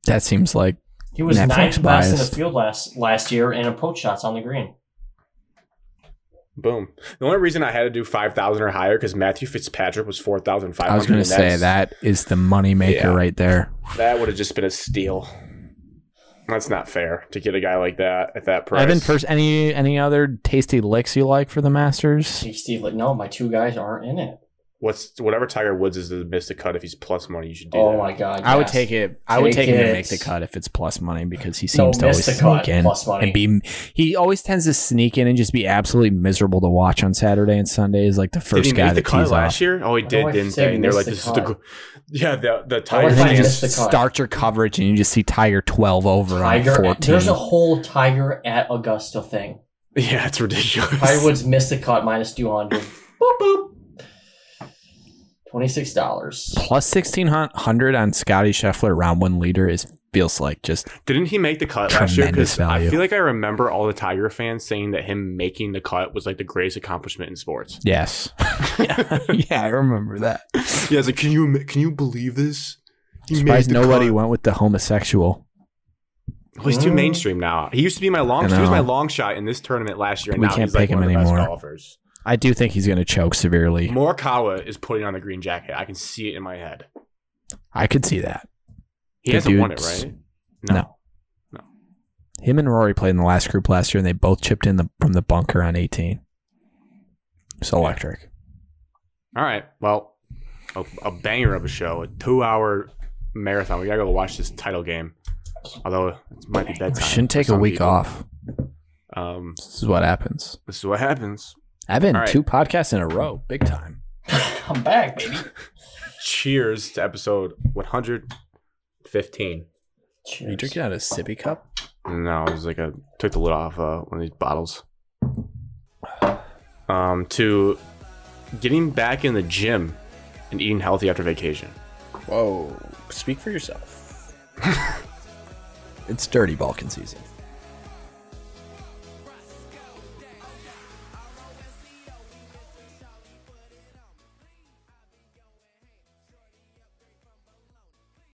[SPEAKER 5] That seems like
[SPEAKER 4] He was
[SPEAKER 5] Netflix
[SPEAKER 4] ninth best in
[SPEAKER 5] biased.
[SPEAKER 4] the field last last year in approach shots on the green.
[SPEAKER 1] Boom. The only reason I had to do five thousand or higher because Matthew Fitzpatrick was four thousand five
[SPEAKER 5] I was
[SPEAKER 1] hundred.
[SPEAKER 5] going to say that is the money maker
[SPEAKER 1] Yeah.
[SPEAKER 5] right there.
[SPEAKER 1] that would have just been a steal. That's not fair to get a guy like that at that price.
[SPEAKER 5] Evan, first, any any other tasty licks you like for the Masters?
[SPEAKER 4] See, Steve, like, no, my two guys aren't in it.
[SPEAKER 1] What's whatever Tiger Woods is the miss to cut if he's plus money, you should do
[SPEAKER 4] oh
[SPEAKER 1] that.
[SPEAKER 4] my god.
[SPEAKER 5] I would
[SPEAKER 4] yes.
[SPEAKER 5] take it. I would
[SPEAKER 4] Take
[SPEAKER 5] take him
[SPEAKER 4] it.
[SPEAKER 5] to make the cut if it's plus money because he
[SPEAKER 4] No,
[SPEAKER 5] seems to
[SPEAKER 4] miss
[SPEAKER 5] always
[SPEAKER 4] the cut.
[SPEAKER 5] sneak in
[SPEAKER 4] Plus money.
[SPEAKER 5] and be. He always tends to sneak in and just be absolutely miserable to watch on Saturday and Sundays. Like the
[SPEAKER 1] Did he
[SPEAKER 5] first guy
[SPEAKER 1] make the
[SPEAKER 5] that
[SPEAKER 1] cut
[SPEAKER 5] tees
[SPEAKER 1] last
[SPEAKER 5] off.
[SPEAKER 1] year? Oh, he did,
[SPEAKER 4] Why do I
[SPEAKER 1] didn't
[SPEAKER 4] say
[SPEAKER 1] they? And they're
[SPEAKER 4] miss
[SPEAKER 1] like,
[SPEAKER 4] the
[SPEAKER 1] "This is the,
[SPEAKER 4] cut?
[SPEAKER 1] gr- yeah, the the
[SPEAKER 4] Why
[SPEAKER 1] Tiger
[SPEAKER 5] And
[SPEAKER 4] do I
[SPEAKER 5] then you
[SPEAKER 1] thing
[SPEAKER 4] miss
[SPEAKER 1] is
[SPEAKER 5] just
[SPEAKER 4] the cut?
[SPEAKER 5] start your coverage and you just see Tiger twelve over
[SPEAKER 4] Tiger.
[SPEAKER 5] on fourteen.
[SPEAKER 4] There's a whole Tiger at Augusta thing.
[SPEAKER 1] yeah, it's ridiculous."
[SPEAKER 4] Tiger Woods missed the cut minus 200. boop, boop. $26.
[SPEAKER 5] plus sixteen hundred on Scotty Scheffler round one leader is feels like just
[SPEAKER 1] Didn't he make the cut last year?
[SPEAKER 5] Tremendous
[SPEAKER 1] Because I
[SPEAKER 5] value.
[SPEAKER 1] feel like I remember all the Tiger fans saying that him making the cut was like the greatest accomplishment in sports.
[SPEAKER 5] yes. yeah, I remember that.
[SPEAKER 1] Yeah, it's like, can you ima- can you believe this? He
[SPEAKER 5] Surprised
[SPEAKER 1] made the
[SPEAKER 5] nobody
[SPEAKER 1] cut.
[SPEAKER 5] went with the homosexual.
[SPEAKER 1] Well, he's too mainstream now. He used to be my long.
[SPEAKER 5] I
[SPEAKER 1] He was my
[SPEAKER 5] know.
[SPEAKER 1] long shot in this tournament last year. And
[SPEAKER 5] We
[SPEAKER 1] now
[SPEAKER 5] can't
[SPEAKER 1] he's like
[SPEAKER 5] pick
[SPEAKER 1] one
[SPEAKER 5] him
[SPEAKER 1] of the
[SPEAKER 5] anymore.
[SPEAKER 1] Best golfers.
[SPEAKER 5] I do think he's going to choke severely.
[SPEAKER 1] Morikawa is putting on the green jacket. I can see it in my head.
[SPEAKER 5] I could see that.
[SPEAKER 1] He
[SPEAKER 5] The
[SPEAKER 1] hasn't won it,
[SPEAKER 5] dude's-
[SPEAKER 1] right?
[SPEAKER 5] No. Him and Rory played in the last group last year, and they both chipped in the from the bunker on 18. It's electric.
[SPEAKER 1] All right. Well, a, a banger of a show, a two-hour marathon. We gotta go watch this title game. Although it might be bedtime.
[SPEAKER 5] We shouldn't
[SPEAKER 1] for
[SPEAKER 5] take a
[SPEAKER 1] some
[SPEAKER 5] week
[SPEAKER 1] people.
[SPEAKER 5] off.
[SPEAKER 1] Um,
[SPEAKER 5] This is what happens.
[SPEAKER 1] this is what happens.
[SPEAKER 5] I've been
[SPEAKER 1] All right.
[SPEAKER 5] two podcasts in a row, big time.
[SPEAKER 4] I'm back, baby.
[SPEAKER 1] Cheers to episode 115.
[SPEAKER 5] Are you
[SPEAKER 4] Cheers.
[SPEAKER 5] drinking out of a sippy cup?
[SPEAKER 1] No, it was like I took the lid off uh, one of these bottles. Um, to getting back in the gym and eating healthy after vacation.
[SPEAKER 3] Whoa. Speak for yourself.
[SPEAKER 5] It's dirty Balkan season.